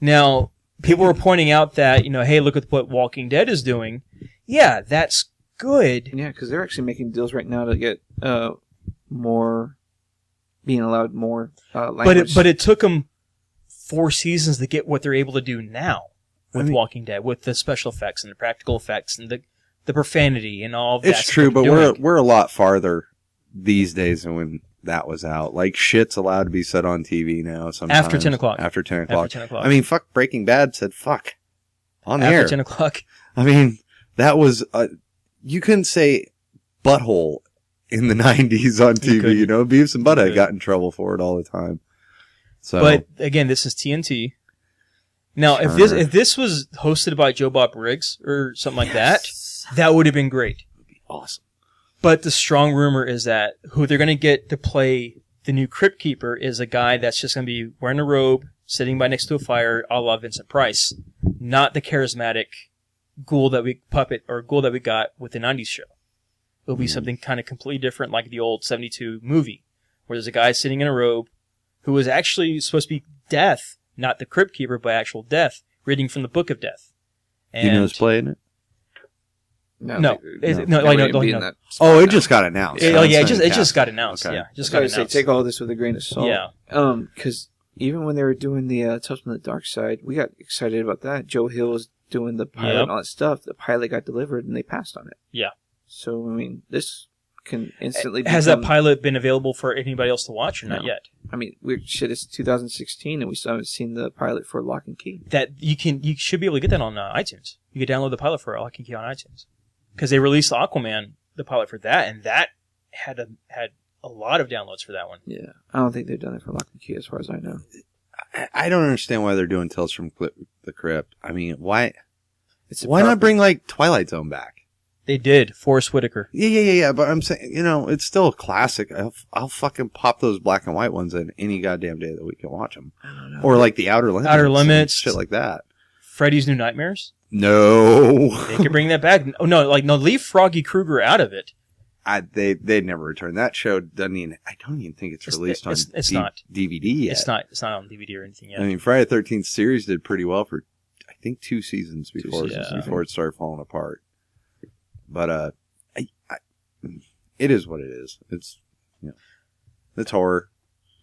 F: Now, people were pointing out that, you know, hey, look at what Walking Dead is doing. Yeah, that's good.
E: Yeah, because they're actually making deals right now to get uh more being allowed more uh, language.
F: But it, but it took them four seasons to get what they're able to do now with
G: I mean-
F: Walking Dead, with the special effects and the practical effects and the, the profanity and all of that.
G: it's
F: stuff
G: true,
F: they're
G: but we're
F: doing.
G: we're a lot farther these days than when that was out. Like shit's allowed to be said on TV now. Sometimes
F: 10 o'clock.
G: After ten o'clock.
F: after 10 o'clock.
G: I mean, fuck. Breaking Bad said fuck on the
F: after
G: air.
F: 10 o'clock.
G: I mean, that was uh you couldn't say butthole in the '90s on TV. You,
F: couldn't.
G: know, Beavis and
F: You
G: Butthead
F: couldn't.
G: got in trouble for it all the time. So,
F: But again, this is TNT. Now, if this
G: Sure.
F: if this was hosted by Joe Bob Briggs or something like that, that would have been great.
G: awesome.
F: But the strong rumor is that who they're going to get to play the new Crypt Keeper is a guy that's just going to be wearing a robe, sitting by next to a fire, a la Vincent Price, not the charismatic ghoul that we puppet or ghoul that we got with the '90s show. It'll
G: Hmm.
F: be something kind of completely different, like the old '72 movie, where there's a guy sitting in a robe who was actually supposed to be Death, not the Crypt Keeper, but actual Death, reading from the Book of Death.
G: You know, who's playing it.
F: no,
E: they-
F: it- no,
E: they
F: like, no,
E: wouldn't be
F: no.
E: in that
G: Oh, it just got announced.
F: Yeah, oh, yeah, it just it
G: Yeah.
F: just got announced.
G: Okay.
F: Yeah, just
E: I
F: got
E: was gonna
F: announced.
E: say, take all this with a grain of salt.
F: Yeah.
E: Um, because even when they were doing the uh, Tales from the Dark Side, we got excited about that. Joe Hill was doing the pilot
F: Yep.
E: and all that stuff. The pilot got delivered, and they passed on it.
F: Yeah.
E: So I mean, this can instantly
F: Has that
E: become,
F: pilot been available for anybody else to watch or not
E: No.
F: yet?
E: I mean, weird shit. It's 2016, and we still haven't seen the pilot for Lock and Key.
F: That you can you should be able to get that on uh, iTunes. You could download the pilot for Lock and Key on iTunes because they released Aquaman the pilot for that, and that had a had a lot of downloads for that one.
E: Yeah. I don't think they've done it for Lock and Key, as far as I know.
G: I- I don't understand why they're doing Tales from Crypt- the Crypt. I mean, why
E: It's a
G: why
E: proper-
G: not bring like Twilight Zone back?
F: They did. Forrest Whitaker.
G: Yeah, yeah, yeah, yeah. But I'm saying, you know, it's still a classic. I'll, I'll fucking pop those black and white ones in any goddamn day that we can watch them,
E: I don't know.
G: or like the Outer Limits,
F: Oh, Outer
G: and
F: Limits.
G: shit like that.
F: Freddy's New Nightmares. They
G: No,
F: could bring that back. Oh no, like no, leave Froggy Krueger out of it.
G: I, they they'd never return that show. Doesn't even. I don't even think it's
F: It's-
G: released
F: it's-
G: on
F: it's
G: D-
F: not.
G: DVD yet.
F: It's not. It's not on DVD or anything yet.
G: I mean, Friday Thirteenth series did pretty well for, I think, two seasons before
E: seasons,
F: yeah.
G: before it started falling apart. But uh, I, I, it is what it is. It's you know, it's horror.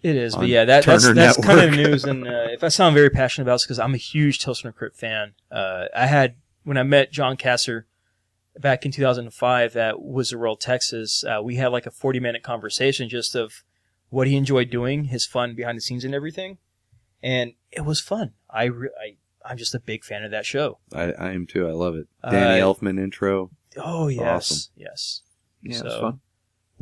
F: It is,
G: on
F: but yeah, that, that's
G: Turner
F: that's kind of
G: Network.
F: news. And uh, if I sound very passionate about this, because I'm a huge Tales from the Crypt fan. Uh, I had when I met John Kasser back in 2005 at Wizard World, Texas. Uh, we had like a 40 minute conversation just of what he enjoyed doing, his fun behind the scenes, and everything. And it was fun. I re- I I'm just a big fan of that show.
G: I, I am too. I love it. Danny
F: Uh,
G: Elfman intro.
F: Oh yes,
G: Awesome.
F: yes.
E: Yeah, it was
F: So-
E: fun.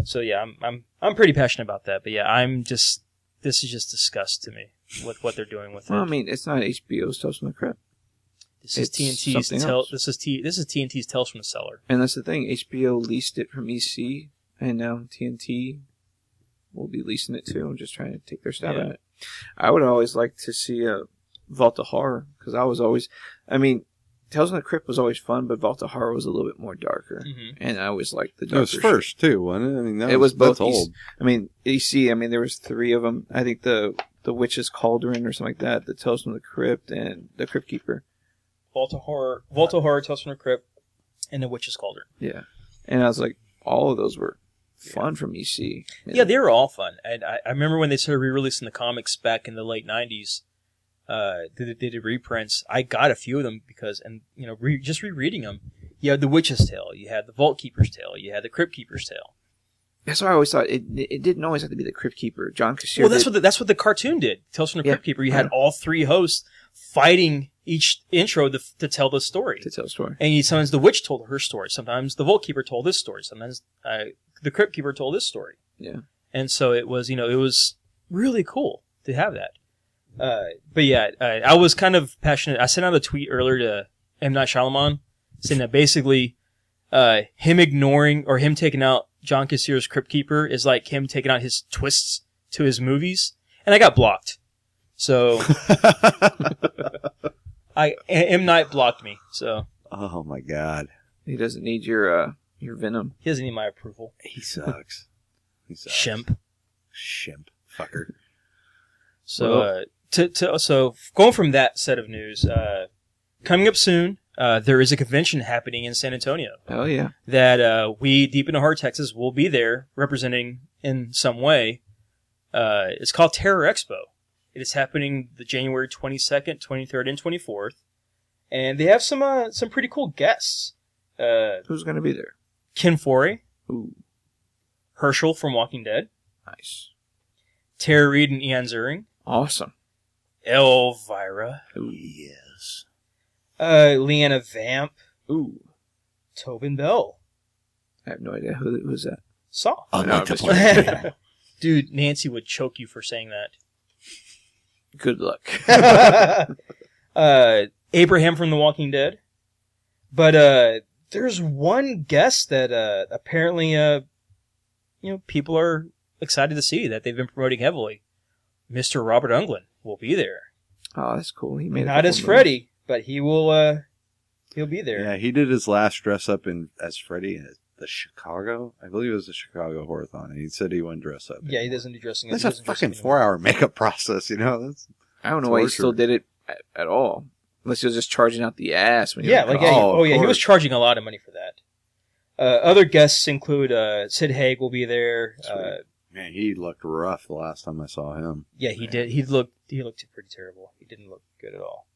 F: So yeah, I'm I'm I'm pretty passionate about that. But yeah, I'm just this is just disgust to me with what they're doing with
E: Well, I
F: it.
E: mean, it's not HBO's Tales from the Crypt,
F: This is
E: it's
F: TNT's
E: something
F: tell.
E: else.
F: This is T. This is TNT's Tales from the Cellar.
E: and that's the thing. HBO leased it from EC, and now TNT will be leasing it too. I'm just trying to take their stab
F: Yeah.
E: at it. I would always like to see a Vault of Horror because I was always, I mean, Tales from the Crypt was always fun, but Vault of Horror was a little bit more darker,
F: Mhm.
E: and I always liked the
G: That
E: darker.
G: was
E: shit.
G: first too, wasn't it? I mean, that
E: It
G: was,
E: was both E
G: that's old.
E: I mean, EC. I mean, there was three of them. I think the the Witch's Cauldron or something like that. The Tales from the Crypt and the Crypt Keeper.
F: Volta horror, Volta horror, Tales from the Crypt, and the Witch's Cauldron.
E: Yeah, and I was like, all of those were fun from E EC.
F: Yeah, they were all fun. And I, I remember when they started re-releasing the comics back in the late '90s. Uh, they, did- they did reprints. I got a few of them because, and you know, re, just rereading them, you had the Witch's Tale, you had the Vault Keeper's Tale, you had the Crypt Keeper's Tale.
E: that's why I always thought it. It didn't always have to be the Crypt Keeper. John Cassier.
F: well, that's
E: did-
F: what the, that's what the cartoon did. Tales from the
E: Yeah.
F: Crypt Keeper. You had
E: Yeah.
F: all three hosts fighting each intro to, to tell the story.
E: to tell a story.
F: And you- sometimes the witch told her story. Sometimes the vault keeper told his story. Sometimes uh, the crypt keeper told his story.
E: Yeah.
F: And so it was, you know, it was really cool to have that. Uh, but yeah, I, I was kind of passionate. I sent out a tweet earlier to M Night Shyamalan saying that basically uh, him ignoring or him taking out John Cassier's Crypt Keeper is like him taking out his twists to his movies. And I got blocked. So I M Night blocked me. So.
G: Oh my god,
E: He doesn't need your uh your venom.
F: He doesn't need my approval.
G: he sucks. he sucks.
F: Shimp.
G: Shimp. Fucker.
F: So, uh, to, to, so going from that set of news, uh, coming up soon, uh, there is a convention happening in San Antonio
E: Oh yeah,
F: that uh, we, deep into hard Texas, will be there representing in some way. Uh, it's called Terror Expo. It is happening the January 22nd, 23rd, and 24th. And they have some uh, some pretty cool guests. Uh,
E: who's gonna be there?
F: Ken Forey,
E: Ooh,
F: Herschel from Walking Dead,
E: nice,
F: Tara Reid and Ian Ziering,
E: awesome.
F: Elvira,
E: Ooh,
F: uh, Leanna Vamp,
E: Ooh.
F: Tobin Bell,
E: I have no idea who who's that.
F: Saw.
E: No, I'm just-
F: Dude, Nancy would choke you for saying
E: Good luck.
F: that. uh, Abraham from The Walking Dead. But uh, there's one guest that uh, apparently, uh, you know, people are excited to see that they've been promoting heavily. Mr. Robert Unglin will be there.
E: Oh, that's cool. He made a
F: Not
E: couple
F: as
E: movies.
F: Freddy, but he will. Uh, he'll be there.
G: Yeah, he did his last dress up in as Freddy at the Chicago. I believe it was the Chicago Horathon. and He said he wouldn't dress up.
F: Yeah, he doesn't do dressing.
G: That's
F: he
G: a
F: doesn't dress
G: fucking
F: anymore.
G: four-hour makeup process. You know, that's
E: I don't know why he
G: Torture.
E: still did it at, at all. Unless he was just charging out the ass. When he
F: Yeah,
E: was
F: like yeah,
G: Oh,
F: oh,
G: of
F: yeah, he was
G: course.
F: charging a lot of money for that. Uh, other guests include uh, Sid Haig will be there. Uh,
G: Sweet. man. He looked rough the last time I saw him.
F: yeah, he did. He looked he looked pretty terrible. He didn't look good at all.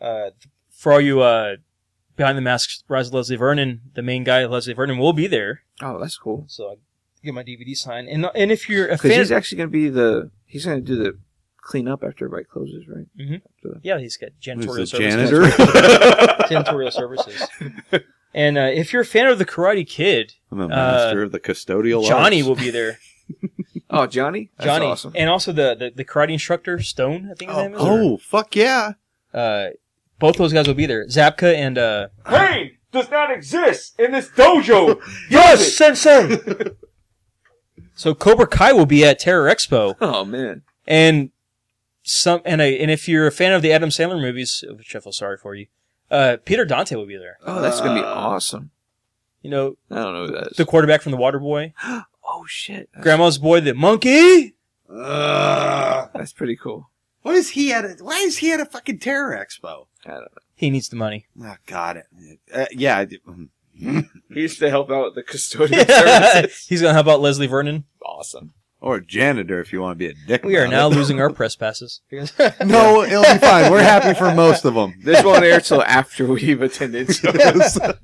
F: Uh, for all you uh, behind the masks, Rise of Leslie Vernon, the main guy Leslie Vernon will be there.
E: oh, that's cool.
F: So I get my DVD signed. And uh, and if you're a
E: Because
F: fan,
E: he's actually going to be the he's going to do the clean up after everybody closes, right?
F: yeah, he's got
G: Who's
F: janitorial
G: the
F: services.
G: janitor?
F: Janitorial services. And uh, if you're a fan of the Karate Kid,
G: I'm a master of the custodial.
F: Uh, Johnny
G: arts.
F: will be there.
E: Oh, Johnny, that's
F: Johnny,
E: awesome.
F: and also the, the the karate instructor Stone, I think his name is. or-
G: Oh fuck yeah!
F: uh, both those guys will be there. Zapka and uh,
I: Pain does not exist in this dojo.
F: yes, Sensei. so Cobra Kai will be at Terror Expo,
E: oh man,
F: and some and a, and if you're a fan of the Adam Sandler movies, oh, which I feel sorry for you, uh, Peter Dante will be there.
E: oh that's going to be
G: Uh,
E: awesome.
F: You know,
E: I don't know who that is.
F: the quarterback from The Waterboy,
E: oh shit, that's,
F: Grandma's Boy, the monkey.
E: that's pretty cool.
G: What is he at? A, uh, why is he at a fucking terror expo?
E: I don't know.
F: He needs the money.
G: Oh god. Uh, yeah. I did- mm.
E: He used to help out with the custodial
F: He's gonna help out Leslie Vernon.
E: Awesome.
G: Or a janitor if you want to be a dick.
F: We are now
G: about it.
F: losing our press passes.
G: no, it'll be fine. We're happy for most of them.
E: This won't air till after we've attended. so-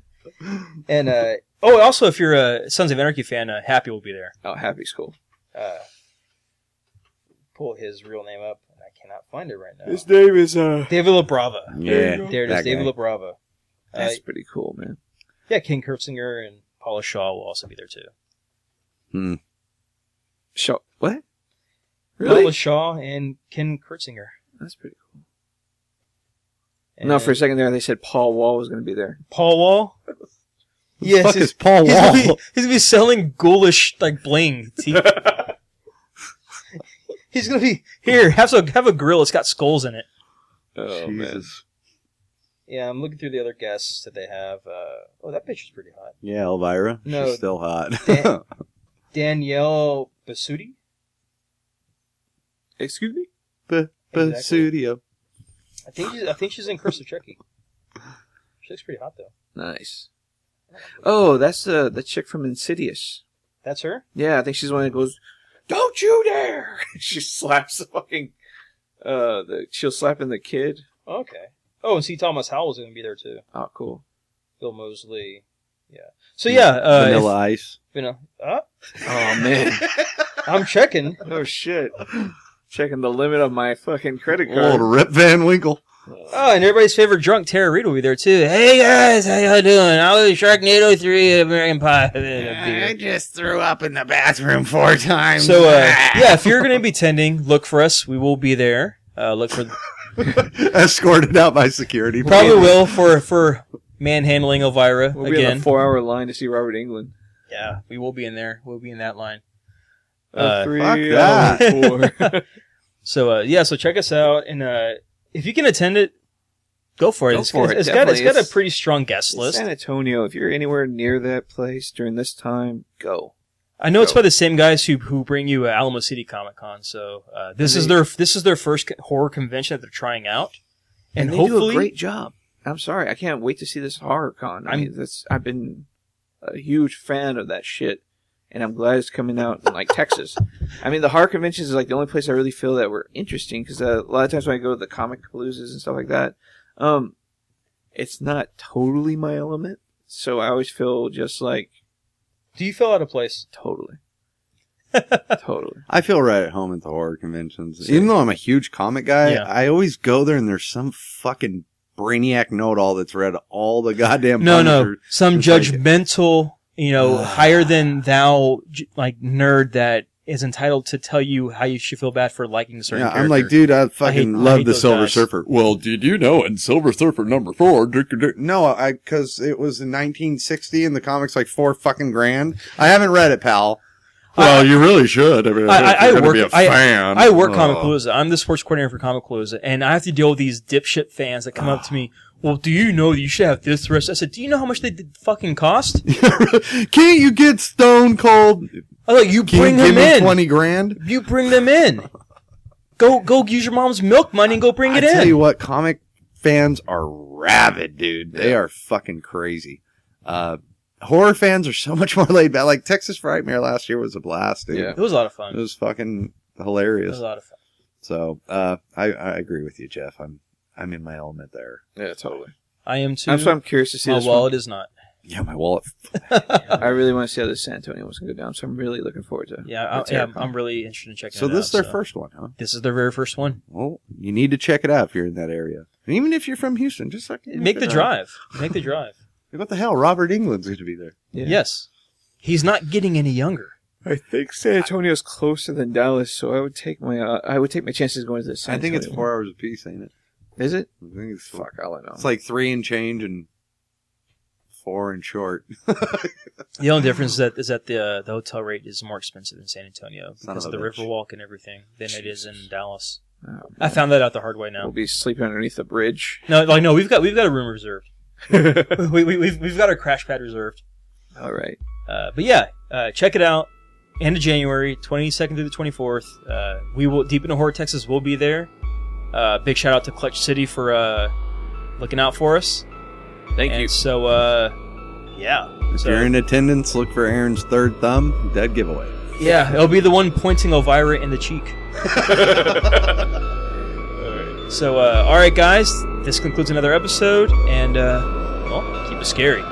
F: And uh, oh, also if you're a Sons of Anarchy fan, uh, Happy will be there.
E: oh, Happy's cool.
F: uh, pull his real name up, and I cannot find it right now.
E: His name is uh.
F: David LaBrava.
G: Yeah,
F: There it is,
G: that
F: David
G: guy.
F: LaBrava. Uh,
E: That's pretty cool, man.
F: yeah, King Kurtzinger and Paula Shaw will also be there too.
E: Shaw, what?
F: Paula
E: Really?
F: Shaw and Ken Kurtzinger.
E: That's pretty cool.
F: And
E: No, for a second there, they said Paul Wall was going to be there.
F: Paul Wall.
G: Who the
F: he's-
G: fuck is Paul
F: he's Oh,
G: Wall?
F: Gonna be, he's gonna be selling ghoulish like bling. He- he's gonna be here. Have some. Have a grill. It's got skulls in it.
E: Oh
G: Jesus.
F: Yeah, I'm looking through the other guests that they have. Uh, oh, that picture's pretty hot.
G: Yeah, Elvira.
F: No. Eh,
G: She's still hot.
F: Dan- Danielle Basuti.
E: Excuse me.
G: B-
F: Exactly.
G: Studio.
F: I think she's, I think she's in Curse of Chucky. She looks pretty hot though.
E: Nice. Oh, that's the the chick from Insidious.
F: That's her.
E: Yeah, I think she's the one that goes, "Don't you dare!" she slaps the fucking. Uh, the, she'll slap in the kid.
F: Okay. Oh, and see, Thomas Howell's going to be there too.
E: Oh, cool.
F: Bill Mosley. Yeah. So yeah, uh,
G: Vanilla Ice.
F: If, vanilla. Uh,
E: Oh man.
F: I'm checking.
E: oh shit. Checking the limit of my fucking credit
G: Old
E: card.
G: Rip Van Winkle.
F: Oh, and everybody's favorite drunk Tara Reid will be there too. Hey guys, how y'all doing? I was Sharknado three American Pie. I just threw up in the bathroom four times. So uh, yeah, if you're going to be tending, look for us. We will be there. Uh, look for
G: Escorted out by security.
F: probably will for for manhandling Elvira
E: We'll be on
F: again.
E: a four-hour line to see Robert England.
F: yeah, we will be in there. We'll be in that line.
E: A
F: Uh,
E: three,
G: fuck
E: a
G: that.
E: four.
F: So uh, yeah, so check us out, and uh, if you can attend it, go for it.
E: Go
F: It's-
E: for it,
F: it's got it's
E: definitely.
F: got a
E: It's-
F: pretty strong guest list.
E: San Antonio. If you're anywhere near that place during this time, go.
F: I know it's by the same guys who who bring you uh, Alamo City Comic Con. So uh, this is
E: And they-
F: their this is their first horror convention that they're trying out, and,
E: they do
F: hopefully
E: a great job. I'm sorry, I can't wait to see this horror con. I
F: I'm-
E: mean, that's I've been a huge fan of that shit, and I'm glad it's coming out in like Texas. I mean, the horror conventions is like the only place I really feel that were interesting because uh, a lot of times when I go to the comic paloozas and stuff like that, um, it's not totally my element. So I always feel just like
F: do you feel out of place?
E: totally, totally.
G: I feel right at home at the horror conventions. Even though I'm a huge comic guy,
F: Yeah.
G: I always go there and there's some fucking brainiac know all that's read all the goddamn
F: No, no,
G: Punisher.
F: some
G: It's like-
F: judgmental, you know, higher than thou, j- like nerd that is entitled to tell you how you should feel bad for liking a certain.
G: Yeah,
F: character.
G: I'm like, dude, I fucking
F: I
G: love
F: hate
G: the
F: those
G: Silver
F: guys.
G: Surfer.
J: Well, did you know in Silver Surfer number four? Dick, dick,
G: No, I because it was in 1960 and the comics like four fucking grand. I haven't read it, pal.
J: Well, you really should. I, mean,
F: I-
J: if
F: I-
J: you're
F: I
J: gonna be
F: work-
J: a
F: I-
J: fan.
F: I work
J: uh,
F: Comic Palooza. I'm the sports coordinator for Comic Palooza, and I have to deal with these dipshit fans that come up to me. Well, do you know that you should have this rest? I said, do you know how much they did fucking cost?
G: Can't you get Stone Cold?
F: I was like, you
G: Can
F: bring
G: you give
F: them in.
G: me 20 grand?
F: You bring them in. Go go use your mom's milk money and go bring
G: I
F: it
G: tell
F: in.
G: you what, comic fans are rabid, dude. They are fucking crazy. Uh, horror fans are so much more laid back. Like Texas Frightmare last year was a blast, dude.
E: Yeah.
F: it was a lot of
G: It
F: fun. It
G: was fucking
F: was
G: hilarious.
F: a lot of fun.
G: So, uh, I, I agree with you, Jeff. I'm, I'm in my element there.
E: Yeah, totally.
F: I am too.
E: That's why I'm curious to see
F: my
E: this one.
F: wallet is not.
G: Yeah, my wallet.
E: I really want to see how this San Antonio was going to go down. So I'm really looking forward to. it.
F: Yeah, I,
E: That's
F: yeah
E: terrifying.
F: I'm really interested in checking.
G: So
F: it
G: this is
F: out,
G: their first one, huh?
F: This is their very first one.
G: Well, you need to check it out if you're in that area. And even if you're from Houston, just like
F: Make the drive. Make the drive.
G: What the hell? Robert England's going to be there.
E: Yeah.
F: Yes, he's not getting any younger.
E: I think San Antonio's closer than Dallas, so I would take my uh, I would take my chances going to the San
G: I think it's
E: Antonio one.
G: four hours apiece, ain't it?
E: Is it?
G: I think it's
E: Fuck, all I know.
G: It's like three and change and four and short.
F: The only difference is that is that the uh, the hotel rate is more expensive in San Antonio
G: Son
F: because
G: of
F: of the
G: a bitch.
F: Riverwalk and everything than it is in Dallas.
E: Oh, man.
F: I found that out the hard way now.
E: We'll be sleeping underneath the bridge.
F: No, like no, we've got we've got a room reserved. we, we, we've we've got our crash pad reserved.
E: All right.
F: Uh, but yeah, uh, check it out. End of January, twenty second through the twenty fourth. Uh, we will deep into horror Texas. We'll be there. Uh, big shout out to Clutch City for uh, looking out for us.
E: Thank
F: and So uh, yeah,
G: If
F: so,
G: you're in attendance, look for Aaron's third thumb. Dead giveaway.
F: yeah, it'll be the one pointing Elvira in the cheek. So, uh, all right, guys, this concludes another episode, and uh, well, keep it scary.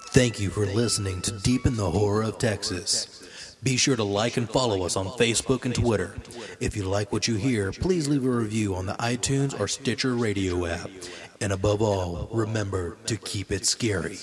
A: Thank you for listening to Deep in the Horror of Texas. Be sure to like and follow us on Facebook and Twitter. If you like what you hear, please leave a review on the iTunes or Stitcher radio app. And above all, remember to keep it scary.